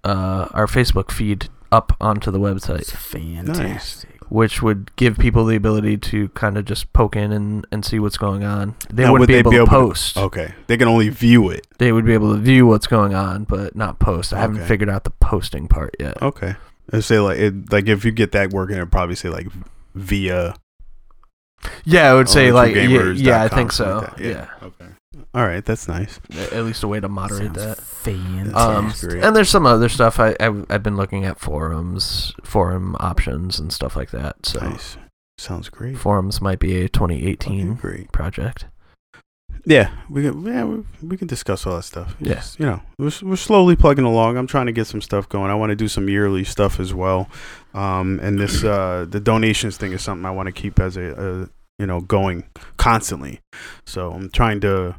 uh, our Facebook feed up onto the website,
It's fantastic.
which would give people the ability to kind of just poke in and, and see what's going on. They
Now,
wouldn't
would
be
they
able
be
to
able to-
post.
Okay. They can only view it.
they would be able to view what's going on, but not post. I haven't
Okay.
figured out the posting part yet.
Okay. They say like it, like if you get that working, it'd probably say like via.
Yeah, I would say
only
like
two
yeah,
gamers
yeah, I
dot com,
think so.
something like that.
yeah.
Okay. All right. That's nice.
A- at least a way to moderate
Sounds
that. Um,
Fantastic.
great.
and there's some other stuff I, I I've been looking at forums, forum options and stuff like that. So
Nice. Sounds great.
forums might be a
Fucking
2018
Great.
project.
Yeah, we can yeah, we, we can discuss all that stuff.
Yeah.
Yes, you know, we're, s- we're slowly plugging along. I'm trying to get some stuff going. I want to do some yearly stuff as well. Um, and this uh, the donations thing is something I want to keep as a, a you know going constantly. So I'm trying to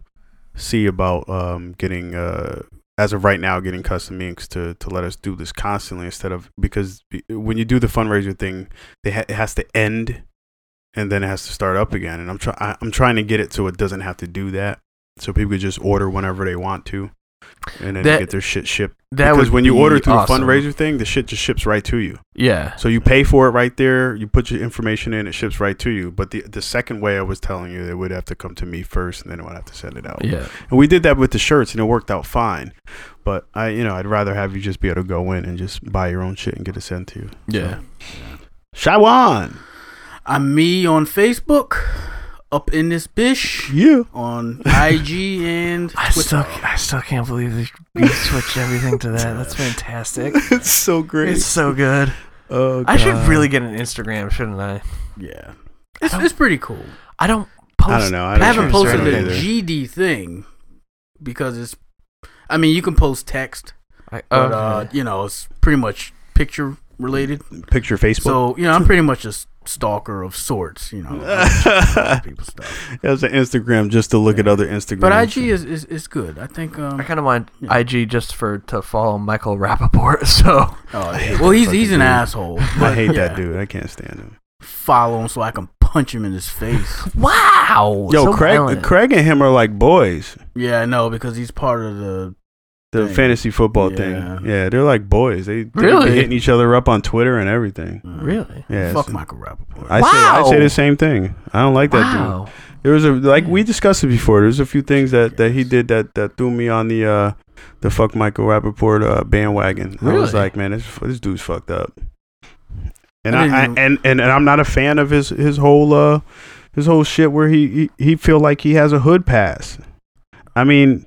see about um, getting uh, as of right now getting custom inks to to let us do this constantly instead of because b- when you do the fundraiser thing, they ha- it has to end and then it has to start up again. And I'm try I- I'm trying to get it so it doesn't have to do that, so people could just order whenever they want to. and then
That-
they get their shit shipped.
That
because
would
when you
be
order through
awesome.
the fundraiser thing, the shit just ships right to you.
Yeah.
So you pay for it right there. You put your information in, it ships right to you. But the the second way I was telling you, they would have to come to me first, and then I would have to send it out.
Yeah.
And we did that with the shirts, and it worked out fine. But I, you know, I'd rather have you just be able to go in and just buy your own shit and get it sent to you.
Yeah.
Shawan,
I'm me on Facebook, up in this bish,
you.
on IG and
I
Twitter.
still, I still can't believe they, you switched everything to that. That's fantastic.
it's so great.
It's so good.
oh,
I should
God.
really get an Instagram, shouldn't I?
Yeah, it's, it's pretty cool.
I don't post.
I don't know. I,
I haven't
Pictures or
posted the
anything.
GD thing because it's. I mean, you can post text,
I, um,
but
okay.
uh, you know, it's pretty much picture related.
picture Facebook.
So you know, I'm pretty much a stalker of sorts. You know,
that
people stuff.
was an Instagram just to look at other Instagram.
But IG is, is is good. I think.
I
Um,
kind of want
Yeah.
IG just for to follow Michael Rappaport. So
oh,
hate
yeah. Well,
that
he's
fucking
he's an
dude.
asshole.
I
but
hate
yeah,
that dude. I can't stand him.
Follow him so I can punch him in his face.
wow,
Yo,
so
Craig,
violent.
Craig and him are like boys.
yeah, I know because he's part of the.
The
Thing.
fantasy football
Yeah.
thing. Yeah, they're like boys. They they
Really?
be hitting each other up on Twitter and everything.
Mm.
really.
Yeah.
Fuck
so-
Michael Rappaport.
I say I say
Wow.
the same thing. I don't like that dude.
Wow.
There was a like we discussed it before. There's a few things that that he did that that threw me on the uh the fuck Michael Rappaport uh, bandwagon. I was
Really?
like, man, this this dude's fucked up. And
I
I,
didn't
I
even-
and, and and I'm not a fan of his his whole uh his whole shit where he he, he feel like he has a hood pass. I mean,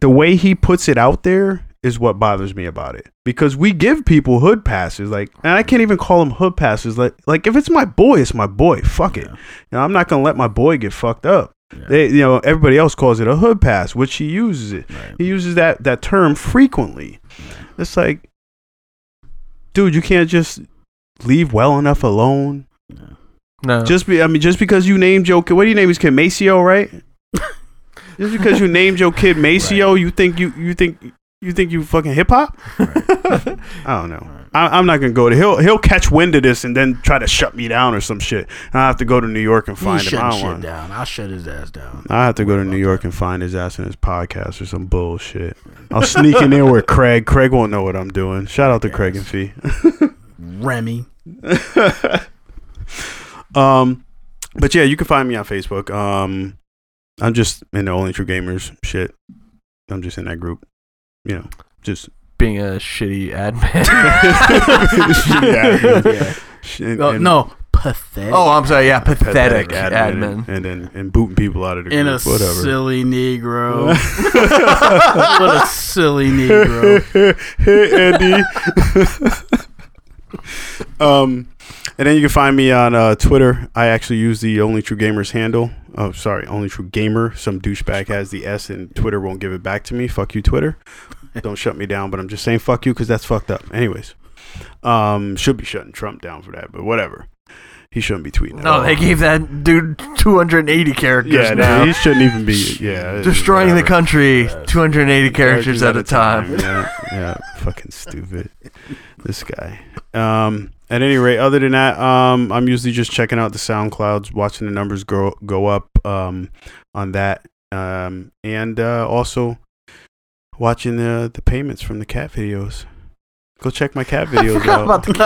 the way he puts it out there is what bothers me about it because we give people hood passes like and I can't even call them hood passes like like if it's my boy it's my boy fuck it
Yeah.
you know I'm not gonna let my boy get fucked up
Yeah.
they you know everybody else calls it a hood pass which he uses it
Right.
he uses that that term frequently it's like dude you can't just leave well enough alone
No.
just be I mean just because you named your kid what do you name his kid Maceo right just because you named your kid Maceo you think you you think you think you fucking hip hop I don't know. I, I'm not gonna go to. He'll he'll catch wind of this and then try to shut me down or some shit. And I have to go to New York and
He
find him. I
shut
don't
shit
want.
down. I'll shut his ass down.
I have to go to New York and find his ass in his podcast or some bullshit. I'll sneak in there with Craig. Craig won't know what I'm doing. Shout out to Craig and Fee.
Remy.
um, but yeah, you can find me on Facebook. Um, I'm just in the Only True Gamers shit. I'm just in that group. You know, just
being a shitty admin.
Yeah. sh- and-
Oh,
and-
no, pathetic.
Oh, I'm sorry. Yeah, pathetic,
admin, And,
admin.
and then and booting people out of the
and a
group, whatever.
silly Negro. what a silly Negro.
hey Andy. um, and then you can find me on uh, Twitter. I actually use the Only True Gamers handle. Oh, sorry, Only True Gamer. Some douchebag has the S, and Twitter won't give it back to me. Fuck you, Twitter. Don't shut me down, but I'm just saying fuck you because that's fucked up. Anyways, um, should be shutting Trump down for that, but whatever. He shouldn't be tweeting. at all.
No, they gave that dude 280 characters
Yeah,
now.
no, he shouldn't even be. Yeah,
Destroying the
whatever.
country 280 characters at a time.
Yeah, yeah, fucking stupid. This guy. Um, at any rate, other than that, um, I'm usually just checking out the SoundClouds, watching the numbers go go up. Um, on that. Um, and uh, also watching the the payments from the cat videos. Go check my cat videos
forgot
out.
about the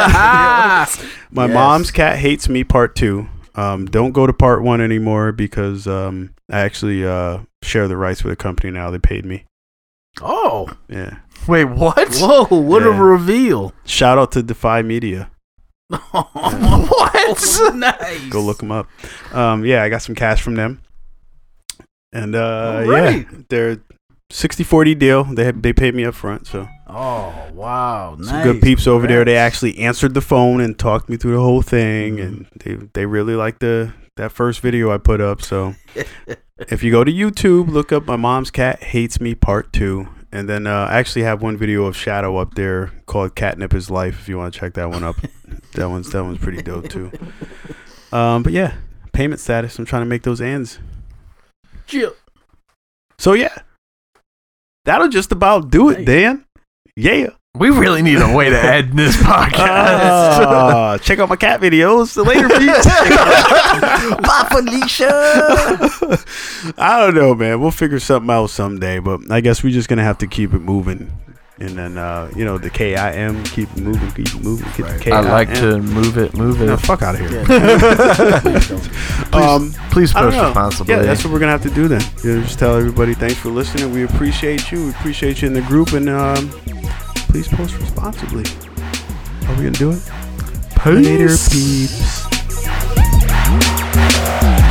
My
Yes.
mom's cat hates me part two. Um, don't go to part one anymore because um, I actually uh, share the rights with a company now. They paid me.
oh,
Yeah.
Wait, what?
whoa, what a
Yeah.
reveal.
Shout out to Defy Media.
what? Nice.
Go look them up. Um, yeah, I got some cash from them. And uh,
All right.
yeah, they're 60 40 deal. They had, they paid me up front. So
Oh, wow. Nice.
some good peeps over there. They
Congrats.
actually answered the phone and talked me through the whole thing. And they, they really liked the, that first video I put up. So if you go to YouTube, look up My Mom's Cat Hates Me Part 2. And then uh, I actually have one video of Shadow up there called Catnip is Life if you want to check that one up. that one's that one's pretty dope too. Um, but yeah, payment status. I'm trying to make those ends.
Chill.
So yeah. That'll just about do it,
Nice.
Dan. Yeah.
We really need a way to end this podcast.
Ah, check out my cat videos later.
Bye, Felicia.
I don't know, man. We'll figure something out someday, but I guess we're just gonna have to keep it moving. And then, uh, you know, the KIM, keep it moving, keep it moving, keep the KIM.
I like to move it, move
Now,
it.
fuck out of here. um,
Please
I don't
post
know.
responsibly.
Yeah, that's what we're gonna have to do then. You know, just tell everybody thanks for listening. We appreciate you. We appreciate you in the group, and um, please post responsibly. Are we gonna do it? Later, peeps.